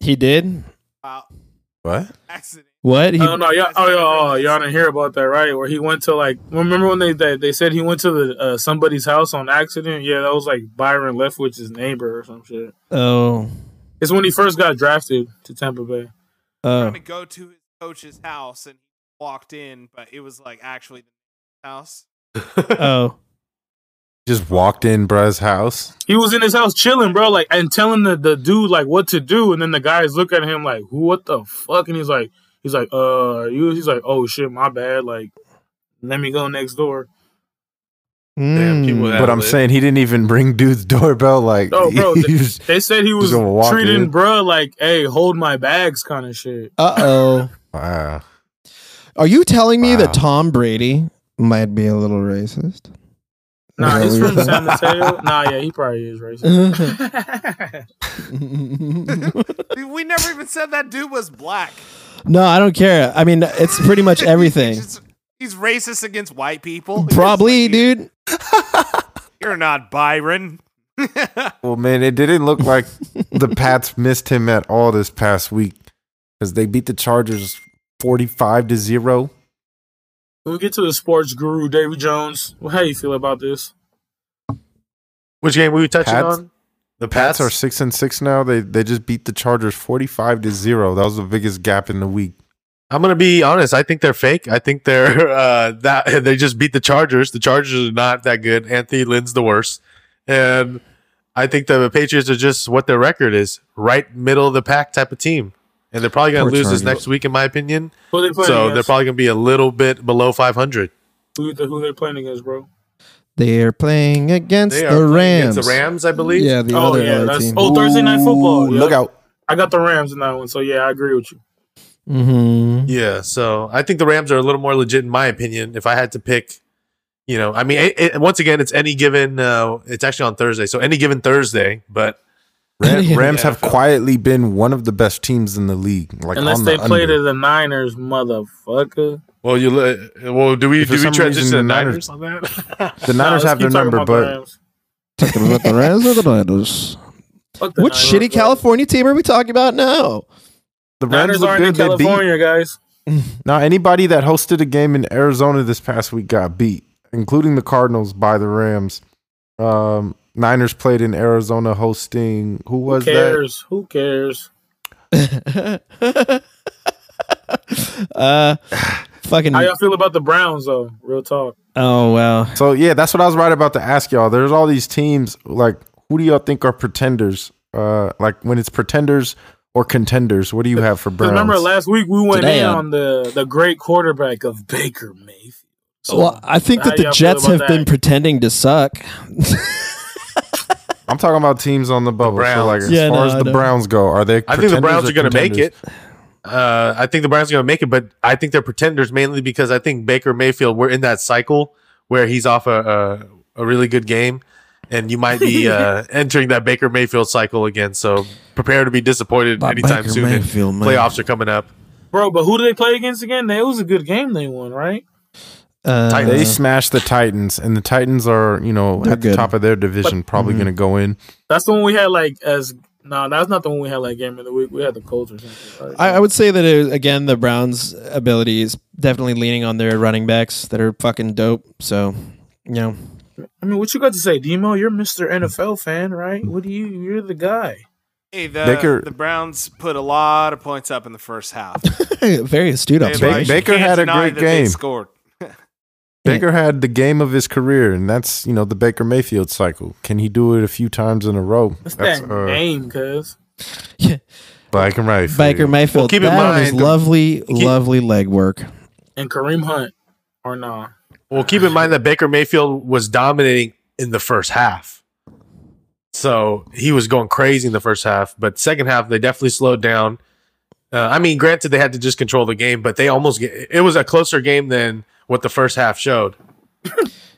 Speaker 2: He did?
Speaker 4: What?
Speaker 5: Accident.
Speaker 2: What? He,
Speaker 3: Um,
Speaker 6: oh no, y'all, oh, y'all, oh, y'all didn't hear about that, right? Where he went to like, remember when they they, they said he went to the uh, somebody's house on accident? Yeah, that was like Byron Leftwich's neighbor or some shit.
Speaker 2: oh.
Speaker 6: It's when he first got drafted to Tampa Bay.
Speaker 2: Oh.
Speaker 6: Uh.
Speaker 5: Trying to go to his coach's house and walked in, but it was like actually the house.
Speaker 2: Oh.
Speaker 4: Just walked in Bruh's house.
Speaker 6: He was in his house chilling, bro, like and telling the, the dude like what to do, and then the guys look at him like, "Who? What the fuck?" And he's like, he's like, "Uh, you." He's like, "Oh shit, my bad." Like, let me go next door.
Speaker 3: <laughs>
Speaker 2: Mm.
Speaker 3: Damn, people that
Speaker 4: But I'm
Speaker 3: lit.
Speaker 4: saying he didn't even ring dude's doorbell. Like,
Speaker 6: Oh, bro,
Speaker 4: he was-
Speaker 6: They said he was
Speaker 4: gonna walk
Speaker 6: treating
Speaker 4: in.
Speaker 6: bruh like, "Hey, hold my bags," kind of shit.
Speaker 2: Uh-oh.
Speaker 4: wow.
Speaker 2: Are you telling me
Speaker 4: Wow.
Speaker 2: that Tom Brady might be a little <laughs> racist?
Speaker 6: Nah,
Speaker 2: Is
Speaker 6: he's
Speaker 2: that
Speaker 6: from
Speaker 2: what
Speaker 6: San Mateo. Nah, yeah, he probably
Speaker 2: <laughs>
Speaker 6: is racist.
Speaker 2: you're saying?
Speaker 5: We never even said that dude was black.
Speaker 2: no, I don't care. I mean, it's pretty much everything.
Speaker 5: <laughs> He's, just- he's racist against white people.
Speaker 2: Probably, dude.
Speaker 5: You're not Byron.
Speaker 4: Well, man, it didn't look <laughs> like the Pats missed him at all this past week because they beat the Chargers 45 to 0.
Speaker 6: when we get to the sports guru, Davy Jones, well, how you feel about this?
Speaker 3: Which game were we touching
Speaker 4: Pats?
Speaker 3: on? The
Speaker 4: Pats are 6 and 6 now. They they just beat the Chargers 45 to 0. That was the biggest gap in the week.
Speaker 3: I'm gonna be honest. I think they're fake. I think they're <laughs> uh, that they just beat the Chargers. The Chargers are not that good. Anthony Lynn's the worst, and I think the Patriots are just what their record is, right middle of the pack type of team, and they're probably gonna
Speaker 4: Poor
Speaker 3: lose this
Speaker 4: Chargers.
Speaker 3: next week, in my opinion.
Speaker 6: Who they playing
Speaker 3: So they're
Speaker 6: against?
Speaker 3: probably gonna be a little bit below 500.
Speaker 6: who, the, who they playing against, bro?
Speaker 2: They're playing against
Speaker 3: They
Speaker 2: the Rams.
Speaker 3: against the Rams, I believe.
Speaker 2: Yeah, the
Speaker 6: Oh
Speaker 2: other
Speaker 6: yeah,
Speaker 2: LA
Speaker 6: that's
Speaker 2: team.
Speaker 6: oh Thursday night football.
Speaker 4: uh, Ooh,
Speaker 6: yeah.
Speaker 4: Look <laughs> out.
Speaker 6: I got the Rams in that one, so yeah, I agree with you.
Speaker 2: Mm-hmm.
Speaker 3: Yeah, so I think the Rams are a little more legit in my opinion. If I had to pick, you know, I mean, it, it- once again, it's any given. Uh, it's actually on Thursday, so any given Thursday. But
Speaker 4: Ram, Rams have
Speaker 3: NFL.
Speaker 4: quietly been one of the best teams in the league. Like
Speaker 6: Unless
Speaker 4: on
Speaker 6: they
Speaker 4: the
Speaker 6: play
Speaker 4: under.
Speaker 6: to the Niners, motherfucker.
Speaker 3: well, you li- well, do we
Speaker 4: If for
Speaker 3: do we
Speaker 4: some
Speaker 3: transition to
Speaker 4: reason
Speaker 3: the
Speaker 4: the
Speaker 3: Niners, on that?
Speaker 4: <laughs>
Speaker 3: <laughs>
Speaker 4: the Niners
Speaker 6: Nah, let's
Speaker 4: have
Speaker 6: keep
Speaker 4: their number,
Speaker 6: talking about the
Speaker 4: but
Speaker 6: Rams.
Speaker 2: Talking about the Rams or the Niners?
Speaker 6: Fuck the
Speaker 2: What
Speaker 6: Niners,
Speaker 2: shitty
Speaker 6: bro.
Speaker 2: California team are we talking about now?
Speaker 4: the Rams
Speaker 6: Niners
Speaker 4: look
Speaker 6: aren't in
Speaker 4: good. They beat.
Speaker 6: California, guys.
Speaker 4: Now, anybody that hosted a game in Arizona this past week got beat, including the Cardinals by the Rams. Um, Niners played in Arizona hosting. Who
Speaker 6: Who
Speaker 4: was that?
Speaker 6: cares? Who cares?
Speaker 2: uh, fucking.
Speaker 6: How y'all feel about the Browns though? Real talk.
Speaker 2: Oh wow.
Speaker 4: So yeah, that's what I was right about to ask y'all. There's all these teams. Like, who do y'all think are pretenders? Uh, like when it's pretenders or contenders, what do you have for
Speaker 6: 'Cause
Speaker 4: Browns?
Speaker 6: Remember last week we went
Speaker 2: Today
Speaker 6: in
Speaker 2: on-
Speaker 6: on the the great quarterback of Baker Mayfield. So,
Speaker 2: well, I think
Speaker 6: how
Speaker 2: that the
Speaker 6: y'all feel
Speaker 2: Jets
Speaker 6: about
Speaker 2: have been
Speaker 6: that?
Speaker 2: pretending to suck.
Speaker 4: I'm talking about teams on the bubble. so
Speaker 3: Browns.
Speaker 4: like, as
Speaker 2: Yeah,
Speaker 4: far
Speaker 2: no,
Speaker 4: as
Speaker 2: I
Speaker 4: the
Speaker 2: know.
Speaker 4: Browns go, are they?
Speaker 3: I think the
Speaker 4: pretenders
Speaker 3: Browns
Speaker 4: or
Speaker 3: are going to make
Speaker 4: contenders?
Speaker 3: it. Uh, I think the Browns are going to make it, but I think they're pretenders mainly because I think Baker Mayfield. We're in that cycle where he's off a a, a really good game, and you might
Speaker 2: <laughs>
Speaker 3: be uh, entering that Baker Mayfield cycle again. So prepare to be disappointed
Speaker 2: But
Speaker 3: anytime
Speaker 2: Baker
Speaker 3: soon.
Speaker 2: Mayfield, man.
Speaker 3: Playoffs are coming up.
Speaker 6: Bro, but who do they play against again? They, it was a good game they won, right?
Speaker 2: Uh,
Speaker 4: They smashed the Titans, and the Titans are you know
Speaker 2: They're
Speaker 4: at the
Speaker 2: good. Mm-hmm.
Speaker 4: top of their division, probably going to go in.
Speaker 6: That's the one we had like as no, that's not the one we had like game of the week. We had the Colts or something. right?
Speaker 2: I, I would say that it was, again, the Browns' ability is definitely leaning on their running backs that are fucking dope. So, you know,
Speaker 6: I mean, what you got to say, Demo? You're Mr. NFL fan, right? What do you? You're the guy.
Speaker 5: Hey,
Speaker 4: Baker-
Speaker 5: the, the Browns put a lot of points up in the
Speaker 4: <laughs>
Speaker 5: first half.
Speaker 2: <laughs> very astute
Speaker 5: They, like,
Speaker 2: observation.
Speaker 5: you
Speaker 4: Baker
Speaker 5: can't
Speaker 4: had a
Speaker 5: deny
Speaker 4: great
Speaker 5: that they
Speaker 4: game.
Speaker 5: Scored.
Speaker 4: Baker had the game of his career, and that's you know the Baker Mayfield cycle. Can he do it a few times in a row?
Speaker 6: That's, that
Speaker 4: uh,
Speaker 6: name, cuz.
Speaker 4: Black and right.
Speaker 2: Baker Mayfield.
Speaker 3: Well, keep in
Speaker 2: that
Speaker 3: mind-
Speaker 2: was lovely, lovely leg work.
Speaker 6: And Kareem Hunt or nah.
Speaker 3: Well, keep in mind that Baker Mayfield was dominating in the first half. So he was going crazy in the first half, but second half they definitely slowed down. Uh, I mean, granted they had to just control the game, but they almost get, it was a closer game than what the first half showed.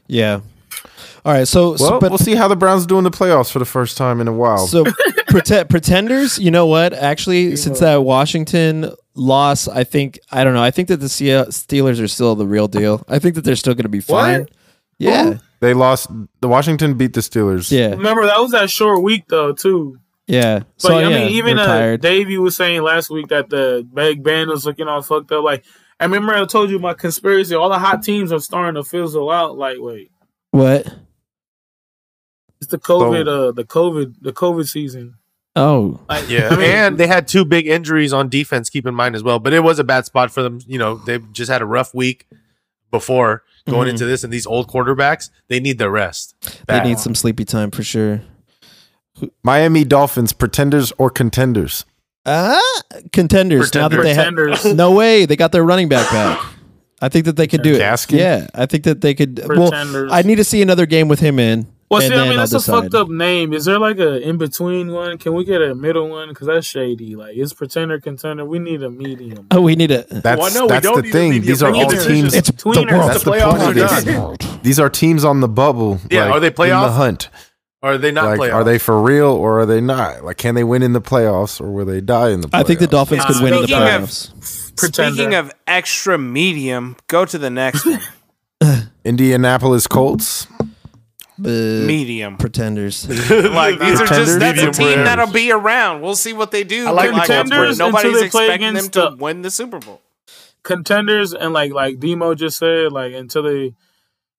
Speaker 2: Yeah. All right. So, so
Speaker 4: Well,
Speaker 2: but
Speaker 4: we'll see how the Browns do in the playoffs for the first time in a while.
Speaker 2: So prete- pretenders, you know what? Actually, since that Washington loss, I think I don't know. I think that the Se- Steelers are still the real deal. I think that they're still going to be fine. Yeah,
Speaker 4: they lost. The Washington beat the Steelers.
Speaker 2: yeah,
Speaker 6: Remember that was that short week though too.
Speaker 2: yeah.
Speaker 6: But
Speaker 2: so
Speaker 6: I
Speaker 2: yeah,
Speaker 6: mean, even
Speaker 2: we're
Speaker 6: uh,
Speaker 2: tired.
Speaker 6: Davey was saying last week that the big band was looking all fucked up. Like I remember I told you my conspiracy. All the hot teams are starting to fizzle out. Like wait,
Speaker 2: what?
Speaker 6: it's the COVID. Uh, the COVID. The COVID season.
Speaker 2: Oh,
Speaker 6: Like,
Speaker 3: Yeah.
Speaker 6: I mean,
Speaker 3: and they had two big injuries on defense, keep in mind as well. But it was a bad spot for them. You know, they just had a rough week before going
Speaker 2: Mhm.
Speaker 3: into this, and these old quarterbacks, they need the rest.
Speaker 2: they
Speaker 3: Bad.
Speaker 2: need some sleepy time for sure.
Speaker 4: Miami Dolphins, pretenders or contenders?
Speaker 2: Ah, contenders. Now that they have
Speaker 6: pretenders.
Speaker 2: no way, they got their running back back. I think that they could do it.
Speaker 4: Gaskin?
Speaker 2: Yeah, I think that they could.
Speaker 6: Pretenders.
Speaker 2: Well, I need to see another game with him in.
Speaker 6: Well,
Speaker 2: and
Speaker 6: see, I
Speaker 2: then
Speaker 6: mean,
Speaker 2: I'll
Speaker 6: that's a fucked
Speaker 2: decide.
Speaker 6: up name. Is there like a in between one? Can we get a middle one? Because that's shady. Like, it's pretender, contender. We need a medium.
Speaker 2: Oh, we need a.
Speaker 4: That's
Speaker 3: Well, no, we
Speaker 4: that's
Speaker 3: don't
Speaker 4: the
Speaker 3: need to
Speaker 4: thing.
Speaker 3: leave you
Speaker 4: These are
Speaker 3: bringing
Speaker 4: all
Speaker 3: it.
Speaker 4: teams.
Speaker 2: It's the
Speaker 6: tweeners.
Speaker 2: world.
Speaker 4: That's
Speaker 3: The
Speaker 4: the
Speaker 3: playoffs
Speaker 4: point
Speaker 3: are
Speaker 4: of this. These are teams on the bubble.
Speaker 3: Yeah, are they
Speaker 4: in the
Speaker 3: playoff?
Speaker 4: hunt?
Speaker 3: Or are they not
Speaker 4: like,
Speaker 3: playing?
Speaker 4: are they for real or are they not? Like, can they win in the playoffs or will they die in the? playoffs?
Speaker 2: I think the Dolphins could win in the
Speaker 5: Speaking of-
Speaker 2: playoffs.
Speaker 6: Pretender.
Speaker 5: Speaking of extra medium, go to the next
Speaker 4: <laughs>
Speaker 5: one.
Speaker 4: Indianapolis Colts.
Speaker 2: Uh,
Speaker 5: medium.
Speaker 2: pretenders.
Speaker 5: Like these are just that's a
Speaker 3: Medium
Speaker 5: team
Speaker 3: rares.
Speaker 5: that'll be around. We'll see what they do.
Speaker 3: I like
Speaker 5: but,
Speaker 3: the
Speaker 5: when
Speaker 6: contenders
Speaker 5: nobody's
Speaker 6: until they play
Speaker 5: expecting them
Speaker 6: against
Speaker 5: to
Speaker 6: the-
Speaker 5: win the Super Bowl.
Speaker 6: contenders and like like Demo just said, like until they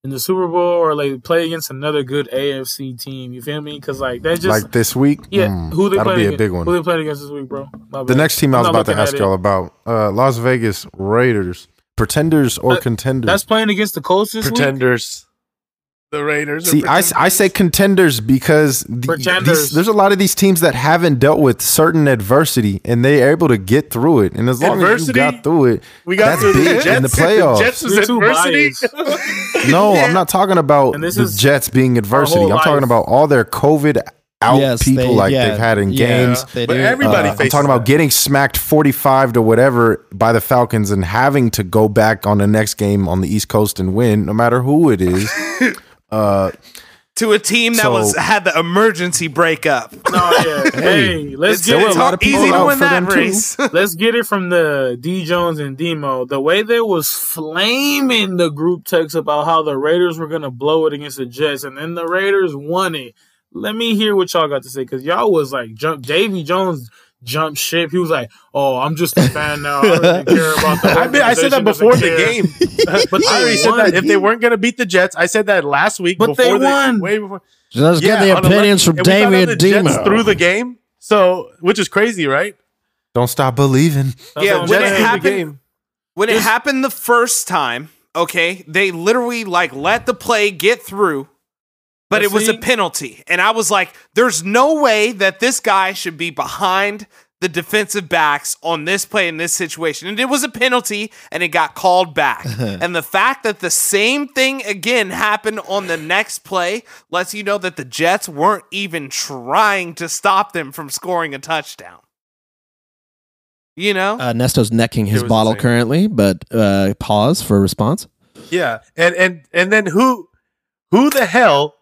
Speaker 6: in the Super Bowl or like play against another good AFC team. You feel me? Because like that just
Speaker 4: like this week.
Speaker 6: yeah.
Speaker 4: Mm,
Speaker 6: who they
Speaker 4: that'll
Speaker 6: played
Speaker 4: be a
Speaker 6: against,
Speaker 4: big one.
Speaker 6: Who they played against this week, bro? My
Speaker 4: The
Speaker 6: bad.
Speaker 4: next team I
Speaker 6: I'm
Speaker 4: was
Speaker 6: not
Speaker 4: about to
Speaker 6: looking at
Speaker 4: ask
Speaker 6: it.
Speaker 4: y'all about uh, Las Vegas Raiders, pretenders or
Speaker 6: Uh,
Speaker 4: contenders.
Speaker 6: That's playing against the Colts this week.
Speaker 3: pretenders? The Raiders. are
Speaker 4: See, I, I say contenders because the-
Speaker 6: Pretenders.
Speaker 4: these- there's a lot of these teams that haven't dealt with certain adversity and they're able to get through it. And as long as you
Speaker 3: Adversity?
Speaker 4: got through it,
Speaker 3: We got
Speaker 4: that's
Speaker 3: to the
Speaker 4: big
Speaker 3: Jets
Speaker 4: in
Speaker 6: <laughs>
Speaker 4: the playoffs.
Speaker 3: Jets was
Speaker 6: You're too
Speaker 3: adversity.
Speaker 5: <laughs>
Speaker 6: biased.
Speaker 4: no, I'm not talking about
Speaker 6: And this
Speaker 4: the
Speaker 6: is
Speaker 4: Jets being adversity. I'm
Speaker 6: whole life.
Speaker 4: talking about all their COVID out
Speaker 2: Yes, they-
Speaker 4: people like
Speaker 2: yeah,
Speaker 4: they've had in
Speaker 2: yeah,
Speaker 4: games.
Speaker 2: they
Speaker 3: But
Speaker 2: do.
Speaker 3: everybody
Speaker 4: Uh, I'm
Speaker 3: faces
Speaker 4: talking about
Speaker 3: that.
Speaker 4: getting smacked 45 to whatever by the Falcons and having to go back on the next game on the East Coast and win, no matter who it is. uh,
Speaker 5: To a team that
Speaker 4: So-
Speaker 5: was had the emergency breakup.
Speaker 6: No, yeah. hey, let's get
Speaker 4: there were
Speaker 6: it.
Speaker 4: a lot of people
Speaker 5: Easy to
Speaker 4: out
Speaker 5: win
Speaker 4: for
Speaker 5: that
Speaker 4: them too.
Speaker 5: race.
Speaker 6: Let's get it from the D Jones and Demo. The way they was flaming the group text about how the Raiders were gonna blow it against the Jets, and then the Raiders won it. Let me hear what y'all got to say because y'all was like jump. Davy Jones jumped ship. He was like, "Oh, I'm just a fan now. I don't even care about
Speaker 3: <laughs>
Speaker 6: the."
Speaker 3: <laughs> I, mean, I said that
Speaker 6: organization,
Speaker 3: before
Speaker 6: doesn't
Speaker 3: the
Speaker 6: care."
Speaker 3: game.
Speaker 6: <laughs> but
Speaker 3: I already
Speaker 6: they
Speaker 3: said that
Speaker 6: won.
Speaker 3: if they weren't going to beat the Jets, I said that last week.
Speaker 6: But
Speaker 3: before
Speaker 6: they
Speaker 3: the-
Speaker 6: won.
Speaker 3: way before.
Speaker 4: Uh,
Speaker 2: Let's get the
Speaker 3: on election-
Speaker 2: opinions from
Speaker 3: and we found
Speaker 2: Davey
Speaker 3: out
Speaker 2: and
Speaker 3: the Jets
Speaker 2: Demo.
Speaker 3: through the game. So, which is crazy, right?
Speaker 4: <laughs> Don't stop believing.
Speaker 6: That's
Speaker 5: Yeah,
Speaker 6: what
Speaker 5: when it
Speaker 6: I'm
Speaker 3: Jets
Speaker 6: saying.
Speaker 3: threw the
Speaker 5: happened-
Speaker 3: game.
Speaker 5: When it happened the first time, okay, they literally like let the play get through, but
Speaker 6: But
Speaker 5: it was a
Speaker 6: see-
Speaker 5: penalty. And I was like, there's no way that this guy should be behind the defensive backs on this play in this situation. And it was a penalty and it got called back. and the fact that the same thing again happened on the next play lets you know that the Jets weren't even trying to stop them from scoring a touchdown. You know?
Speaker 2: Uh, Nesto's necking his
Speaker 3: was
Speaker 2: bottle
Speaker 3: insane.
Speaker 2: currently, but uh, pause for response.
Speaker 3: Yeah, and and and then who, who the hell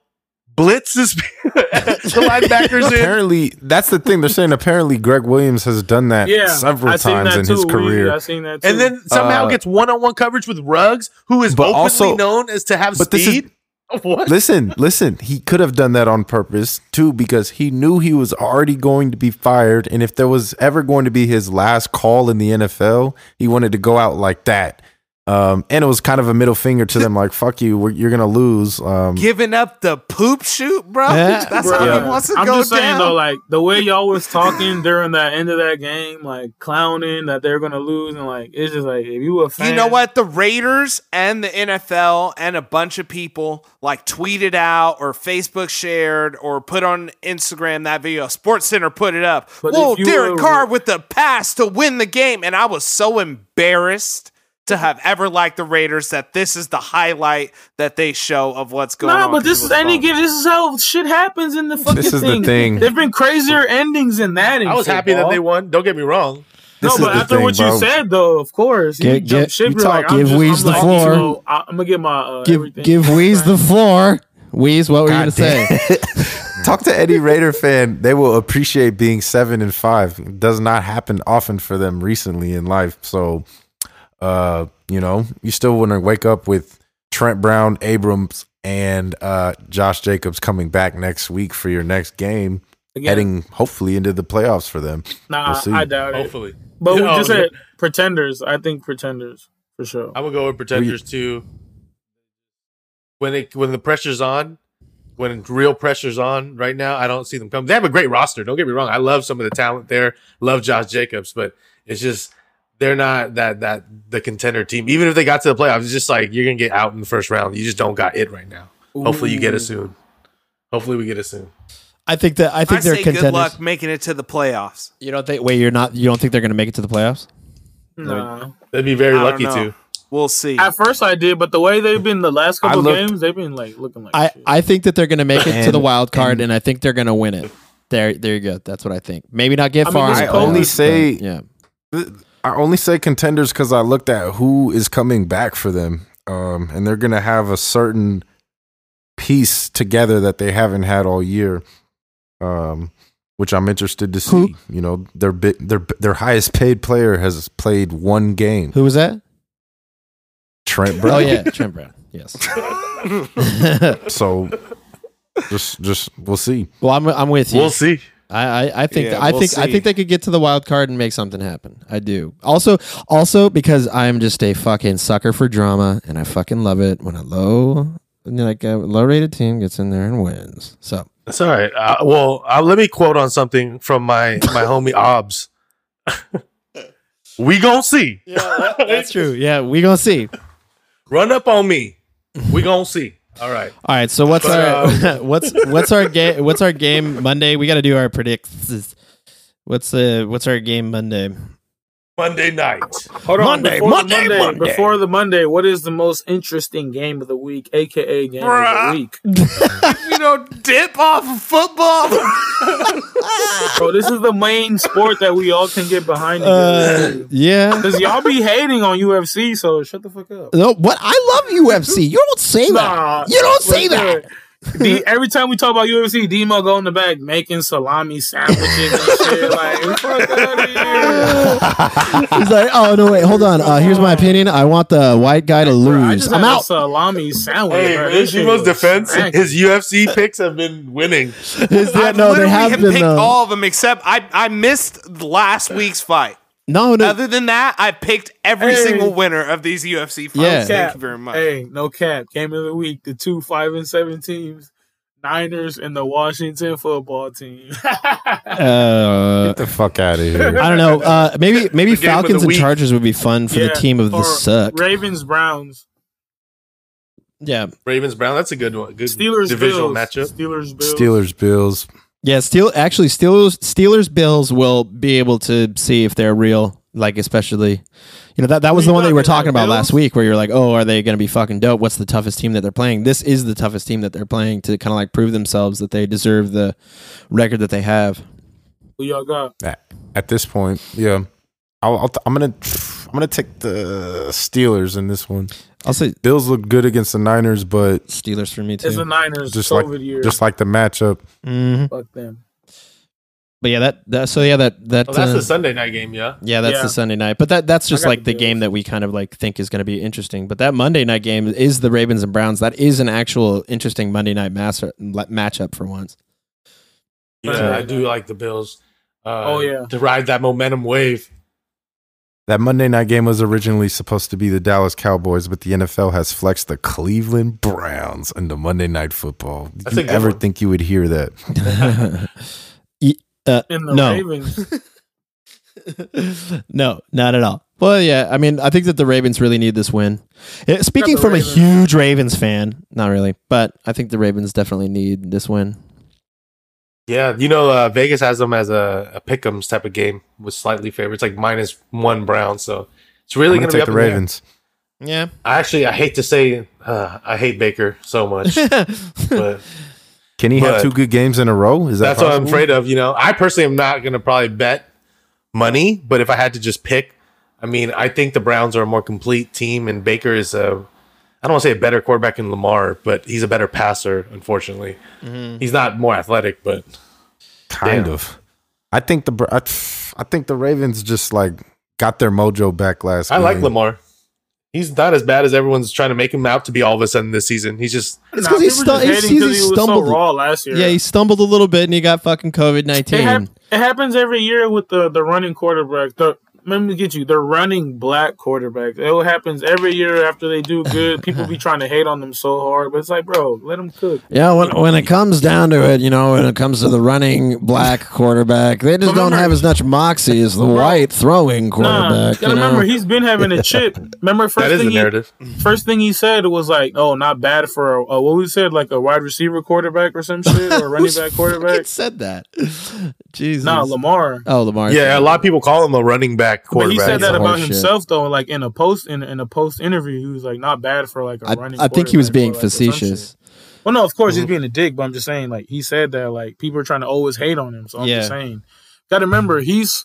Speaker 3: blitz is <laughs> the linebackers in.
Speaker 4: Apparently, that's the thing they're saying. Apparently, Greg Williams has done that
Speaker 6: Yeah,
Speaker 4: several
Speaker 6: I seen
Speaker 4: times
Speaker 6: that
Speaker 4: in
Speaker 6: too.
Speaker 4: his
Speaker 6: We-
Speaker 4: career.
Speaker 6: I seen that too.
Speaker 3: And then somehow
Speaker 4: Uh,
Speaker 3: gets one on one coverage with Ruggs, who is
Speaker 4: but
Speaker 3: openly
Speaker 4: also-
Speaker 3: known as to have
Speaker 4: but this is-
Speaker 3: speed. <laughs> what?
Speaker 4: listen, listen. He could have done that on purpose too, because he knew he was already going to be fired, and if there was ever going to be his last call in the NFL, he wanted to go out like that. Um, and it was kind of a middle finger to them, like "fuck you, we're, you're gonna lose." Um,
Speaker 5: Giving up the poop shoot, bro.
Speaker 2: Yeah.
Speaker 5: That's
Speaker 6: Bro,
Speaker 5: how
Speaker 6: yeah.
Speaker 5: he wants to
Speaker 6: I'm
Speaker 5: go
Speaker 6: just saying
Speaker 5: down.
Speaker 6: though, like the way y'all was talking during that end of that game, like clowning that they're gonna lose, and like it's just like if you a fan,
Speaker 5: you know what? The Raiders and the NFL and a bunch of people like tweeted out or Facebook shared or put on Instagram that video. Sports Center put it up.
Speaker 6: But
Speaker 5: Whoa,
Speaker 6: if you
Speaker 5: Derek
Speaker 6: were-
Speaker 5: Carr with the pass to win the game. And I was so embarrassed to have ever liked the Raiders that this is the highlight that they show of what's going
Speaker 6: Nah,
Speaker 5: on.
Speaker 6: but this is any game. This is how shit happens in the fucking.
Speaker 4: This is the
Speaker 6: thing.
Speaker 4: thing.
Speaker 6: There've been crazier endings than that. In
Speaker 3: I was happy that
Speaker 6: football.
Speaker 3: they won. Don't get me wrong.
Speaker 4: This
Speaker 6: no,
Speaker 4: is
Speaker 6: but
Speaker 4: the
Speaker 6: after
Speaker 4: thing,
Speaker 6: what
Speaker 4: bro.
Speaker 6: you said, though, of course, you
Speaker 2: Get-
Speaker 6: jump
Speaker 2: get-
Speaker 6: ship.
Speaker 2: you
Speaker 6: you're like,
Speaker 2: talk,
Speaker 6: I'm
Speaker 2: give
Speaker 6: just-
Speaker 2: Weez
Speaker 6: I'm
Speaker 2: the
Speaker 6: like,
Speaker 2: floor.
Speaker 6: you know, I- I'm gonna get my uh,
Speaker 2: Give
Speaker 6: everything.
Speaker 2: give Weeze the floor. Weeze, what were you gonna
Speaker 4: God
Speaker 2: say?
Speaker 4: Talk to any Raider fan; they will appreciate being seven and five. It does not happen often for them recently in life. So, uh, you know, you still want to wake up with Trent Brown, Abrams, and uh, Josh Jacobs coming back next week for your next game,
Speaker 6: Again,
Speaker 4: heading hopefully into the playoffs for them.
Speaker 6: Nah,
Speaker 4: we'll see.
Speaker 6: I doubt it.
Speaker 3: Hopefully,
Speaker 6: But
Speaker 3: <laughs>
Speaker 6: we
Speaker 3: Oh,
Speaker 6: just
Speaker 3: yeah.
Speaker 6: said pretenders. I think pretenders for sure.
Speaker 3: I would go with pretenders too. When it when the pressure's on, when real pressure's on right now, I don't see them come. They have a great roster. Don't get me wrong. I love some of the talent there. Love Josh Jacobs, but it's just they're not that that the contender team. Even if they got to the playoffs, it's just like you're gonna get out in the first round. You just don't got it right now. Hopefully you get it soon. Hopefully we get it soon.
Speaker 2: I think that I
Speaker 5: I,
Speaker 2: think they're
Speaker 5: say
Speaker 2: contenders.
Speaker 5: good luck making it to the playoffs.
Speaker 2: You don't think? Wait, you're not. You don't think they're gonna make it to the playoffs?
Speaker 6: Nah.
Speaker 3: They'd be very
Speaker 5: I don't
Speaker 3: lucky
Speaker 5: know.
Speaker 3: to.
Speaker 5: We'll see.
Speaker 6: At first, I did, but the way they've been the last
Speaker 4: I
Speaker 6: couple
Speaker 4: looked-
Speaker 6: games, they've been like looking like.
Speaker 2: I,
Speaker 6: shit.
Speaker 2: I think that they're going to make it to
Speaker 4: And-
Speaker 2: the wild card, and, I think they're going to win it. There, there you go. That's what I think. Maybe not get
Speaker 6: I mean,
Speaker 2: far.
Speaker 6: this
Speaker 2: in the
Speaker 6: I only
Speaker 2: playoffs,
Speaker 4: say-
Speaker 2: but, yeah.
Speaker 4: I only say contenders because I looked at who is coming back for them, um, and they're gonna have a certain piece together that they haven't had all year, um, which I'm interested to see.
Speaker 2: Who-
Speaker 4: You know, their bi- their their highest paid player has played one game.
Speaker 2: Who was that?
Speaker 4: Trent
Speaker 2: Oh
Speaker 4: Brown.
Speaker 2: yeah, Trent Brown. Yes. <laughs>
Speaker 4: So just just we'll see.
Speaker 2: well, I'm I'm with you.
Speaker 3: We'll see.
Speaker 2: I I, I think
Speaker 5: Yeah,
Speaker 2: I
Speaker 5: we'll
Speaker 2: think I
Speaker 5: see.
Speaker 2: think they could get to the wild card and make something happen. I do. Also, also because I'm just a fucking sucker for drama, and I fucking love it when a low like a low rated team gets in there and wins. So
Speaker 3: That's all right. Uh, well, uh, let me quote on something from my my homie Obs. <laughs> we gonna see.
Speaker 2: that's true. Yeah, we gonna see.
Speaker 3: Run up on me. We gonna see. All right.
Speaker 2: All right, so what's
Speaker 3: But,
Speaker 2: our <laughs> what's what's our game what's our game Monday? We got to do our predicts. What's the what's our game Monday?
Speaker 3: Monday night.
Speaker 6: Hold on,
Speaker 2: Monday,
Speaker 6: before
Speaker 2: Monday,
Speaker 6: the Monday,
Speaker 2: Monday.
Speaker 6: Before the Monday, what is the most interesting game of the week, aka game of the week?
Speaker 5: you don't dip off of
Speaker 3: <laughs>
Speaker 5: football.
Speaker 6: Bro, this is the main sport that we all can get behind.
Speaker 2: Uh, yeah.
Speaker 6: Because y'all be hating on UFC, so shut the fuck up.
Speaker 2: No, what I love UFC. You don't say
Speaker 6: Nah,
Speaker 2: that. You don't say that.
Speaker 6: D, every time we talk about UFC, Demo go in the back making salami sandwiches and shit. Like, fuck outta here.
Speaker 2: He's like, oh no, wait, hold on. Uh, here's my opinion. I want the white guy to
Speaker 6: Bro, I
Speaker 2: lose.
Speaker 6: just
Speaker 2: I'm
Speaker 6: had a
Speaker 2: out.
Speaker 6: salami sandwich.
Speaker 3: Hey,
Speaker 6: bro.
Speaker 3: man,
Speaker 6: This shit
Speaker 3: Demo's
Speaker 6: was
Speaker 3: defense,
Speaker 6: smacking.
Speaker 3: his UFC picks have been winning.
Speaker 2: Is that-
Speaker 5: I've
Speaker 2: no, they
Speaker 5: literally
Speaker 2: have
Speaker 5: have
Speaker 2: been. uh,
Speaker 5: picked
Speaker 2: though.
Speaker 5: all of them except I. I missed last week's fight.
Speaker 2: no, no.
Speaker 5: Other than that, I picked every
Speaker 6: Hey.
Speaker 5: single winner of these UFC fights.
Speaker 2: Yeah.
Speaker 5: Thank
Speaker 6: Cap.
Speaker 5: you very much.
Speaker 6: Hey, no cap. Game of the week, the two five and seven teams, Niners and the Washington football team. <laughs>
Speaker 2: uh,
Speaker 4: Get the fuck out of here.
Speaker 2: I don't know. Uh, maybe maybe
Speaker 3: The game of the
Speaker 2: Falcons and
Speaker 3: week.
Speaker 2: Chargers would be fun for the
Speaker 6: Yeah,
Speaker 2: team of the
Speaker 6: or
Speaker 2: suck.
Speaker 6: Ravens Browns.
Speaker 2: Yeah,
Speaker 3: Ravens Brown, that's a good one. Good
Speaker 6: Steelers
Speaker 3: divisional
Speaker 6: Bills.
Speaker 3: matchup.
Speaker 6: Steelers Bills.
Speaker 4: Steelers, Bills.
Speaker 2: yeah. Steel actually Steelers Steelers Bills will be able to see if they're real. Like especially, you know that that was
Speaker 6: Who
Speaker 2: the
Speaker 6: you
Speaker 2: one
Speaker 6: got?
Speaker 2: they were
Speaker 6: They got
Speaker 2: talking about last
Speaker 6: Bills?
Speaker 2: week, where you're like, oh, are they going to be fucking dope? What's the toughest team that they're playing? This is the toughest team that they're playing to kind of like prove themselves that they deserve the record that they have.
Speaker 6: Who y'all got?
Speaker 4: At, at this point, yeah. I'll, I'll t- I'm gonna I'm gonna take the Steelers in this one.
Speaker 2: I'll say
Speaker 4: Bills look good against the Niners, but
Speaker 2: Steelers for me
Speaker 6: It's the
Speaker 2: too.
Speaker 6: Niners
Speaker 4: just
Speaker 6: COVID
Speaker 4: like
Speaker 6: year.
Speaker 4: just like the matchup,
Speaker 2: Mhm.
Speaker 6: Fuck them.
Speaker 2: But yeah, that, that so yeah that that
Speaker 3: Oh, that's
Speaker 2: uh,
Speaker 3: the Sunday night game, yeah.
Speaker 2: yeah that's
Speaker 6: Yeah.
Speaker 2: the Sunday night. But that that's just
Speaker 6: got
Speaker 2: like
Speaker 6: the
Speaker 2: the
Speaker 6: Bills.
Speaker 2: game that we kind of like think is going to be interesting. But that Monday night game is the Ravens and Browns. That is an actual interesting Monday night mass, matchup for once. <laughs>
Speaker 3: But
Speaker 6: Yeah.
Speaker 3: I do like the Bills. Uh,
Speaker 6: Oh, yeah.
Speaker 3: to ride that momentum wave.
Speaker 4: that Monday night game was originally supposed to be the Dallas Cowboys, but the NFL has flexed the Cleveland Browns into Monday Night Football.
Speaker 3: That's
Speaker 4: Did
Speaker 3: a
Speaker 4: you
Speaker 3: good
Speaker 4: ever
Speaker 3: one.
Speaker 4: think you would hear that?
Speaker 2: E- uh,
Speaker 6: And the
Speaker 2: no. <laughs>
Speaker 6: Ravens.
Speaker 2: no, not at all. Well, yeah, I mean, I think that the Ravens really need this win. Eh, Speaking
Speaker 6: the
Speaker 2: from
Speaker 6: Ravens.
Speaker 2: a huge Ravens fan, not really, but I think the Ravens definitely need this win.
Speaker 3: Yeah, you know, uh, Vegas has them as a, a pick'ems type of game with slightly favorites, like minus one Brown. So it's really
Speaker 4: I'm
Speaker 3: going
Speaker 4: gonna
Speaker 3: to be
Speaker 4: take
Speaker 3: up
Speaker 4: the
Speaker 3: in the air.
Speaker 4: Ravens.
Speaker 2: <laughs> Yeah.
Speaker 3: I actually, I hate to say, uh, I hate Baker so much, but
Speaker 4: Can he
Speaker 3: But-
Speaker 4: have two good games in a row? Is that
Speaker 3: that's what I'm
Speaker 4: possible?
Speaker 3: afraid of. You know, I personally am not going to probably bet money, but if I had to just pick, I mean, I think the Browns are a more complete team, and Baker is a, I don't want to say a better quarterback than Lamar, but he's a better passer. Unfortunately, he's not more athletic, but
Speaker 4: kind
Speaker 3: Damn.
Speaker 4: of. I think the Bra- I, I think the Ravens just like got their mojo back last.
Speaker 3: I like
Speaker 2: Mm.
Speaker 4: game.
Speaker 3: Lamar. He's not as bad as everyone's trying to make him out to be all of a sudden this season. He's just
Speaker 2: It's
Speaker 6: Nah,
Speaker 2: 'cause he
Speaker 6: people
Speaker 2: stu-
Speaker 6: just
Speaker 2: he's-
Speaker 6: hating
Speaker 2: he's-
Speaker 6: 'cause
Speaker 2: he
Speaker 6: he was so
Speaker 2: stumbled.
Speaker 6: raw last year.
Speaker 2: yeah, he stumbled a little bit and he got fucking COVID 19.
Speaker 6: It, hap- it happens every year with the, the running quarterback. The, let me get you the running black quarterback. It happens every year after they do good. People
Speaker 2: <laughs>
Speaker 6: be trying to hate on them so hard, but it's like, bro, let them cook.
Speaker 2: Yeah, when, when it comes down to it, you know, when it comes to the running black quarterback, they just don't
Speaker 6: Remember-
Speaker 2: have as much moxie as the white throwing
Speaker 6: Nah,
Speaker 2: quarterback.
Speaker 6: gotta
Speaker 2: you know?
Speaker 6: remember
Speaker 2: <laughs>
Speaker 6: he's been having a chip. Remember first
Speaker 3: that is the
Speaker 6: thing he,
Speaker 3: narrative.
Speaker 6: first thing he said was like, "Oh, not bad for a, a what we said like a wide receiver quarterback or some shit or a running
Speaker 2: Who's
Speaker 6: back
Speaker 2: fucking <laughs>
Speaker 6: quarterback."
Speaker 2: said that. Jesus.
Speaker 6: Nah, Lamar.
Speaker 2: oh, Lamar.
Speaker 3: Yeah, a lot of people call him a running back
Speaker 6: But
Speaker 3: quarterback.
Speaker 6: he said that
Speaker 2: Horseshit.
Speaker 6: about himself though, like in a post in, in a post interview, he was like, "Not bad for like a
Speaker 2: I,
Speaker 6: running."
Speaker 2: I think he was
Speaker 6: quarterback or,
Speaker 2: being
Speaker 6: like, or some shit."
Speaker 2: facetious.
Speaker 6: Well, no, of course
Speaker 2: Mm-hmm.
Speaker 6: he's being a dick, but I'm just saying, like he said that, like people are trying to always hate on him. So I'm just
Speaker 2: Yeah.
Speaker 6: saying, got to remember he's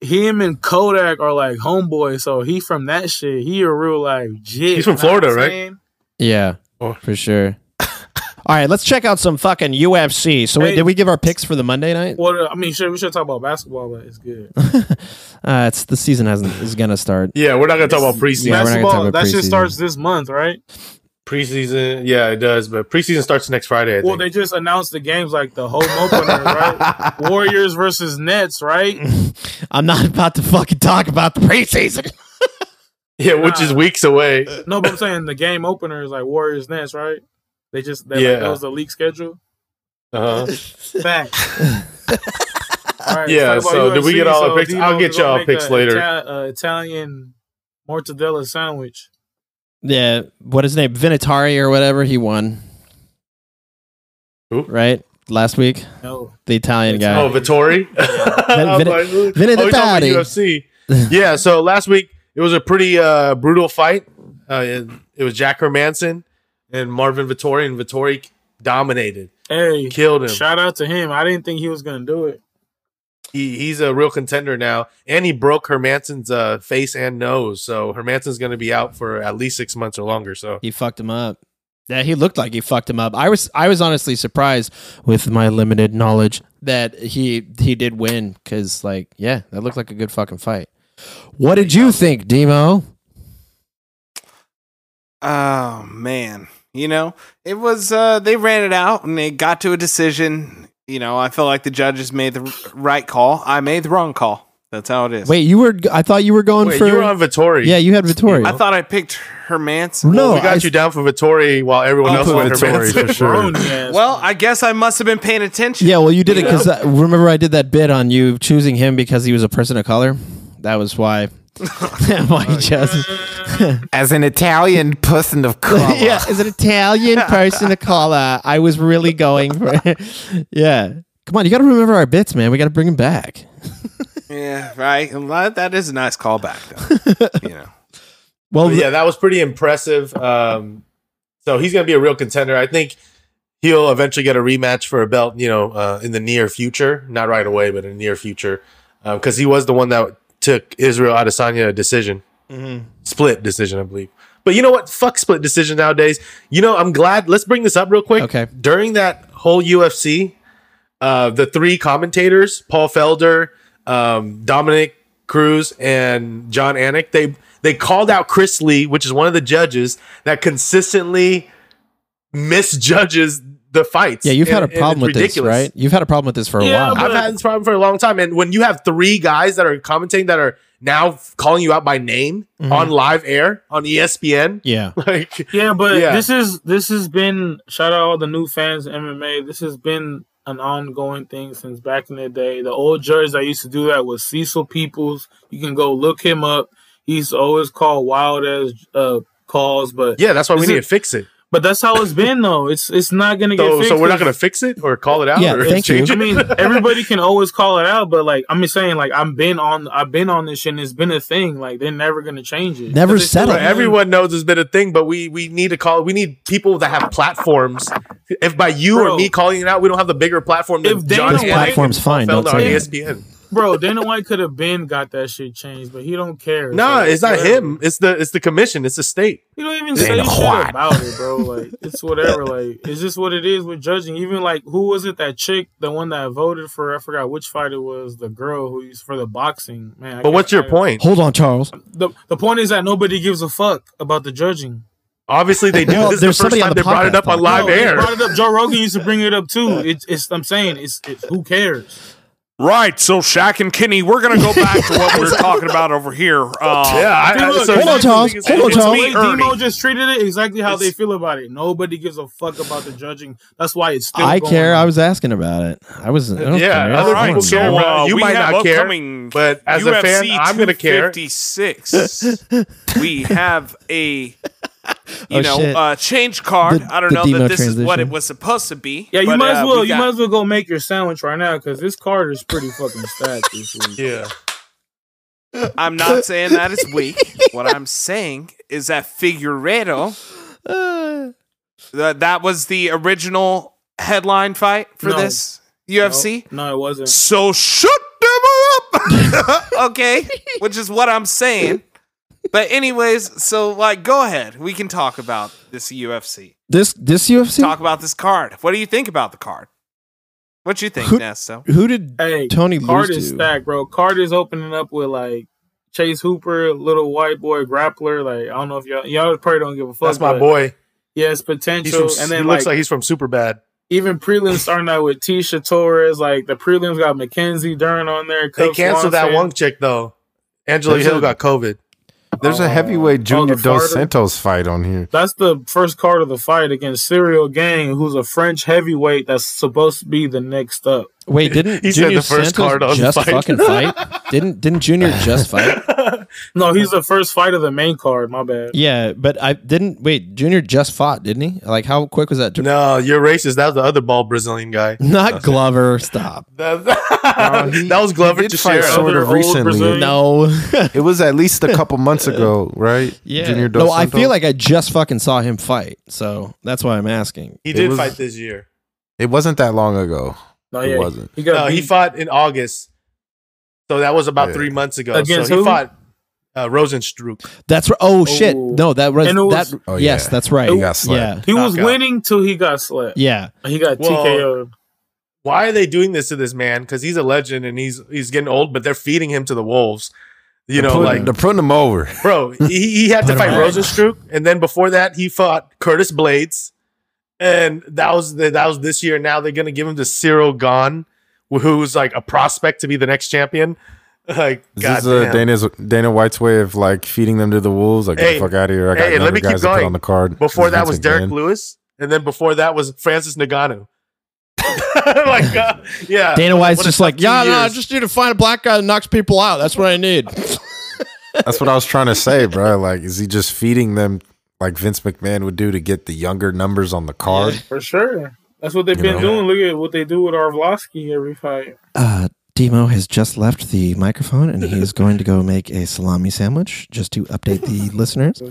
Speaker 6: him and Kodak are like homeboys, so he from that shit. He a real like jig.
Speaker 3: He's from
Speaker 6: you know what
Speaker 3: Florida,
Speaker 6: I'm
Speaker 3: right?
Speaker 6: saying?
Speaker 2: Yeah,
Speaker 3: Oh.
Speaker 2: for sure.
Speaker 6: <laughs>
Speaker 2: All right, let's check out some fucking UFC. So, wait,
Speaker 6: Hey.
Speaker 2: did we give our picks for the Monday night?
Speaker 6: Well, I mean, shit, we should talk about basketball, but it's good.
Speaker 2: Uh, it's the season hasn't is gonna start.
Speaker 3: yeah, we're not gonna talk about preseason.
Speaker 2: Yeah, we're not gonna talk
Speaker 6: basketball
Speaker 2: about
Speaker 6: that shit
Speaker 2: preseason.
Speaker 6: starts this month, right?
Speaker 3: Preseason, yeah, it does, but preseason starts next Friday. I think.
Speaker 6: Well, they just announced the games like the home
Speaker 2: <laughs>
Speaker 6: opener, right? Warriors versus Nets, right?
Speaker 2: I'm not about to fucking talk about the preseason.
Speaker 3: <laughs> yeah, which
Speaker 6: nah.
Speaker 3: is weeks
Speaker 6: <laughs>
Speaker 3: away.
Speaker 6: No, but I'm saying the game opener is like Warriors Nets, right? They just they,
Speaker 3: Yeah.
Speaker 6: like, that was the league schedule.
Speaker 3: Uh-huh.
Speaker 6: Fact. All right,
Speaker 3: Yeah,
Speaker 6: let's talk
Speaker 3: so
Speaker 6: about
Speaker 3: did we get all our picks?
Speaker 6: Dino
Speaker 3: I'll get
Speaker 6: gonna
Speaker 3: y'all
Speaker 6: make
Speaker 3: picks
Speaker 6: a
Speaker 3: later.
Speaker 6: Ita- uh, Italian mortadella sandwich.
Speaker 2: yeah, what is his name? Vinatari or whatever. He won.
Speaker 3: Who?
Speaker 2: Right last week,
Speaker 6: No,
Speaker 2: the Italian guy.
Speaker 3: Oh, Vittori. <laughs> I was
Speaker 2: <laughs> Vin-
Speaker 3: like, "Ooh."
Speaker 2: Vin-
Speaker 3: oh, he's talking about
Speaker 2: Vittori. <laughs>
Speaker 3: UFC. yeah, so last week it was a pretty uh, brutal fight. Uh, it, it was Jack Hermanson and Marvin Vittori, and Vittori dominated,
Speaker 6: hey,
Speaker 3: killed him.
Speaker 6: shout out to him. I didn't think he was gonna do it.
Speaker 3: he he's a real contender now, and he broke Hermanson's uh, face and nose, so Hermanson's going to be out for at least six months or longer. So
Speaker 2: He fucked him up. Yeah, he looked like he fucked him up. I was I was honestly surprised with my limited knowledge that he he did win because like yeah, that looked like a good fucking fight. What did you think, Demo?
Speaker 5: Oh man, you know it was. Uh, they ran it out and they got to a decision. You know, I feel like the judges made the r- right call. I made the wrong call. That's how it is.
Speaker 2: Wait, you were I thought you were going
Speaker 3: wait,
Speaker 2: for
Speaker 3: you were on Vittori.
Speaker 2: yeah, you had Vittoria.
Speaker 5: I thought I picked Hermanson.
Speaker 2: no,
Speaker 3: we got
Speaker 2: I-
Speaker 3: you down for Vittori while everyone
Speaker 5: I'll
Speaker 3: else
Speaker 5: put
Speaker 3: went
Speaker 4: Vittori
Speaker 3: Hermanson.
Speaker 4: for
Speaker 6: <laughs>
Speaker 4: sure.
Speaker 6: Brony ass.
Speaker 5: Well, I guess I must have been paying attention.
Speaker 2: Yeah, well, you did it because remember I did that bit on you choosing him because he was a person of color. That was why. <laughs> why you chose?
Speaker 4: As an Italian person
Speaker 3: <laughs>
Speaker 4: of color,
Speaker 2: <laughs> yeah, as an Italian person of color, I was really going for. <laughs> yeah, come on, you got to remember our bits, man. We got to bring him back.
Speaker 5: Yeah, right. And that- That is a nice callback, though. you know.
Speaker 2: Well,
Speaker 3: But yeah, that was pretty impressive. Um, so he's going to be a real contender. I think he'll eventually get a rematch for a belt, you know, uh, in the near future. Not right away, but in the near future. Because Um, he was the one that took Israel Adesanya a decision,
Speaker 2: Mm-hmm.
Speaker 3: split decision, I believe. But you know what? Fuck split decision nowadays. You know, I'm glad. Let's bring this up real quick.
Speaker 2: Okay.
Speaker 3: During that whole UFC, uh, the three commentators, Paul Felder, um, Dominic Cruz, and John Anik, they they called out Chris Lee, which is one of the judges that consistently misjudges the fights.
Speaker 2: Yeah, you've had a
Speaker 3: And- and
Speaker 2: problem
Speaker 3: it's
Speaker 2: with
Speaker 3: ridiculous.
Speaker 2: this, right? You've had a problem with this for a
Speaker 6: Yeah,
Speaker 2: while.
Speaker 6: but-
Speaker 3: I've had this problem for a long time. And when you have three guys that are commenting that are now f- calling you out by name on live air on E ESPN,
Speaker 2: Mm-hmm. yeah.
Speaker 3: like
Speaker 6: Yeah, but
Speaker 3: Yeah.
Speaker 6: this is this has been shout out all the new fans of MMA. This has been an ongoing thing since back in the day. The old judge that used to do that was Cecil Peoples. You can go look him up. He's always called wild as uh, calls, but
Speaker 3: yeah, that's why we
Speaker 6: Is
Speaker 3: need
Speaker 6: it-
Speaker 3: to fix it.
Speaker 6: but that's how it's been though. It's it's not gonna get
Speaker 3: So,
Speaker 6: fixed.
Speaker 3: so we're not
Speaker 6: It's- <laughs>
Speaker 3: going to fix it or call it out
Speaker 2: Yeah,
Speaker 3: or
Speaker 2: thank you.
Speaker 3: <laughs> change
Speaker 6: I
Speaker 3: it.
Speaker 6: mean, everybody can always call it out, but like I'm just saying, like I've been on, I've been on this shit, and it's been a thing. Like they're never gonna change it.
Speaker 2: Never
Speaker 6: 'Cause they
Speaker 2: said
Speaker 6: feel
Speaker 2: it.
Speaker 3: But
Speaker 6: like-
Speaker 3: everyone knows it's been a thing, but we we need to call. We need people that have platforms. If by you or
Speaker 6: Bro.
Speaker 3: me calling it out, we don't have the bigger platform. Than
Speaker 6: If Dana
Speaker 3: John
Speaker 6: This
Speaker 3: Anik
Speaker 2: platform's
Speaker 3: and
Speaker 2: fine,
Speaker 3: Paul
Speaker 2: don't
Speaker 3: Felder on
Speaker 6: say it.
Speaker 3: ESPN.
Speaker 6: <laughs> bro. Dana White could have been got that shit changed, but he don't care.
Speaker 3: No,
Speaker 6: So,
Speaker 3: it's not
Speaker 6: whatever.
Speaker 3: him. It's the it's the commission. It's the state.
Speaker 6: You don't even say shit
Speaker 4: White.
Speaker 6: about it, bro. Like it's whatever. Like it's just what it is with judging. Even like who was it that chick, the one that voted for? I forgot which fight it was. The girl who used for the boxing man. I
Speaker 3: But what's your
Speaker 6: can't- I-
Speaker 3: point?
Speaker 2: Hold on, Charles.
Speaker 6: The the point is that nobody gives a fuck about the judging.
Speaker 3: Obviously, they do.
Speaker 2: Well,
Speaker 3: this is the
Speaker 2: there's
Speaker 3: first
Speaker 2: somebody on the
Speaker 3: time they brought it
Speaker 2: podcast
Speaker 3: up on
Speaker 2: talking
Speaker 3: live
Speaker 6: No, they
Speaker 3: air.
Speaker 6: Brought it up. Joe Rogan used to bring it up too. It's, it's I'm saying it's, it's who cares.
Speaker 7: Right, so Shaq and Kenny, we're gonna go back to what we
Speaker 2: <laughs>
Speaker 7: were talking about over here. Uh,
Speaker 3: Yeah, I, I,
Speaker 6: Dude,
Speaker 3: so
Speaker 6: look,
Speaker 2: Hold on, Charles.
Speaker 3: it's-
Speaker 2: Hold on,
Speaker 3: it's
Speaker 6: The
Speaker 2: Charles.
Speaker 6: way
Speaker 7: Ernie.
Speaker 6: Demo just treated it exactly how they feel about it. Nobody gives a fuck about the judging. That's why it's still.
Speaker 2: I
Speaker 6: going
Speaker 2: care.
Speaker 6: on.
Speaker 2: I was asking about it. I was. I don't
Speaker 3: Yeah,
Speaker 2: care.
Speaker 3: other
Speaker 2: I don't
Speaker 3: people
Speaker 2: know.
Speaker 3: care.
Speaker 7: so uh,
Speaker 3: You
Speaker 7: we
Speaker 3: might
Speaker 7: have
Speaker 3: not care,
Speaker 7: upcoming
Speaker 3: but as a fan,
Speaker 7: UFC
Speaker 3: I'm gonna care.
Speaker 2: <laughs>
Speaker 7: 256. we have a you
Speaker 2: Oh,
Speaker 7: know
Speaker 2: shit.
Speaker 7: uh, change card.
Speaker 2: The-
Speaker 7: I don't
Speaker 2: the
Speaker 7: know
Speaker 2: Demo
Speaker 7: that this is what it
Speaker 2: transition.
Speaker 7: was supposed to be.
Speaker 6: Yeah, you
Speaker 7: but,
Speaker 6: might
Speaker 7: uh,
Speaker 6: as
Speaker 7: we
Speaker 6: well. You
Speaker 7: got-
Speaker 6: might as well go make your sandwich right now because this card is pretty fucking stacked
Speaker 3: <laughs>
Speaker 6: this week.
Speaker 3: Yeah,
Speaker 7: I'm
Speaker 6: <laughs>
Speaker 7: not saying that it's weak. what I'm saying is that Figueredo,
Speaker 2: Uh,
Speaker 7: that that was the original headline fight for
Speaker 6: No.
Speaker 7: this UFC.
Speaker 6: No, it wasn't.
Speaker 7: So shut them up. <laughs> okay, which is what I'm saying. But anyways, so like, go ahead. We can talk about this UFC.
Speaker 2: this this UFC.
Speaker 7: Talk about this card. What do you think about the card? What do you think,
Speaker 2: Who-
Speaker 7: Nesto?
Speaker 2: Who did
Speaker 6: Hey,
Speaker 2: Tony
Speaker 6: card
Speaker 2: lose
Speaker 6: is
Speaker 2: to?
Speaker 6: stacked, bro. Card is opening up with like Chase Hooper, little white boy grappler. Like I don't know if y'all y'all probably don't give a fuck.
Speaker 3: that's my
Speaker 6: but
Speaker 3: boy.
Speaker 6: Yes,
Speaker 3: He's
Speaker 6: potential.
Speaker 3: from,
Speaker 6: and then
Speaker 3: he
Speaker 6: like,
Speaker 3: looks like he's from Super Bad.
Speaker 6: even prelims starting out with Tisha Torres. Like the prelims got Mackenzie Dern on there.
Speaker 3: They
Speaker 6: Cub
Speaker 3: canceled that
Speaker 6: Swanson.
Speaker 3: one chick though. Angela
Speaker 4: There's
Speaker 3: Hill
Speaker 4: a-
Speaker 3: got COVID.
Speaker 4: There's a heavyweight Junior
Speaker 6: the
Speaker 4: Dos
Speaker 6: farter?
Speaker 4: Santos fight on here.
Speaker 6: That's the first card of the fight against Serial Gang, who's a French heavyweight that's supposed to be the next up.
Speaker 2: Wait, didn't
Speaker 3: <laughs> He said
Speaker 2: Junior
Speaker 3: the first
Speaker 2: Santos
Speaker 3: card on
Speaker 2: just
Speaker 3: fight.
Speaker 2: fucking fight? Didn't didn't Junior just fight?
Speaker 6: No, he's the first fight of the main card. My bad.
Speaker 2: Yeah, but I didn't. Wait, Junior just fought, didn't he? Like, how quick was that?
Speaker 3: No, you're racist. That was the other bald Brazilian guy.
Speaker 2: Not Glover. Stop.
Speaker 3: That, <laughs> <laughs>
Speaker 4: he-
Speaker 3: that was Glover
Speaker 4: he did fight
Speaker 3: Teixeira.
Speaker 4: sort of
Speaker 6: Other old
Speaker 4: recently.
Speaker 6: Brazilian-
Speaker 2: No.
Speaker 4: It was at
Speaker 2: <laughs>
Speaker 4: least a couple months ago, right?
Speaker 2: yeah.
Speaker 4: Junior Dos
Speaker 2: no, I
Speaker 4: Santos?
Speaker 2: feel like I just fucking saw him fight, so that's why I'm asking.
Speaker 3: He
Speaker 4: It
Speaker 3: did
Speaker 4: was-
Speaker 3: fight this year.
Speaker 4: it wasn't that long ago.
Speaker 6: No,
Speaker 4: It
Speaker 6: yeah,
Speaker 4: wasn't.
Speaker 6: He got
Speaker 3: No, he
Speaker 6: beat
Speaker 3: fought in August. So that was about
Speaker 4: Yeah.
Speaker 3: three months ago.
Speaker 6: Against
Speaker 3: so he
Speaker 6: who?
Speaker 3: fought uh, Rosenstruck.
Speaker 2: That's right. Oh, shit.
Speaker 6: Oh.
Speaker 2: No, that was,
Speaker 6: And it was-
Speaker 2: that.
Speaker 4: Oh,
Speaker 2: yes,
Speaker 4: yeah.
Speaker 2: that's right.
Speaker 4: He got
Speaker 2: yeah,
Speaker 4: slapped.
Speaker 6: He was
Speaker 3: knockout.
Speaker 6: winning till he got slapped.
Speaker 2: yeah.
Speaker 6: He got
Speaker 3: Well,
Speaker 6: TKO.
Speaker 3: why are they doing this to this man? Because he's a legend and he's he's getting old, but they're feeding him to the wolves. You know,
Speaker 4: putting,
Speaker 3: like
Speaker 4: they're putting him over.
Speaker 3: bro, he, he had
Speaker 2: Put
Speaker 3: to
Speaker 2: him
Speaker 3: fight
Speaker 2: out.
Speaker 3: Rosenstruck, and then before that, he fought Curtis Blades, and that was the, that was this year. Now they're gonna give him to Cyril Gon, who's like a prospect to be the next champion. <laughs> Like,
Speaker 4: Is
Speaker 3: God
Speaker 4: this uh, Dana's, Dana White's way of like feeding them to the wolves? Like,
Speaker 3: Hey,
Speaker 4: get the fuck out of here. I got
Speaker 3: hey,
Speaker 4: hey,
Speaker 3: let me keep
Speaker 4: guys to put
Speaker 3: going.
Speaker 4: on the card.
Speaker 3: Before
Speaker 4: This
Speaker 3: that
Speaker 4: is
Speaker 3: was
Speaker 4: Vincent
Speaker 3: Derek
Speaker 4: Gann.
Speaker 3: Lewis, and then before that was Francis Nagano. <laughs>
Speaker 6: <laughs>
Speaker 3: like, uh, yeah,
Speaker 2: Dana White's
Speaker 3: What a
Speaker 2: just
Speaker 3: tough
Speaker 2: like,
Speaker 3: two
Speaker 2: yeah, no, I
Speaker 3: years."
Speaker 2: just need to find a black guy that knocks people out. That's what I need.
Speaker 4: That's what I was trying to say, bro. Like, is he just feeding them like Vince McMahon would do to get the younger numbers on the card?
Speaker 6: For sure. That's what they've
Speaker 4: You
Speaker 6: been
Speaker 4: know.
Speaker 6: doing. Look at what they do with Arvlovsky every fight.
Speaker 2: Uh, Demo has just left the microphone and
Speaker 6: <laughs>
Speaker 2: he is going to go make a salami sandwich just to update
Speaker 6: <laughs>
Speaker 2: the listeners.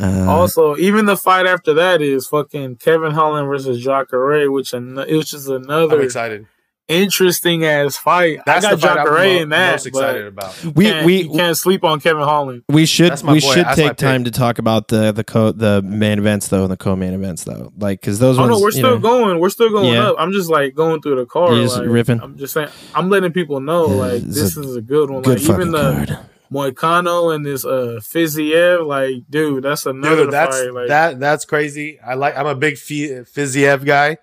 Speaker 2: Uh,
Speaker 6: Also, even the fight after that is fucking Kevin Holland versus Jacare, which an- it was just
Speaker 3: I'm
Speaker 6: another
Speaker 3: excited.
Speaker 6: interesting ass fight.
Speaker 3: That's
Speaker 6: I
Speaker 3: the
Speaker 6: got
Speaker 3: fight
Speaker 6: John Gray
Speaker 3: I'm
Speaker 6: in
Speaker 3: mo-
Speaker 6: that.
Speaker 3: most excited about.
Speaker 2: We we
Speaker 6: you can't sleep on Kevin Holland.
Speaker 2: we should
Speaker 3: That's my
Speaker 2: we
Speaker 3: boy.
Speaker 2: should
Speaker 3: That's my
Speaker 2: take
Speaker 3: pick.
Speaker 2: time to talk about the the co the main events though and the co main events though like because those
Speaker 6: Oh
Speaker 2: ones
Speaker 6: no, we're
Speaker 2: you
Speaker 6: still
Speaker 2: know,
Speaker 6: going. We're still going
Speaker 2: Yeah.
Speaker 6: up. I'm just like going through the card.
Speaker 2: You're just
Speaker 6: like,
Speaker 2: riffing?
Speaker 6: I'm just saying. I'm letting people know
Speaker 2: Yeah,
Speaker 6: like
Speaker 2: it's
Speaker 6: this
Speaker 2: a
Speaker 6: is a good one.
Speaker 2: good
Speaker 6: like even
Speaker 2: fucking
Speaker 6: the
Speaker 2: card.
Speaker 6: Moicano and this uh Fiziev, like dude, that's another
Speaker 3: Dude, that's
Speaker 6: fight. Like,
Speaker 3: that that's crazy. I like. I'm a big F- Fiziev guy.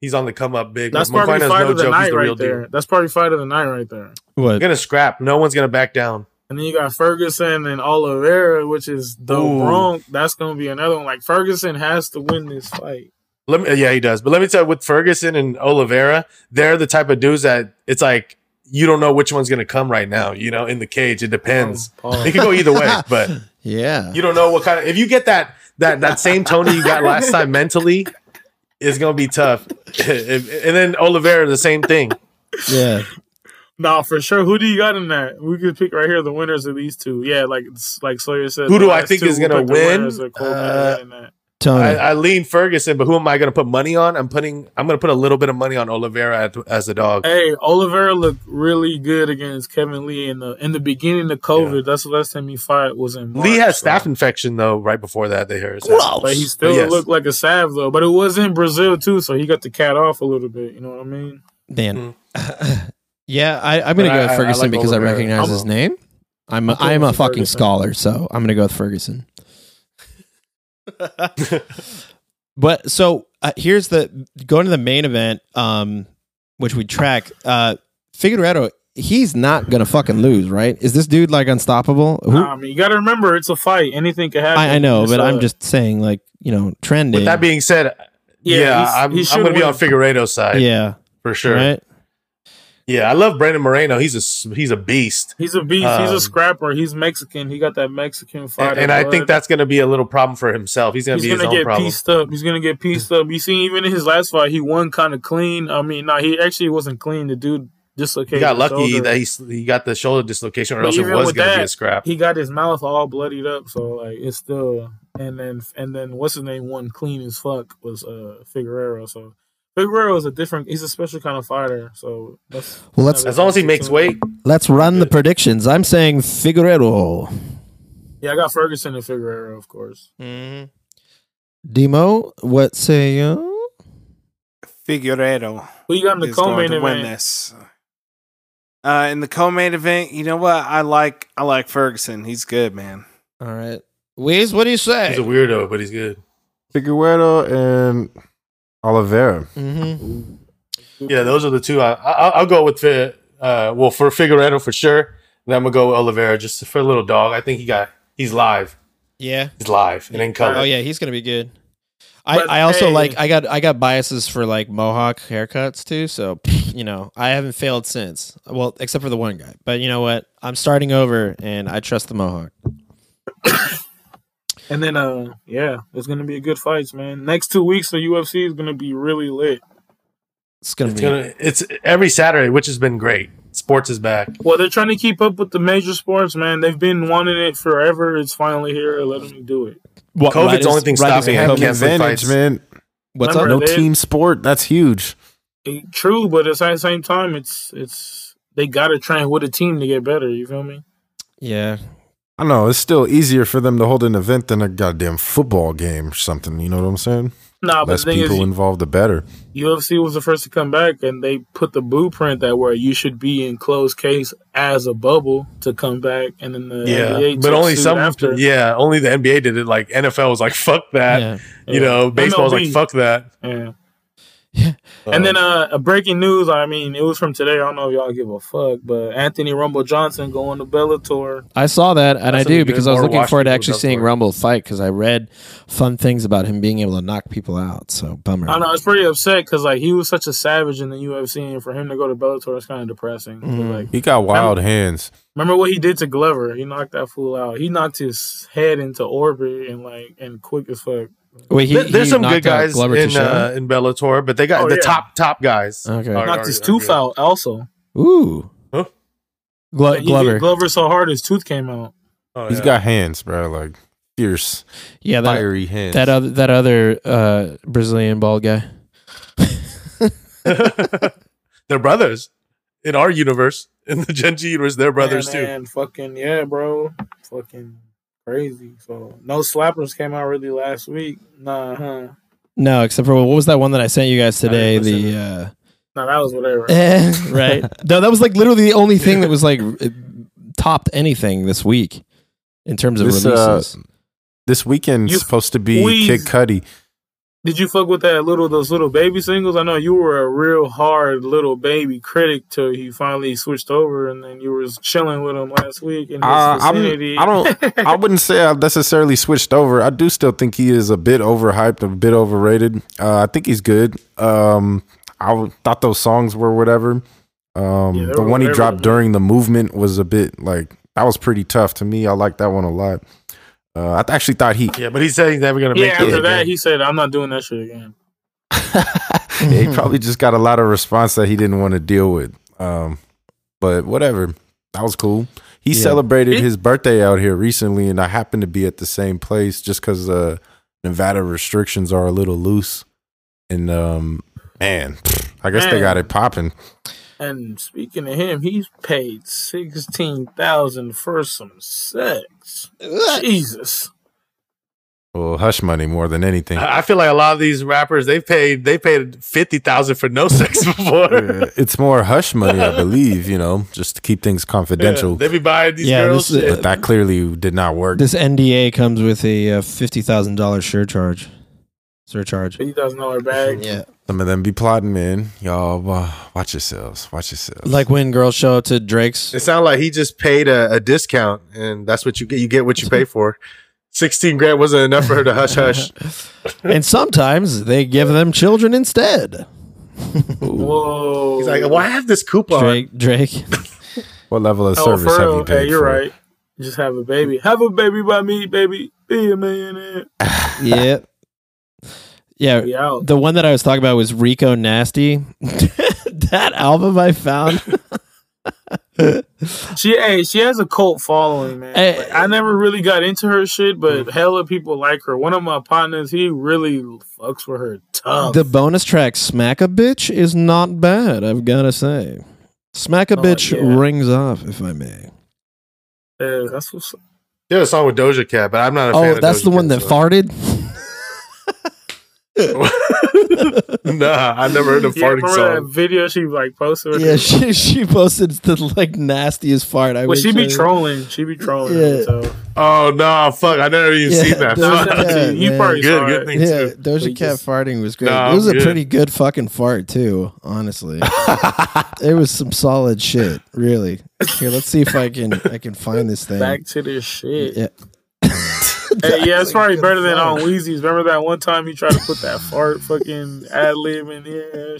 Speaker 3: He's on the come up big.
Speaker 6: that's
Speaker 3: Mokoena
Speaker 6: probably
Speaker 3: is
Speaker 6: fight of the night
Speaker 3: He's the real
Speaker 6: right there.
Speaker 3: deal.
Speaker 6: That's probably fight of the night right there.
Speaker 2: What
Speaker 3: We're gonna scrap. No one's gonna back down.
Speaker 6: And then you got Ferguson and Oliveira, which is the
Speaker 3: Ooh.
Speaker 6: Bronx. That's gonna be another one. Like Ferguson has to win this fight.
Speaker 3: Let me, yeah, he does. But let me tell you, with Ferguson and Oliveira, they're the type of dudes that it's like you don't know which one's gonna come right now. You know, in the cage, it depends.
Speaker 6: Pause.
Speaker 3: It could go either way, but
Speaker 2: yeah
Speaker 3: you don't know what kind of. If you get that that that same Tony you got last time mentally, it's gonna be tough. <laughs> If- and then Oliveira, the same thing.
Speaker 6: <laughs>
Speaker 2: yeah
Speaker 6: Nah, for sure. Who do you got in that? We could pick right here the winners of these two. Yeah, like like Sawyer said.
Speaker 3: Who
Speaker 6: the
Speaker 3: do I
Speaker 6: last
Speaker 3: think
Speaker 6: two,
Speaker 3: is
Speaker 6: we'll
Speaker 3: gonna
Speaker 6: put the
Speaker 3: win?
Speaker 6: winners of Cole Payne
Speaker 3: Uh,
Speaker 6: in that.
Speaker 2: Tony
Speaker 3: I, I lean Ferguson, but who am I going to put money on? I'm putting. I'm going to put a little bit of money on Oliveira at- as a dog.
Speaker 6: Hey, Oliveira looked really good against Kevin Lee in the in the beginning of COVID. That's the last time he fought was in March,
Speaker 3: Lee has
Speaker 6: so-
Speaker 3: staph infection though. Right before that, they heard.
Speaker 6: But he still
Speaker 3: Yes.
Speaker 6: looked like a sav though. But it was in Brazil too, so he got the cat off a little bit. You know what I mean?
Speaker 2: man <clears throat> yeah I, I'm gonna
Speaker 3: But
Speaker 2: go
Speaker 3: I-
Speaker 2: with
Speaker 3: I- I
Speaker 2: Ferguson
Speaker 3: like
Speaker 2: because I
Speaker 3: Oliveira.
Speaker 2: recognize
Speaker 6: I'm-
Speaker 2: his name I'm a,
Speaker 6: I'm going
Speaker 2: I'm a
Speaker 6: with
Speaker 2: fucking
Speaker 6: Ferguson.
Speaker 2: scholar so I'm gonna go with Ferguson but so uh, here's the going to the main event um which we track uh Figueroa he's not gonna fucking lose right is this dude like unstoppable who
Speaker 6: Nah, I mean, you got to remember it's a fight. Anything can happen.
Speaker 2: I, I know,
Speaker 6: It's,
Speaker 2: but
Speaker 6: uh,
Speaker 2: I'm just saying, like you know, trending.
Speaker 3: With that being said, yeah,
Speaker 6: Yeah, he's-
Speaker 3: I'm,
Speaker 6: he
Speaker 3: I'm
Speaker 6: should
Speaker 3: going to be
Speaker 6: win.
Speaker 3: on Figueredo's side
Speaker 2: yeah,
Speaker 3: for sure.
Speaker 2: right.
Speaker 3: Yeah, I love Brandon Moreno. He's a s- he's a beast,
Speaker 6: He's a beast. he's
Speaker 3: Um,
Speaker 6: a scrapper. He's Mexican. He got that Mexican fight.
Speaker 3: and, and I think that's going to be a little problem for himself. He's going to be
Speaker 6: he's
Speaker 3: his
Speaker 6: gonna
Speaker 3: own
Speaker 6: get
Speaker 3: problem.
Speaker 6: pieced up. He's gonna get pieced up. You see, even in his last fight, he won kind of clean. I mean, nah, he actually wasn't clean. The dude dislocated.
Speaker 3: He got lucky
Speaker 6: his shoulder.
Speaker 3: that he s- he got the shoulder dislocation, or
Speaker 6: But
Speaker 3: else it
Speaker 6: even
Speaker 3: was
Speaker 6: with
Speaker 3: going to be
Speaker 6: that,
Speaker 3: a scrap.
Speaker 6: he got his mouth all bloodied up. So like, it's still and then and then what's his name? One clean as fuck was uh Figueroa. So Figueroa is a different. He's a special kind of fighter. So that's
Speaker 2: Well, let's
Speaker 3: as long as he makes weight,
Speaker 2: let's run the predictions. I'm saying Figueroa,
Speaker 6: Yeah, I got Ferguson and Figueroa, of course.
Speaker 2: Mm-hmm. Demo. What say you?
Speaker 5: Figueredo
Speaker 6: Who you got in the
Speaker 5: is going
Speaker 6: co-main
Speaker 5: to win
Speaker 6: event?
Speaker 5: this. Uh, in the co-main event, you know what? I like I like Ferguson. He's good, man.
Speaker 2: All right, Weez. What do you say?
Speaker 3: he's a weirdo, but he's good.
Speaker 4: Figueroa and Oliveira.
Speaker 2: mm-hmm.
Speaker 3: Yeah, those are the two. I, I, I'll go with uh, uh, well for Figueredo for sure. Then I'm gonna go with Oliveira just for a little dog. I think he got he's live.
Speaker 2: Yeah.
Speaker 3: He's live and in color.
Speaker 2: Oh yeah, he's gonna be good. I,
Speaker 6: But,
Speaker 2: I also
Speaker 6: hey.
Speaker 2: like I got I got biases for like mohawk haircuts too, so you know I haven't failed since. Well, except for the one guy, but you know what? I'm starting over, and I trust the mohawk.
Speaker 6: And then, uh, yeah, it's gonna be a good fights, man. Next two weeks, the UFC is gonna be really lit.
Speaker 2: It's gonna
Speaker 3: It's
Speaker 2: be
Speaker 3: gonna it's every Saturday, which has been great. Sports is back.
Speaker 6: Well, they're trying to keep up with the major sports, man. They've been wanting it forever. It's finally here. Let them do it.
Speaker 2: What,
Speaker 3: COVID's
Speaker 2: right
Speaker 3: the only
Speaker 2: as-
Speaker 3: thing
Speaker 2: right as COVID-
Speaker 3: stopping him.
Speaker 4: Have an
Speaker 3: canceling
Speaker 4: advantage,
Speaker 3: fights.
Speaker 4: man.
Speaker 2: What's
Speaker 6: Remember-
Speaker 2: up?
Speaker 4: No
Speaker 6: They-
Speaker 4: team sport. That's huge.
Speaker 6: It- True, but it's at the same time, it's it's they gotta train with a team to get better. You feel me?
Speaker 2: Yeah,
Speaker 4: I know it's still easier for them to hold an event than a goddamn football game or something. You know what I'm saying?
Speaker 6: Nah, but
Speaker 4: Less
Speaker 6: the thing
Speaker 4: people
Speaker 6: is,
Speaker 4: involved, the better.
Speaker 6: UFC was the first to come back, and they put the blueprint that where you should be in closed case as a bubble to come back, and then the
Speaker 3: Yeah,
Speaker 6: NBA
Speaker 3: but
Speaker 6: took
Speaker 3: only
Speaker 6: suit
Speaker 3: some.
Speaker 6: after.
Speaker 3: Yeah, only the NBA did it. Like NFL was like <laughs> fuck that.
Speaker 2: yeah.
Speaker 3: You know, baseball's like
Speaker 6: MLB.
Speaker 3: fuck that.
Speaker 6: Yeah. And then uh, a breaking news. I mean, it was from today. I don't know if y'all give a fuck, but Anthony Rumble Johnson going to Bellator.
Speaker 2: I saw that, and I
Speaker 3: That's
Speaker 2: do
Speaker 3: a good
Speaker 2: because I was
Speaker 3: more
Speaker 2: looking
Speaker 3: watch
Speaker 2: forward to
Speaker 3: people
Speaker 2: actually
Speaker 3: go
Speaker 2: seeing
Speaker 3: for it.
Speaker 2: Rumble fight because I read fun things about him being able to knock people out. So bummer.
Speaker 6: I don't know I was pretty upset because like he was such a savage in the UFC, and for him to go to Bellator is kind of depressing.
Speaker 2: Mhm.
Speaker 6: Like,
Speaker 4: He got wild hands.
Speaker 6: remember what he did to Glover? He knocked that fool out. He knocked his head into orbit and like and quick as fuck.
Speaker 2: Wait, he,
Speaker 3: There- there's
Speaker 2: he
Speaker 3: some
Speaker 2: knocked
Speaker 3: good
Speaker 2: out
Speaker 3: guys
Speaker 2: Glover
Speaker 3: in
Speaker 2: Teixeira?
Speaker 3: uh, in Bellator, but they got
Speaker 6: Oh,
Speaker 3: the
Speaker 6: yeah.
Speaker 3: top top guys.
Speaker 2: Okay.
Speaker 3: are-
Speaker 6: knocked his
Speaker 3: are- are
Speaker 6: tooth
Speaker 3: good.
Speaker 6: out. Also,
Speaker 2: Ooh,
Speaker 3: uh, Huh?
Speaker 2: Glo-
Speaker 6: Like, he
Speaker 2: Glover.
Speaker 6: hit Glover so hard his tooth came out.
Speaker 3: Oh,
Speaker 4: He's
Speaker 3: yeah.
Speaker 4: got hands, bro. Like fierce,
Speaker 2: yeah, that
Speaker 4: fiery hands.
Speaker 2: that other that other uh, Brazilian bald guy.
Speaker 3: <laughs> They're brothers in our universe, in the Gen G universe. They're brothers
Speaker 6: and,
Speaker 3: too.
Speaker 6: And fucking yeah, bro. Fucking crazy. So no slappers came out really last week. Nah, huh?
Speaker 2: No, except for what was that one that I sent you guys today?
Speaker 6: listen
Speaker 2: The uh,
Speaker 6: No, that was whatever.
Speaker 2: eh, <laughs> right? No, that was like literally the only thing that was like it topped anything this week in terms of
Speaker 4: This, uh,
Speaker 2: releases.
Speaker 4: This weekend's
Speaker 6: You
Speaker 4: supposed to be
Speaker 6: squeeze-
Speaker 4: Kid Cudi.
Speaker 6: Did you fuck with that little those little baby singles? I know you were a real hard little baby critic till he finally switched over, and then you was chilling with him last week in his
Speaker 4: Uh, I'm,
Speaker 6: vicinity.
Speaker 4: I don't.
Speaker 6: <laughs>
Speaker 4: I wouldn't say I've necessarily switched over. I do still think he is a bit overhyped, a bit overrated. Uh, I think he's good. Um, I w- thought those songs were whatever. Um,
Speaker 6: Yeah, they
Speaker 4: the
Speaker 6: were
Speaker 4: one he
Speaker 6: whatever.
Speaker 4: dropped during the movement was a bit like that was pretty tough to me. I like that one a lot. Uh, I th- actually thought he
Speaker 3: Yeah, but he's saying he's never gonna
Speaker 6: yeah,
Speaker 3: make it.
Speaker 6: after that
Speaker 3: again.
Speaker 6: he said, "I'm not doing that shit again."
Speaker 2: Mm-hmm.
Speaker 4: he probably just got a lot of response that he didn't want to deal with. Um, but whatever, that was cool. He
Speaker 2: Yeah.
Speaker 4: celebrated his birthday out here recently, and I happened to be at the same place just because uh, Nevada restrictions are a little loose. And um, man, I guess they
Speaker 6: Man.
Speaker 4: got it popping.
Speaker 6: And speaking of him, he's paid sixteen thousand for some sex. Jesus,
Speaker 4: Well, hush money more
Speaker 2: <laughs>
Speaker 4: than anything.
Speaker 3: I I feel like a lot of these rappers they paid they paid fifty thousand for
Speaker 2: <laughs>
Speaker 3: no <laughs> sex before.
Speaker 4: Uh, it's more hush money, I believe. You know, just to keep things confidential.
Speaker 3: They be buying these
Speaker 2: Yeah,
Speaker 3: girls.
Speaker 2: this is-
Speaker 3: shit.
Speaker 4: but that clearly did not work.
Speaker 2: This NDA comes with a uh, fifty thousand dollars surcharge. Surcharge.
Speaker 6: fifty thousand dollar bag.
Speaker 2: Yeah,
Speaker 4: Some of them be plotting, man. Y'all, uh, watch yourselves. Watch yourselves.
Speaker 2: like when girls show up to Drake's.
Speaker 3: <laughs> It sounded like he just paid a, a discount, and that's what you get. You get what you
Speaker 2: <laughs>
Speaker 3: pay for. Sixteen grand wasn't enough for her to hush hush.
Speaker 2: and sometimes they give them children instead.
Speaker 6: Whoa!
Speaker 3: He's like, "Well, I have this coupon."
Speaker 2: Drake,
Speaker 3: <laughs>
Speaker 2: Drake.
Speaker 4: what level of
Speaker 6: oh,
Speaker 4: service have
Speaker 6: for real?
Speaker 4: you paid
Speaker 6: Hey, you're
Speaker 4: for?
Speaker 6: right. Just have a baby. Have a baby by me, baby. Be a millionaire.
Speaker 2: yeah.
Speaker 3: Uh,
Speaker 2: Yeah.
Speaker 6: Be out.
Speaker 2: The one that I was talking about was Rico Nasty. <laughs> that album I
Speaker 3: <laughs>
Speaker 2: found.
Speaker 6: She hey, she has a cult following, man.
Speaker 2: Hey.
Speaker 6: Like, I never really got into her shit,
Speaker 3: Mm.
Speaker 6: but hella people like her. One of my partners, he really fucks with her
Speaker 3: Oh.
Speaker 6: tough.
Speaker 2: the bonus track Smack a Bitch is not bad, I've got to say. Smack a
Speaker 6: Oh,
Speaker 2: Bitch
Speaker 6: yeah.
Speaker 2: rings off, if I may.
Speaker 6: Yeah, that's what's
Speaker 3: There's a song with Doja Cat, but I'm not a fan.
Speaker 2: Oh,
Speaker 3: of
Speaker 2: that's
Speaker 3: Doja
Speaker 2: the one
Speaker 3: Cat,
Speaker 2: that
Speaker 3: so-
Speaker 2: farted?
Speaker 3: <laughs> nah, I never heard a
Speaker 6: yeah,
Speaker 3: farting
Speaker 6: remember that
Speaker 3: song.
Speaker 6: video she like posted. <laughs>
Speaker 2: yeah, she, she posted the like nastiest fart. I
Speaker 6: well,
Speaker 2: wish
Speaker 6: she be
Speaker 2: I-
Speaker 6: trolling. She be trolling.
Speaker 2: Yeah.
Speaker 6: So
Speaker 3: Oh no, fuck! I never even
Speaker 2: Yeah,
Speaker 3: seen that.
Speaker 2: Doja
Speaker 3: Fuck.
Speaker 2: Cat,
Speaker 6: <laughs> you
Speaker 2: man.
Speaker 6: probably
Speaker 3: Good,
Speaker 6: saw
Speaker 3: good
Speaker 6: it.
Speaker 3: thing. Me
Speaker 2: Yeah,
Speaker 3: too.
Speaker 2: Doja
Speaker 6: Like,
Speaker 2: Cat
Speaker 6: just-
Speaker 2: farting was great.
Speaker 3: Nah,
Speaker 2: it was
Speaker 3: I'm
Speaker 2: a
Speaker 3: good.
Speaker 2: pretty good fucking fart too,
Speaker 6: <laughs>
Speaker 2: honestly. it was some solid shit, really. Here, let's see if I can I can find this thing.
Speaker 6: Back to this shit.
Speaker 2: Yeah.
Speaker 6: <laughs> Hey, yeah, it's probably better than on Wheezy's. Remember that one time he tried to put that fart fucking ad lib in here?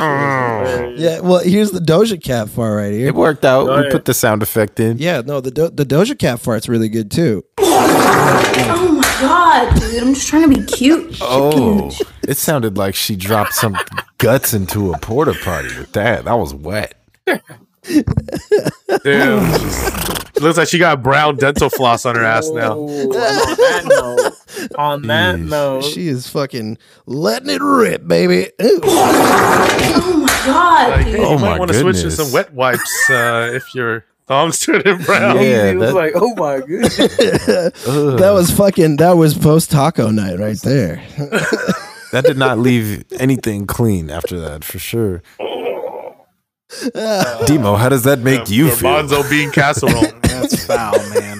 Speaker 2: Yeah, well, here's the Doja Cat fart right here.
Speaker 4: It worked out.
Speaker 6: Go
Speaker 4: we
Speaker 6: ahead.
Speaker 4: Oh, put the sound effect in.
Speaker 2: Yeah, no, the do- the Doja Cat fart's really good too.
Speaker 8: Oh my god, dude. I'm just trying to be cute.
Speaker 4: Oh, it sounded like she dropped some guts into a porta potty with that. That was wet.
Speaker 3: <laughs> Damn. It looks like she got brown dental floss on her ass
Speaker 6: <laughs>
Speaker 3: now.
Speaker 2: Oh.
Speaker 6: Ooh, on that note, on that note,
Speaker 2: She is fucking letting it rip, baby. Ooh.
Speaker 8: Oh my god, dude.
Speaker 3: Hey,
Speaker 4: Oh
Speaker 3: you
Speaker 4: my
Speaker 3: might want to switch to
Speaker 4: goodness.
Speaker 3: some wet wipes uh, if your thumbs turning brown.
Speaker 4: Yeah,
Speaker 6: it was
Speaker 4: that-
Speaker 6: like, oh <laughs> my goodness.
Speaker 2: That was fucking. That was post taco night right there.
Speaker 4: That did not leave anything clean after that, for
Speaker 6: <laughs>
Speaker 4: sure. Demo, how does that make you
Speaker 3: Your
Speaker 4: feel?
Speaker 3: Bonzo bean casserole.
Speaker 4: <laughs>
Speaker 6: <laughs>
Speaker 5: That's foul, man.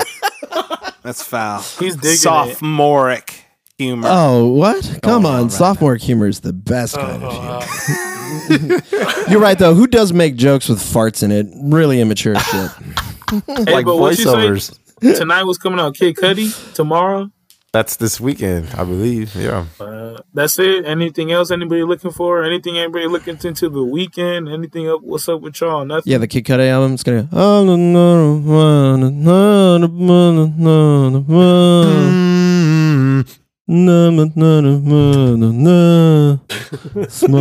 Speaker 5: That's foul.
Speaker 6: He's digging it.
Speaker 5: Sophomoric humor.
Speaker 2: Oh, what? Come on, sophomore humor is the best kind of humor. <laughs> You're right though. Who does make jokes with farts in it? Really immature shit.
Speaker 6: Hey,
Speaker 4: like
Speaker 6: but what you say?
Speaker 4: voiceovers.
Speaker 6: Tonight was coming out Kid Cudi. Tomorrow,
Speaker 4: That's this weekend, I believe. Yeah.
Speaker 6: uh, that's it. Anything else anybody looking for? Anything anybody looking into the weekend? Anything up? What's up with y'all? Nothing.
Speaker 2: Yeah, the Kid Cudi album's gonna. "Oh, Smoke
Speaker 4: Mm-hmm.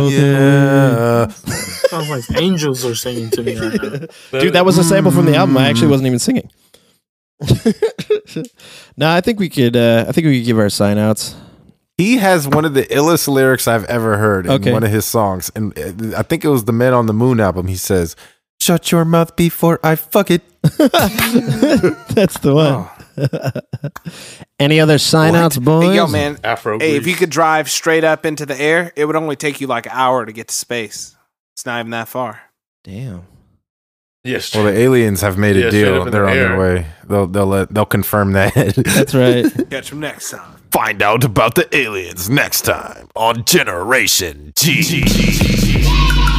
Speaker 4: Yeah.
Speaker 6: Sounds like angels are singing to me <laughs> right now.
Speaker 2: Dude, that was a sample from the album. I actually wasn't even <laughs> singing. no, I think we could. Uh, I think we could give our sign outs.
Speaker 4: He has one of the illest lyrics I've ever heard in
Speaker 2: Okay.
Speaker 4: one of his songs, and uh, I think it was the Men on the Moon album. He says, "Shut your mouth before I fuck it."
Speaker 2: <laughs> That's the one. Oh. <laughs> Any other sign outs, boys?
Speaker 5: Hey, yo, man.
Speaker 3: Afro.
Speaker 5: Hey, if you could drive straight up into the air, it would only take you like an hour to get to space. It's not even that far.
Speaker 2: Damn.
Speaker 3: yes,
Speaker 4: Well, the aliens have made a
Speaker 3: Yeah, straight
Speaker 4: deal;
Speaker 3: up in
Speaker 4: they're
Speaker 3: the
Speaker 4: on their
Speaker 3: air.
Speaker 4: way. They'll they'll let, they'll confirm that. <laughs>
Speaker 2: That's right.
Speaker 5: Catch them next time.
Speaker 4: Find out about the aliens next time on Generation G.